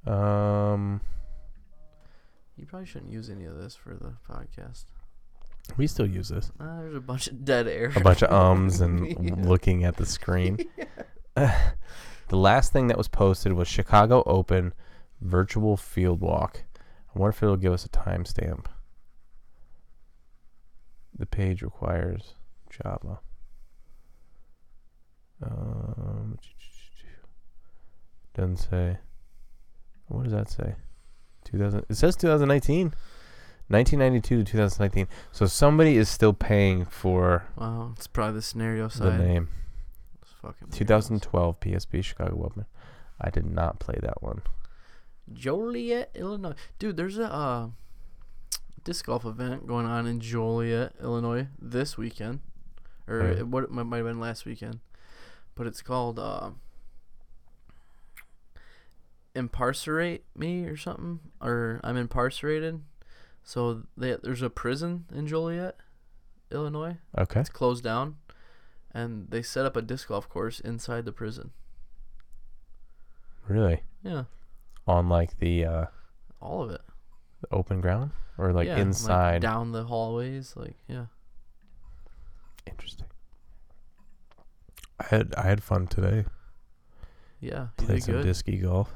[SPEAKER 1] Um,
[SPEAKER 2] You probably shouldn't use any of this for the podcast.
[SPEAKER 1] we still use this.
[SPEAKER 2] Uh, there's a bunch of dead air.
[SPEAKER 1] A bunch of ums and looking at the screen. the last thing that was posted was Chicago Open virtual field walk. I wonder if it'll give us a timestamp. The page requires Java. Um, doesn't say. What does that say? 2000. It says 2019. 1992 to 2019. So somebody is still paying for
[SPEAKER 2] Wow, it's probably the scenario
[SPEAKER 1] the
[SPEAKER 2] side.
[SPEAKER 1] name.
[SPEAKER 2] It's fucking
[SPEAKER 1] 2012 PSP Chicago Webman. I did not play that one.
[SPEAKER 2] Joliet, Illinois. Dude, there's a uh, disc golf event going on in Joliet, Illinois this weekend, or
[SPEAKER 1] Oh, yeah.
[SPEAKER 2] it, what it might might have been last weekend, but it's called uh, "Imparcerate Me" or something, or I'm incarcerated. So they, there's a prison in Joliet, Illinois.
[SPEAKER 1] Okay.
[SPEAKER 2] it's closed down, and they set up a disc golf course inside the prison.
[SPEAKER 1] Really?
[SPEAKER 2] Yeah.
[SPEAKER 1] On like the uh,
[SPEAKER 2] All of it.
[SPEAKER 1] the open ground or like
[SPEAKER 2] Yeah,
[SPEAKER 1] inside.
[SPEAKER 2] down the hallways, like yeah.
[SPEAKER 1] Interesting. I had I had fun today.
[SPEAKER 2] Yeah, you
[SPEAKER 1] Played
[SPEAKER 2] did
[SPEAKER 1] some
[SPEAKER 2] good.
[SPEAKER 1] disky golf.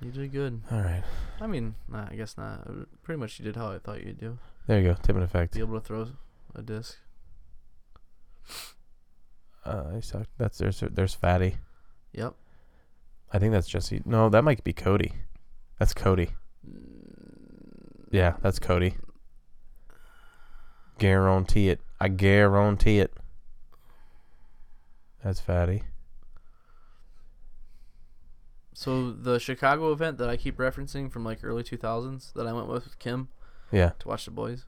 [SPEAKER 2] You did good.
[SPEAKER 1] All right.
[SPEAKER 2] I mean, nah, I guess not. Uh, Pretty much you did how I thought you'd do.
[SPEAKER 1] There you go. Tip and effect.
[SPEAKER 2] Be able to throw a disc.
[SPEAKER 1] Uh, I sucked. That's there's there's fatty.
[SPEAKER 2] Yep.
[SPEAKER 1] I think that's Jesse. No, that might be Cody. That's Cody.
[SPEAKER 2] Mm.
[SPEAKER 1] Yeah, that's Cody. Guarantee it. I guarantee it. That's fatty.
[SPEAKER 2] So the Chicago event that I keep referencing from like early 2000s that I went with with Kim,
[SPEAKER 1] Yeah.
[SPEAKER 2] to watch the boys,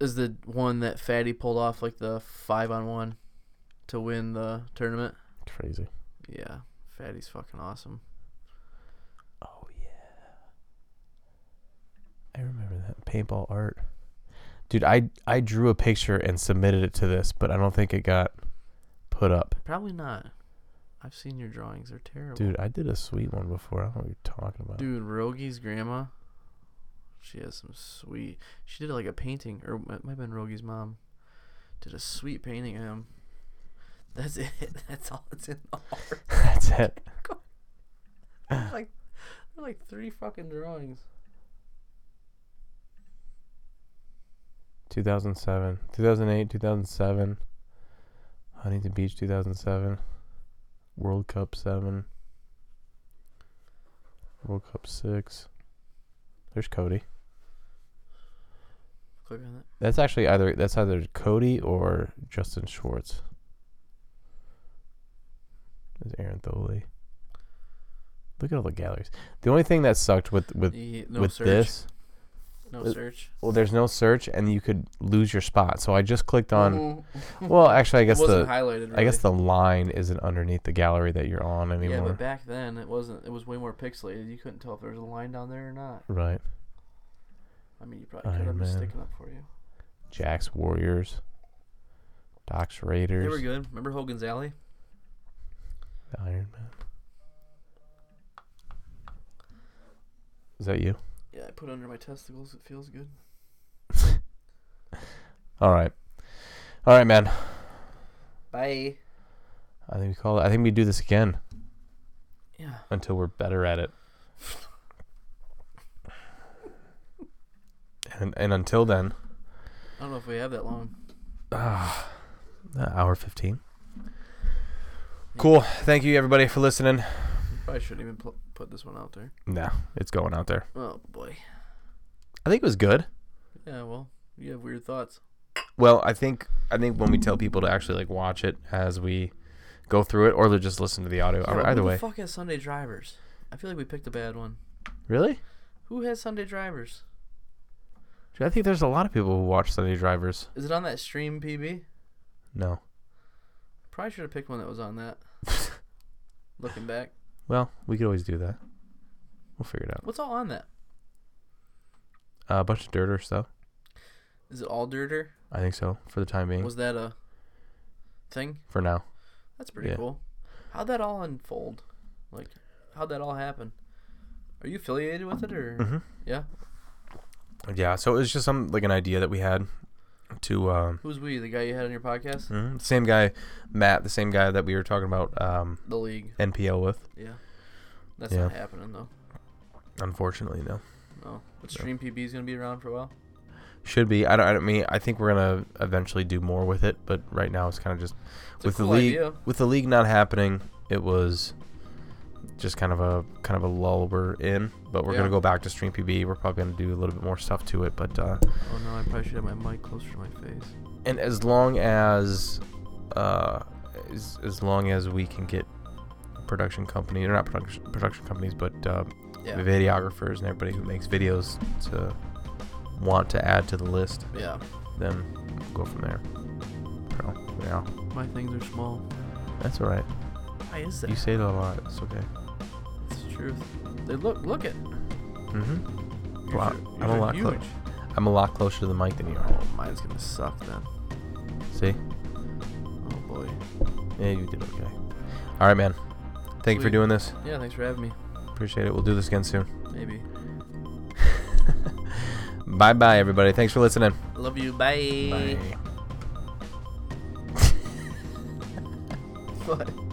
[SPEAKER 2] is the one that Fatty pulled off like the five on one to win the tournament.
[SPEAKER 1] Crazy.
[SPEAKER 2] Yeah, Fatty's fucking awesome.
[SPEAKER 1] Oh, I remember that paintball art. Dude, I I drew a picture and submitted it to this, but I don't think it got put up.
[SPEAKER 2] Probably not. I've seen your drawings; they're terrible.
[SPEAKER 1] Dude, I did a sweet one before. I don't know what you're talking about.
[SPEAKER 2] Dude, Rogi's grandma, she has some sweet. She did like a painting, or it might have been Rogi's mom. Did a sweet painting of him. That's it. That's all that's in the art.
[SPEAKER 1] That's it.
[SPEAKER 2] There's like, there's like three fucking drawings.
[SPEAKER 1] 2007, 2008, 2007, Huntington Beach 2007, World Cup 7, World Cup 6. There's Cody.
[SPEAKER 2] Click on that.
[SPEAKER 1] That's actually either that's either Cody or Justin Schwartz. There's Aaron Tholey. Look at all the galleries. The only thing that sucked with with
[SPEAKER 2] Ye- no
[SPEAKER 1] with
[SPEAKER 2] search.
[SPEAKER 1] this,
[SPEAKER 2] No
[SPEAKER 1] was-
[SPEAKER 2] search.
[SPEAKER 1] Well, there's no search, and you could lose your spot. So I just clicked on.
[SPEAKER 2] Mhm.
[SPEAKER 1] Well, actually, I
[SPEAKER 2] It
[SPEAKER 1] guess
[SPEAKER 2] wasn't
[SPEAKER 1] the
[SPEAKER 2] highlighted,
[SPEAKER 1] I guess
[SPEAKER 2] really.
[SPEAKER 1] the line isn't underneath the gallery that you're on
[SPEAKER 2] Yeah,
[SPEAKER 1] anymore.
[SPEAKER 2] but back then it wasn't. It was way more pixelated. You couldn't tell if there was a line down there or not.
[SPEAKER 1] right,
[SPEAKER 2] I mean, you probably could.
[SPEAKER 1] Iron
[SPEAKER 2] I'm just
[SPEAKER 1] Man.
[SPEAKER 2] sticking up for you.
[SPEAKER 1] Jack's Warriors, Doc's
[SPEAKER 2] They
[SPEAKER 1] Raiders,
[SPEAKER 2] were good. Remember Hogan's Alley?
[SPEAKER 1] the Iron Man. Is that you?
[SPEAKER 2] Yeah, I put it under my testicles. It feels good.
[SPEAKER 1] All right, all right, man.
[SPEAKER 2] Bye.
[SPEAKER 1] I think we call it. I think we do this again.
[SPEAKER 2] Yeah.
[SPEAKER 1] Until we're better at it. And and until then,
[SPEAKER 2] I don't know if we have that long.
[SPEAKER 1] uh, hour fifteen. Cool. Thank you everybody for listening.
[SPEAKER 2] Probably shouldn't even pl- put this one out there.
[SPEAKER 1] No, it's going out there.
[SPEAKER 2] Oh boy.
[SPEAKER 1] I think it was good.
[SPEAKER 2] Yeah. Well, you have weird thoughts.
[SPEAKER 1] Well, I think I think when we tell people to actually like watch it as we go through it, or they just listen to the audio.
[SPEAKER 2] Yeah,
[SPEAKER 1] Either-
[SPEAKER 2] but
[SPEAKER 1] either
[SPEAKER 2] who
[SPEAKER 1] way,
[SPEAKER 2] the fuck has Sunday drivers? I feel like we picked a bad one.
[SPEAKER 1] really?
[SPEAKER 2] Who has Sunday drivers?
[SPEAKER 1] Dude, I think there's a lot of people who watch Sunday Drivers.
[SPEAKER 2] Is it on that stream PB?
[SPEAKER 1] No.
[SPEAKER 2] Probably should have picked one that was on that. Looking back,
[SPEAKER 1] Well, we could always do that. We'll figure it out.
[SPEAKER 2] what's all on that?
[SPEAKER 1] Uh, a bunch of dirter stuff.
[SPEAKER 2] Is it all dirter?
[SPEAKER 1] I think so for the time being.
[SPEAKER 2] Was that a thing?
[SPEAKER 1] for now.
[SPEAKER 2] That's pretty
[SPEAKER 1] Yeah.
[SPEAKER 2] cool. How'd that all unfold? Like, how'd that all happen? Are you affiliated with it or?
[SPEAKER 1] Mhm.
[SPEAKER 2] Mm-hmm. Yeah.
[SPEAKER 1] Yeah, so it was just some like an idea that we had to um,
[SPEAKER 2] Who's we? The guy you had on your podcast?
[SPEAKER 1] mhm, same guy, Matt, the same guy that we were talking about um,
[SPEAKER 2] The league.
[SPEAKER 1] NPL with.
[SPEAKER 2] Mm-hmm. Yeah. That's
[SPEAKER 1] Yeah.
[SPEAKER 2] not happening though.
[SPEAKER 1] Unfortunately, no.
[SPEAKER 2] No. But Stream PB is gonna be around for a while.
[SPEAKER 1] Should be. I don't. I don't mean. I think we're gonna eventually do more with it, but right now it's kind of just
[SPEAKER 2] It's a
[SPEAKER 1] with
[SPEAKER 2] cool
[SPEAKER 1] the league.
[SPEAKER 2] idea.
[SPEAKER 1] With the league not happening, it was just kind of a kind of a lull we're in. But we're
[SPEAKER 2] Yeah.
[SPEAKER 1] gonna go back to Stream PB. We're probably gonna do a little bit more stuff to it. But uh,
[SPEAKER 2] Oh no, I probably should have my mic closer to my face.
[SPEAKER 1] and as long as uh as, as long as we can get production company or not production production companies but um,
[SPEAKER 2] Yeah.
[SPEAKER 1] videographers and everybody who makes videos to want to add to the list
[SPEAKER 2] Yeah.
[SPEAKER 1] then we'll go from there so yeah
[SPEAKER 2] My things are small.
[SPEAKER 1] that's all right
[SPEAKER 2] Why is that?
[SPEAKER 1] you say that a lot it's okay
[SPEAKER 2] It's the truth. They look look it.
[SPEAKER 1] mm-hmm
[SPEAKER 2] Yours
[SPEAKER 1] well,
[SPEAKER 2] are-
[SPEAKER 1] I'm a
[SPEAKER 2] yours are
[SPEAKER 1] lot clo-
[SPEAKER 2] huge.
[SPEAKER 1] I'm a lot closer to the mic than you are
[SPEAKER 2] Oh, mine's gonna suck then.
[SPEAKER 1] see
[SPEAKER 2] Oh boy.
[SPEAKER 1] yeah you did okay all right man thank you for
[SPEAKER 2] Sweet.
[SPEAKER 1] doing this
[SPEAKER 2] Yeah, thanks for having me.
[SPEAKER 1] appreciate it we'll do this again soon
[SPEAKER 2] Maybe.
[SPEAKER 1] bye bye everybody thanks for listening
[SPEAKER 2] Love you. Bye. Bye. what?